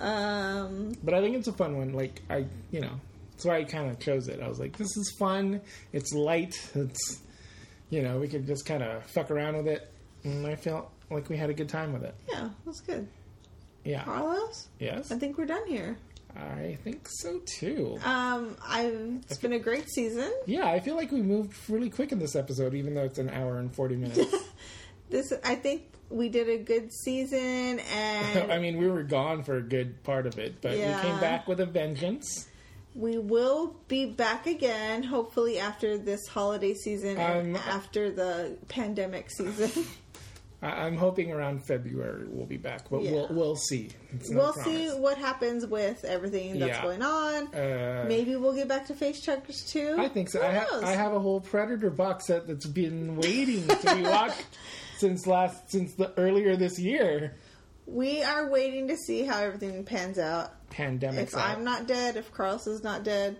[SPEAKER 2] Um,
[SPEAKER 1] But I think it's a fun one. Like I, you know, that's why I kind of chose it. I was like, this is fun. It's light. It's, you know, we could just kind of fuck around with it. And I felt like we had a good time with it.
[SPEAKER 2] yeah, that's good.
[SPEAKER 1] Yeah.
[SPEAKER 2] Carlos,
[SPEAKER 1] Yes.
[SPEAKER 2] I think we're done here.
[SPEAKER 1] I think so too.
[SPEAKER 2] Um, I've, it's been a great season.
[SPEAKER 1] Yeah, I feel like we moved really quick in this episode, even though it's an hour and forty minutes.
[SPEAKER 2] This, I think, we did a good season, and
[SPEAKER 1] I mean, we were gone for a good part of it, but we
[SPEAKER 2] Yeah.
[SPEAKER 1] came back with a vengeance.
[SPEAKER 2] we will be back again. Hopefully, after this holiday season and
[SPEAKER 1] Um,
[SPEAKER 2] after the pandemic season,
[SPEAKER 1] I- I'm hoping around February we'll be back, but
[SPEAKER 2] Yeah.
[SPEAKER 1] we'll we'll see. It's no
[SPEAKER 2] we'll see
[SPEAKER 1] promise.
[SPEAKER 2] what happens with everything that's
[SPEAKER 1] Yeah.
[SPEAKER 2] going on.
[SPEAKER 1] Uh,
[SPEAKER 2] Maybe we'll get back to face checkers too.
[SPEAKER 1] I think so.
[SPEAKER 2] Who
[SPEAKER 1] I, ha-
[SPEAKER 2] knows?
[SPEAKER 1] I have a whole Predator box set that's been waiting to be watched since last since the earlier this year
[SPEAKER 2] we are waiting to see how everything pans out.
[SPEAKER 1] pandemic.
[SPEAKER 2] If I'm not dead, if Carlos is not dead,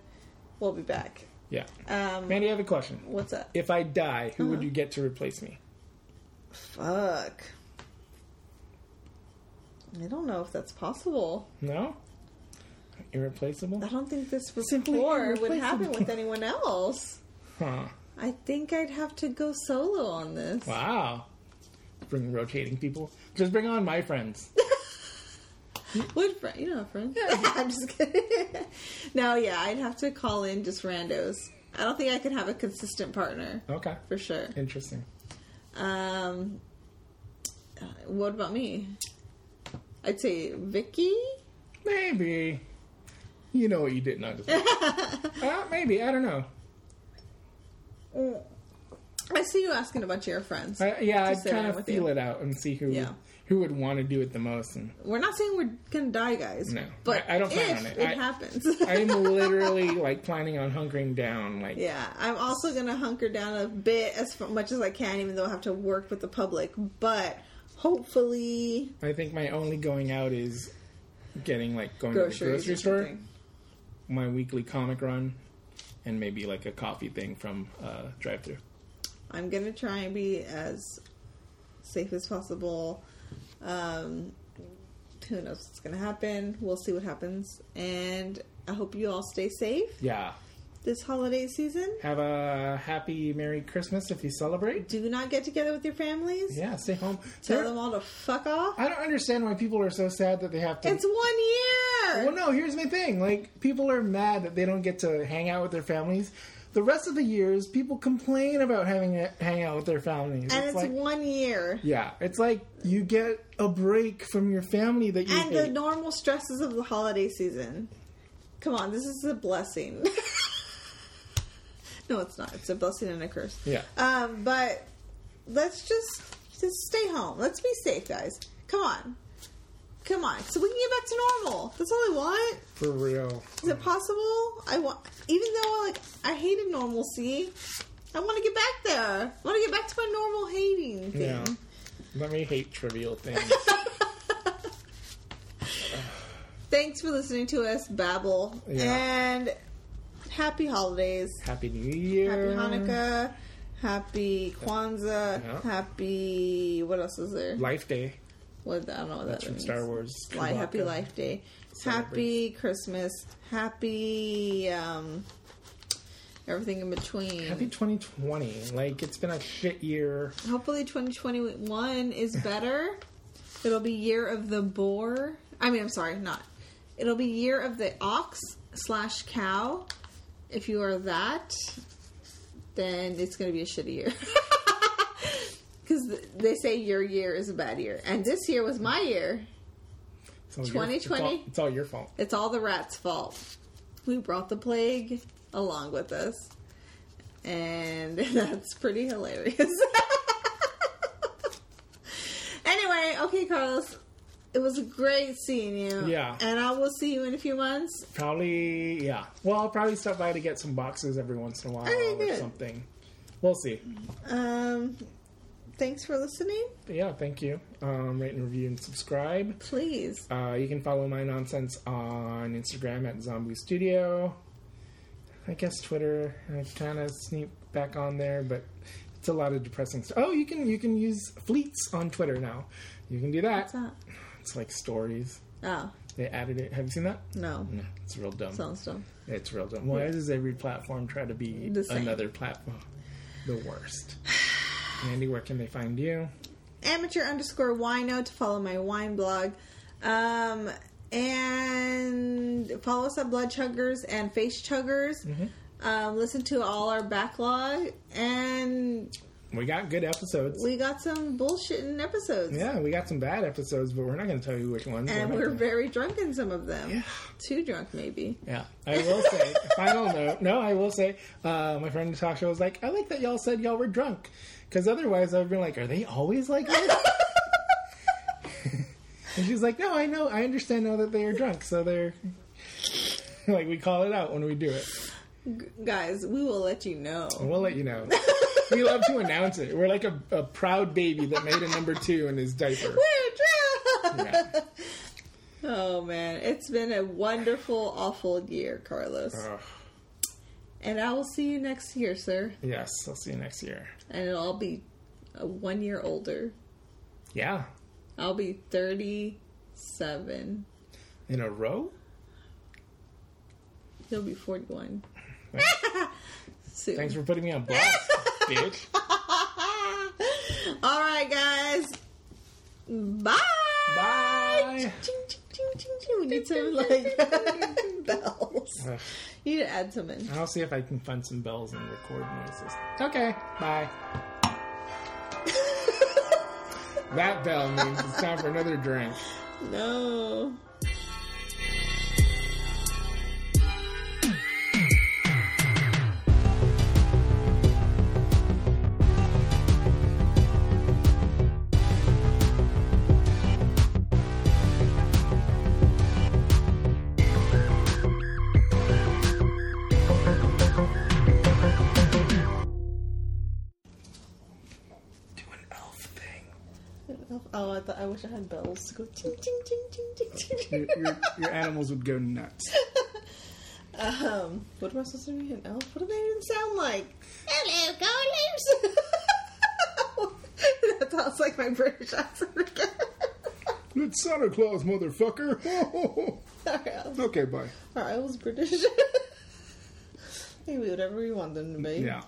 [SPEAKER 2] we'll be back.
[SPEAKER 1] yeah.
[SPEAKER 2] Um, Uh-huh.
[SPEAKER 1] Mandy, I have a question.
[SPEAKER 2] what's up?
[SPEAKER 1] If I die, who would you get to replace me?
[SPEAKER 2] Fuck. I don't know if that's possible.
[SPEAKER 1] No, irreplaceable.
[SPEAKER 2] I don't think this
[SPEAKER 1] Simply
[SPEAKER 2] rapport would happen
[SPEAKER 1] irreplaceable.
[SPEAKER 2] with anyone else.
[SPEAKER 1] Huh.
[SPEAKER 2] I think I'd have to go solo on this.
[SPEAKER 1] Wow. Bring rotating people. Just bring on my friends.
[SPEAKER 2] Would friend? You know, friend. I'm just kidding. no, yeah, I'd have to call in just randos. I don't think I could have a consistent partner
[SPEAKER 1] Okay.
[SPEAKER 2] for sure.
[SPEAKER 1] Interesting.
[SPEAKER 2] Um, uh, what about me? I'd say Vicky.
[SPEAKER 1] Maybe. You know what you did not. uh, maybe I don't know.
[SPEAKER 2] I see you asking a bunch of your friends.
[SPEAKER 1] I, yeah, I'd
[SPEAKER 2] Just sit
[SPEAKER 1] kind
[SPEAKER 2] down
[SPEAKER 1] of
[SPEAKER 2] with
[SPEAKER 1] feel
[SPEAKER 2] you.
[SPEAKER 1] it out and see who
[SPEAKER 2] Yeah.
[SPEAKER 1] who would want to do it the most. And
[SPEAKER 2] We're not saying we're gonna die, guys.
[SPEAKER 1] No.
[SPEAKER 2] but
[SPEAKER 1] I- I don't plan
[SPEAKER 2] if
[SPEAKER 1] on
[SPEAKER 2] it.
[SPEAKER 1] it. I-
[SPEAKER 2] happens.
[SPEAKER 1] I'm literally like planning on hunkering down. Like,
[SPEAKER 2] yeah, I'm also gonna hunker down a bit as fu- much as I can, even though I have to work with the public. But hopefully,
[SPEAKER 1] I think my only going out is getting like going to the
[SPEAKER 2] groceries.
[SPEAKER 1] grocery
[SPEAKER 2] or
[SPEAKER 1] store,
[SPEAKER 2] something.
[SPEAKER 1] my weekly comic run, and maybe like a coffee thing from uh, drive-through.
[SPEAKER 2] I'm gonna try and be as safe as possible. Um, who knows what's gonna happen? We'll see what happens, and I hope you all stay safe
[SPEAKER 1] Yeah.
[SPEAKER 2] this holiday season.
[SPEAKER 1] Have a happy Merry Christmas if you celebrate.
[SPEAKER 2] Do not get together with your families.
[SPEAKER 1] Yeah, stay home.
[SPEAKER 2] Tell
[SPEAKER 1] There-
[SPEAKER 2] them all to fuck off.
[SPEAKER 1] I don't understand why people are so sad that they have to.
[SPEAKER 2] It's one year.
[SPEAKER 1] Well, no, here's my thing. Like, people are mad that they don't get to hang out with their families. The rest of the years, people complain about having a, hang out with their families.
[SPEAKER 2] and it's
[SPEAKER 1] like,
[SPEAKER 2] one year.
[SPEAKER 1] yeah, it's like you get a break from your family that you
[SPEAKER 2] And the
[SPEAKER 1] hate.
[SPEAKER 2] normal stresses of the holiday season. Come on, this is a blessing. no, it's not. It's a blessing and a curse.
[SPEAKER 1] Yeah.
[SPEAKER 2] Um, but let's just just stay home. Let's be safe, guys. Come on. Come on. So we can get back to normal. That's all I want.
[SPEAKER 1] For real.
[SPEAKER 2] Is it possible? I want even though like I hated normalcy, I want to get back there. I want to get back to my normal hating thing.
[SPEAKER 1] Yeah. Let me hate trivial things.
[SPEAKER 2] Thanks for listening to us babble
[SPEAKER 1] Yeah.
[SPEAKER 2] and happy holidays.
[SPEAKER 1] happy New Year.
[SPEAKER 2] Happy Hanukkah. Happy Kwanzaa.
[SPEAKER 1] Yeah.
[SPEAKER 2] Happy what else is there?
[SPEAKER 1] Life Day.
[SPEAKER 2] What I don't know what
[SPEAKER 1] That's
[SPEAKER 2] that
[SPEAKER 1] from
[SPEAKER 2] means.
[SPEAKER 1] Star Wars.
[SPEAKER 2] Like Happy
[SPEAKER 1] Chewbacca.
[SPEAKER 2] Life Day. Happy
[SPEAKER 1] Celebrates.
[SPEAKER 2] Christmas. Happy um, everything in between.
[SPEAKER 1] Happy 2020. Like, it's been a shit year.
[SPEAKER 2] Hopefully, 2021 is better. It'll be year of the boar. I mean, I'm sorry, not. It'll be year of the ox slash cow. If you are that, then it's going to be a shitty year. Because they say your year is a bad year. And this year was my year.
[SPEAKER 1] It's all your-
[SPEAKER 2] 2020?
[SPEAKER 1] It's all, it's all your fault.
[SPEAKER 2] It's all the rat's fault. We brought the plague along with us. And that's pretty hilarious. anyway, okay, Carlos. It was great seeing you.
[SPEAKER 1] Yeah.
[SPEAKER 2] And I will see you in a few months.
[SPEAKER 1] Probably, yeah. Well, I'll probably stop by to get some boxes every once in a while
[SPEAKER 2] Okay,
[SPEAKER 1] or
[SPEAKER 2] good.
[SPEAKER 1] something. We'll see.
[SPEAKER 2] Um, thanks for listening.
[SPEAKER 1] But yeah, thank you. Um, rate and review and subscribe.
[SPEAKER 2] Please.
[SPEAKER 1] Uh, you can follow my nonsense on Instagram at Zombie Studio. I guess Twitter. I kind of sneak back on there, but it's a lot of depressing stuff. Oh, you can you can use fleets on Twitter now. You can do that.
[SPEAKER 2] What's that?
[SPEAKER 1] It's like stories.
[SPEAKER 2] Oh,
[SPEAKER 1] They added it. Have you seen that?
[SPEAKER 2] no.
[SPEAKER 1] No, it's real dumb.
[SPEAKER 2] Sounds dumb.
[SPEAKER 1] It's real dumb. Why does every platform try to be
[SPEAKER 2] The same.
[SPEAKER 1] another platform? The worst. Andy, where can they find you?
[SPEAKER 2] amateur underscore wino to follow my wine blog. Um, and follow us at Blood Chuggers and Face Chuggers.
[SPEAKER 1] Mm-hmm.
[SPEAKER 2] Um, listen to all our backlog. And
[SPEAKER 1] We got good episodes.
[SPEAKER 2] we got some bullshitting episodes.
[SPEAKER 1] yeah, we got some bad episodes, but we're not going to tell you which ones.
[SPEAKER 2] And
[SPEAKER 1] not
[SPEAKER 2] we're
[SPEAKER 1] gonna-
[SPEAKER 2] very drunk in some of them.
[SPEAKER 1] Yeah.
[SPEAKER 2] Too drunk, maybe.
[SPEAKER 1] Yeah, I will say. final note. No, I will say. Uh, my friend Natasha was like, "I like that y'all said y'all were drunk, because otherwise I've been like, are they always like this?" and she's like, "No, I know. I understand now that they are drunk, so they're like we call it out when we do it.
[SPEAKER 2] Guys, we will let you know.
[SPEAKER 1] We'll let you know. we love to announce it. We're like a, a proud baby that made a number two in his diaper.
[SPEAKER 2] We're drunk!
[SPEAKER 1] Yeah.
[SPEAKER 2] Oh, man. It's been a wonderful, awful year, Carlos.
[SPEAKER 1] Ugh.
[SPEAKER 2] And I will see you next year, sir.
[SPEAKER 1] yes, I'll see you next year.
[SPEAKER 2] and I'll be uh, one year older.
[SPEAKER 1] Yeah,
[SPEAKER 2] I'll be 37.
[SPEAKER 1] in a row.
[SPEAKER 2] He'll be 41. Soon.
[SPEAKER 1] Thanks for putting me on blast, bitch.
[SPEAKER 2] All right, guys. Bye.
[SPEAKER 1] Bye.
[SPEAKER 2] Ching, ching, ching, ching, ching. We need some like bells.
[SPEAKER 1] Ugh.
[SPEAKER 2] You need to add some in.
[SPEAKER 1] I'll see if I can find some bells and record noises. Okay, bye. that bell means it's time for another drink.
[SPEAKER 2] No.
[SPEAKER 1] Do an elf thing.
[SPEAKER 2] Oh, I thought I wish I had bells to go ching ching ching ching ching ching.
[SPEAKER 1] Your, your, your animals would go nuts.
[SPEAKER 2] Um, what am I supposed to be an elf? What do they even sound like? Hello, golems. that sounds like my British accent again.
[SPEAKER 1] It's Santa Claus, motherfucker.
[SPEAKER 2] Sorry, I was,
[SPEAKER 1] okay, bye.
[SPEAKER 2] sorry, I was British. Maybe whatever you want them to be.
[SPEAKER 1] Yeah.